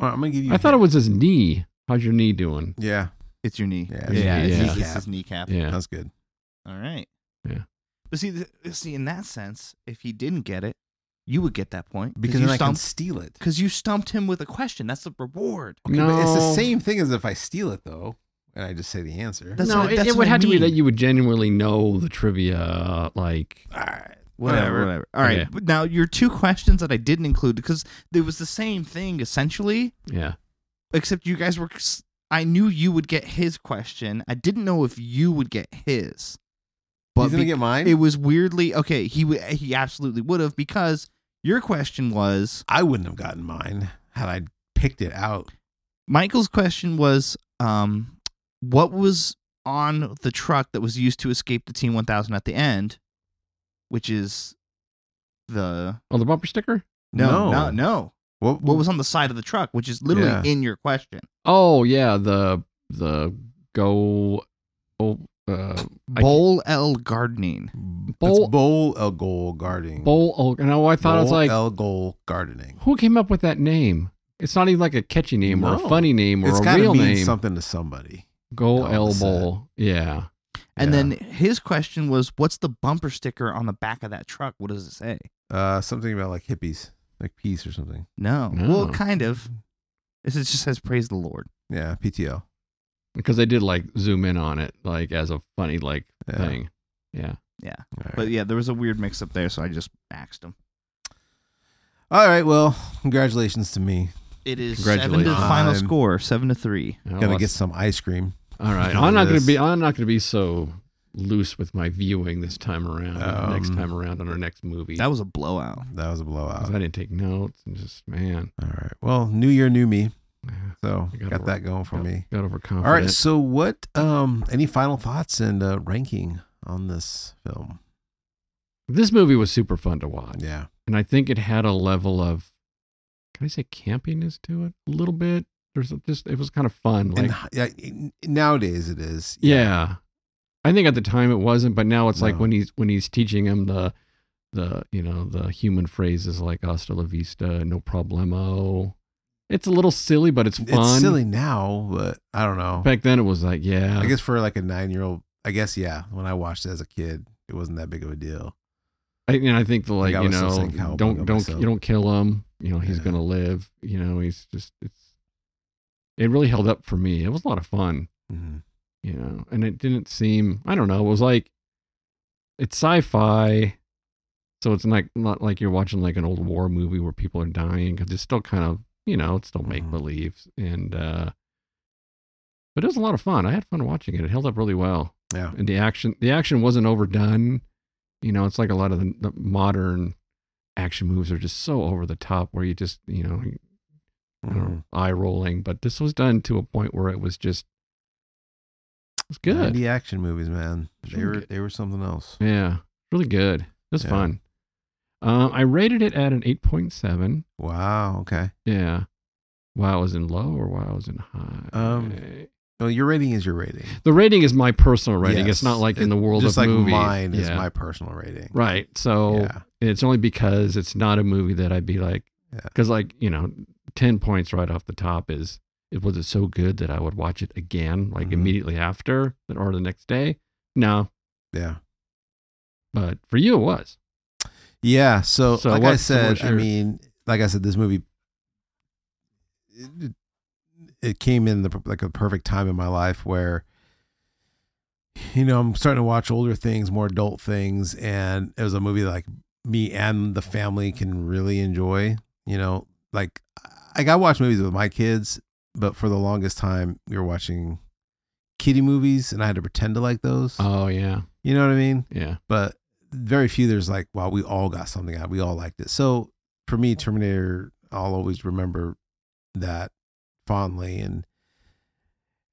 [SPEAKER 1] All right, I'm gonna give you.
[SPEAKER 2] I thought it was his knee. How's your knee doing?
[SPEAKER 1] Yeah,
[SPEAKER 3] It's your knee.
[SPEAKER 1] Yeah,
[SPEAKER 2] yeah,
[SPEAKER 3] it's
[SPEAKER 2] yeah.
[SPEAKER 3] his- it's his kneecap.
[SPEAKER 2] Yeah.
[SPEAKER 1] that's good.
[SPEAKER 3] All right.
[SPEAKER 2] Yeah.
[SPEAKER 3] But see, th- see, in that sense, if he didn't get it, you would get that point
[SPEAKER 1] Because
[SPEAKER 3] you
[SPEAKER 1] then I can
[SPEAKER 3] stumped
[SPEAKER 1] steal it.
[SPEAKER 3] because you stumped him with a question. That's the reward.
[SPEAKER 1] Okay, but it's the
[SPEAKER 2] No.
[SPEAKER 1] same thing as if I steal it though, and I just say the answer.
[SPEAKER 3] That's
[SPEAKER 2] no,
[SPEAKER 3] what-
[SPEAKER 2] it,
[SPEAKER 3] that's
[SPEAKER 2] it
[SPEAKER 3] what
[SPEAKER 2] would
[SPEAKER 3] I
[SPEAKER 2] have to be
[SPEAKER 3] mean.
[SPEAKER 2] that you would genuinely know the trivia. Like,
[SPEAKER 1] All right.
[SPEAKER 3] Whatever.
[SPEAKER 1] Whatever.
[SPEAKER 3] whatever. All right.
[SPEAKER 2] Okay.
[SPEAKER 3] But Now your two questions that I didn't include because it was the same thing essentially,
[SPEAKER 2] yeah.
[SPEAKER 3] except you guys were. s- I knew you would get his question. I didn't know if you would get his.
[SPEAKER 1] He's gonna
[SPEAKER 3] be-
[SPEAKER 1] get mine.
[SPEAKER 3] it was weirdly okay. He w- he absolutely would have because your question was
[SPEAKER 1] I wouldn't have gotten mine had I picked it out.
[SPEAKER 3] Michael's question was um, what was on the truck that was used to escape the T one thousand at the end, which is the
[SPEAKER 2] Oh, the bumper sticker?
[SPEAKER 1] No.
[SPEAKER 3] no, no no what was on the side of the truck, which is literally
[SPEAKER 1] Yeah.
[SPEAKER 3] in your question.
[SPEAKER 2] Oh, yeah. The, the go. Oh, uh, I-
[SPEAKER 3] Bowl L gardening.
[SPEAKER 2] Bowl-
[SPEAKER 1] bowl? Bowl El Goal Gardening.
[SPEAKER 2] bowl. Oh, no, I thought it was
[SPEAKER 1] Bowl
[SPEAKER 2] like,
[SPEAKER 1] El Goal Gardening.
[SPEAKER 2] who came up with that name? It's not even like a catchy name or
[SPEAKER 1] No.
[SPEAKER 2] a funny name or
[SPEAKER 1] It's
[SPEAKER 2] a
[SPEAKER 1] gotta
[SPEAKER 2] real
[SPEAKER 1] mean
[SPEAKER 2] name.
[SPEAKER 1] something to somebody.
[SPEAKER 2] Go
[SPEAKER 1] all of a
[SPEAKER 2] El
[SPEAKER 1] sudden.
[SPEAKER 2] Bowl. Yeah.
[SPEAKER 3] And
[SPEAKER 1] Yeah.
[SPEAKER 3] then his question was, "What's the bumper sticker on the back of that truck? What does it say?"
[SPEAKER 1] Uh, something about like hippies, like peace or something.
[SPEAKER 3] No,
[SPEAKER 2] No.
[SPEAKER 3] well, kind of. It just says, "Praise the Lord."
[SPEAKER 1] Yeah, PTL.
[SPEAKER 2] Because they did like zoom in on it, like as a funny, like
[SPEAKER 1] Yeah.
[SPEAKER 2] thing. Yeah.
[SPEAKER 1] All right.
[SPEAKER 3] But yeah, there was a weird mix up there, so I just axed him.
[SPEAKER 1] All right. Well, congratulations to me.
[SPEAKER 3] It is seven to
[SPEAKER 2] Congratulations.
[SPEAKER 3] the final
[SPEAKER 1] Time.
[SPEAKER 3] score, seven to three.
[SPEAKER 2] I
[SPEAKER 1] Gonna
[SPEAKER 2] lost-
[SPEAKER 1] get some ice cream.
[SPEAKER 2] All right,
[SPEAKER 1] on
[SPEAKER 2] I'm not going
[SPEAKER 1] this.
[SPEAKER 2] to be. I'm not going to be so loose with my viewing this time around. or next
[SPEAKER 1] Um,
[SPEAKER 2] time around on our next movie,
[SPEAKER 3] That was a blowout.
[SPEAKER 1] That was a
[SPEAKER 2] 'Cause
[SPEAKER 1] blowout.
[SPEAKER 2] I didn't take notes and just man,
[SPEAKER 1] All right. Well, new year, new me. So
[SPEAKER 2] I
[SPEAKER 1] got
[SPEAKER 2] gotta work.
[SPEAKER 1] that going for
[SPEAKER 2] got,
[SPEAKER 1] me.
[SPEAKER 2] got overconfident.
[SPEAKER 1] All right. So, what? Um, any final thoughts and uh, ranking on this film?
[SPEAKER 2] this movie was super fun to watch,
[SPEAKER 1] Yeah.
[SPEAKER 2] and I think it had a level of, can I say campiness to it a little bit. There's a- just it was kind of fun. Like
[SPEAKER 1] And yeah, n- nowadays it is.
[SPEAKER 2] yeah. I think at the time it wasn't, but now it's like
[SPEAKER 1] No.
[SPEAKER 2] when he's when he's teaching him the the you know the human phrases like hasta la vista, no problemo. It's a little silly, but it's
[SPEAKER 1] It's
[SPEAKER 2] fun.
[SPEAKER 1] silly now, but I don't know.
[SPEAKER 2] Back then it was like, yeah,
[SPEAKER 1] I guess for like a nine-year-old, I guess yeah. When I watched it as a kid, it wasn't that big of a deal.
[SPEAKER 2] I, and I think the like
[SPEAKER 1] I
[SPEAKER 2] you
[SPEAKER 1] was still
[SPEAKER 2] know
[SPEAKER 1] saying cowabunga
[SPEAKER 2] don't don't
[SPEAKER 1] myself.
[SPEAKER 2] you don't kill him. You know he's
[SPEAKER 1] Yeah.
[SPEAKER 2] gonna live. You know he's just it's it really held up for me. It was a lot of fun.
[SPEAKER 1] Mhm.
[SPEAKER 2] You know, and it didn't seem I don't know. It was like it's sci-fi, so it's like not like you're watching like an old war movie where people are dying because it's still kind of you know it's still
[SPEAKER 1] Mhm.
[SPEAKER 2] make believe and uh but it was a lot of fun. I had fun watching it. It held up really well.
[SPEAKER 1] Yeah.
[SPEAKER 2] and the action the action wasn't overdone you know it's like a lot of the, the modern action moves are just so over the top where you just you know, you
[SPEAKER 1] Mhm.
[SPEAKER 2] know eye rolling but this was done to a point where it was just it was good
[SPEAKER 1] 90 action movies, man. They
[SPEAKER 2] Sure.
[SPEAKER 1] were they were something else.
[SPEAKER 2] yeah really good it was
[SPEAKER 1] Yeah.
[SPEAKER 2] fun um, i rated it at an 8.7
[SPEAKER 1] Wow. Okay.
[SPEAKER 2] yeah wow i was in low or wow i was in high
[SPEAKER 1] Um, Well, your rating is your rating.
[SPEAKER 2] the rating is my personal rating it's not
[SPEAKER 1] Yes.
[SPEAKER 2] like in
[SPEAKER 1] It-
[SPEAKER 2] the world
[SPEAKER 1] just
[SPEAKER 2] of
[SPEAKER 1] like
[SPEAKER 2] movies
[SPEAKER 1] mine is
[SPEAKER 2] Yeah.
[SPEAKER 1] my personal rating.
[SPEAKER 2] right so
[SPEAKER 1] Yeah.
[SPEAKER 2] And it's only because it's not a movie that I'd be like,
[SPEAKER 1] Yeah.
[SPEAKER 2] because like you know, ten points right off the top is it was it so good that I would watch it again like
[SPEAKER 1] Mhm.
[SPEAKER 2] immediately after or the next day. No,
[SPEAKER 1] Yeah.
[SPEAKER 2] but for you it was.
[SPEAKER 1] Yeah. So,
[SPEAKER 2] So
[SPEAKER 1] like I
[SPEAKER 2] what- so
[SPEAKER 1] said,
[SPEAKER 2] what's
[SPEAKER 1] I
[SPEAKER 2] your-
[SPEAKER 1] mean, like I said, this movie it, it- it came in the like a perfect time in my life where you know I'm starting to watch older things, more adult things, and it was a movie that, like me and the family can really enjoy. You know, like like I watch movies with my kids, but for the longest time we were watching kiddie movies, and I had to pretend to like those.
[SPEAKER 2] Oh yeah,
[SPEAKER 1] you know what I mean?
[SPEAKER 2] yeah.
[SPEAKER 1] but very few there's like wow we all got something out of it. we all liked it so for me terminator i'll always remember that fondly and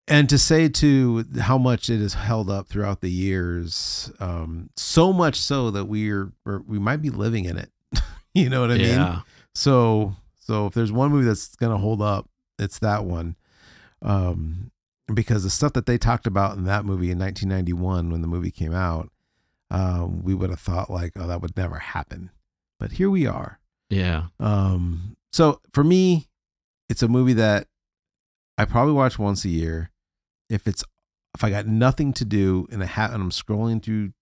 [SPEAKER 1] and to say to how much it has held up throughout the years um so much so that we're, we're we might be living in it you know what i mean
[SPEAKER 2] yeah.
[SPEAKER 1] so so if there's one movie that's gonna hold up, it's that one. Um because the stuff that they talked about in that movie in 1991 when the movie came out, um, we would have thought like, oh, that would never happen. But here we are.
[SPEAKER 2] Yeah.
[SPEAKER 1] Um, so for me, it's a movie that I probably watch once a year. If it's if I got nothing to do and I ha- and I'm scrolling through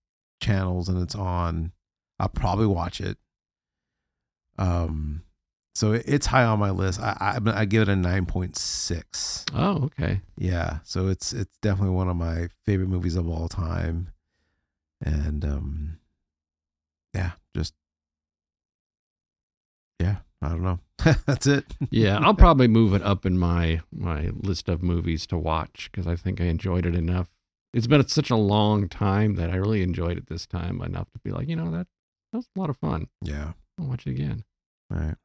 [SPEAKER 1] channels and it's on, I'll probably watch it. Um, so it, it's high on my list. I I, I give it a nine point six.
[SPEAKER 2] Oh, okay.
[SPEAKER 1] Yeah, so it's it's definitely one of my favorite movies of all time, and um, yeah, just yeah, I don't know. That's it.
[SPEAKER 2] Yeah, I'll probably move it up in my my list of movies to watch because I think I enjoyed it enough. It's been such a long time that I really enjoyed it this time enough to be like, you know, that that was a lot of fun.
[SPEAKER 1] Yeah.
[SPEAKER 2] I'll watch it again.
[SPEAKER 1] All right.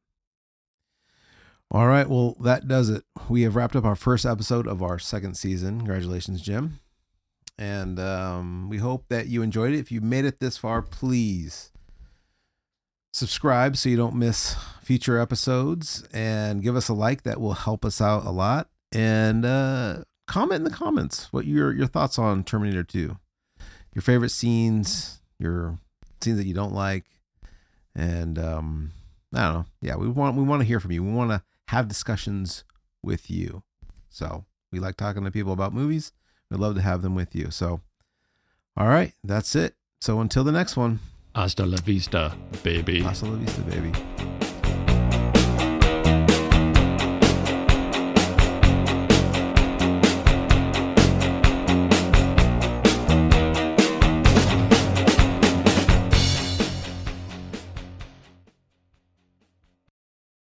[SPEAKER 1] All right. Well, that does it. We have wrapped up our first episode of our second season. Congratulations, Jim. And um, we hope that you enjoyed it. If you made it this far, please subscribe so you don't miss future episodes and give us a like. That will help us out a lot. And uh, comment in the comments what your your thoughts on Terminator 2, your favorite scenes, your scenes that you don't like, and um, I don't know. Yeah, we want we want to hear from you. We want to have discussions with you. So we like talking to people about movies. We'd love to have them with you. So, all right, that's it. So until the next one,
[SPEAKER 2] Hasta la vista, baby.
[SPEAKER 1] hasta la vista, baby.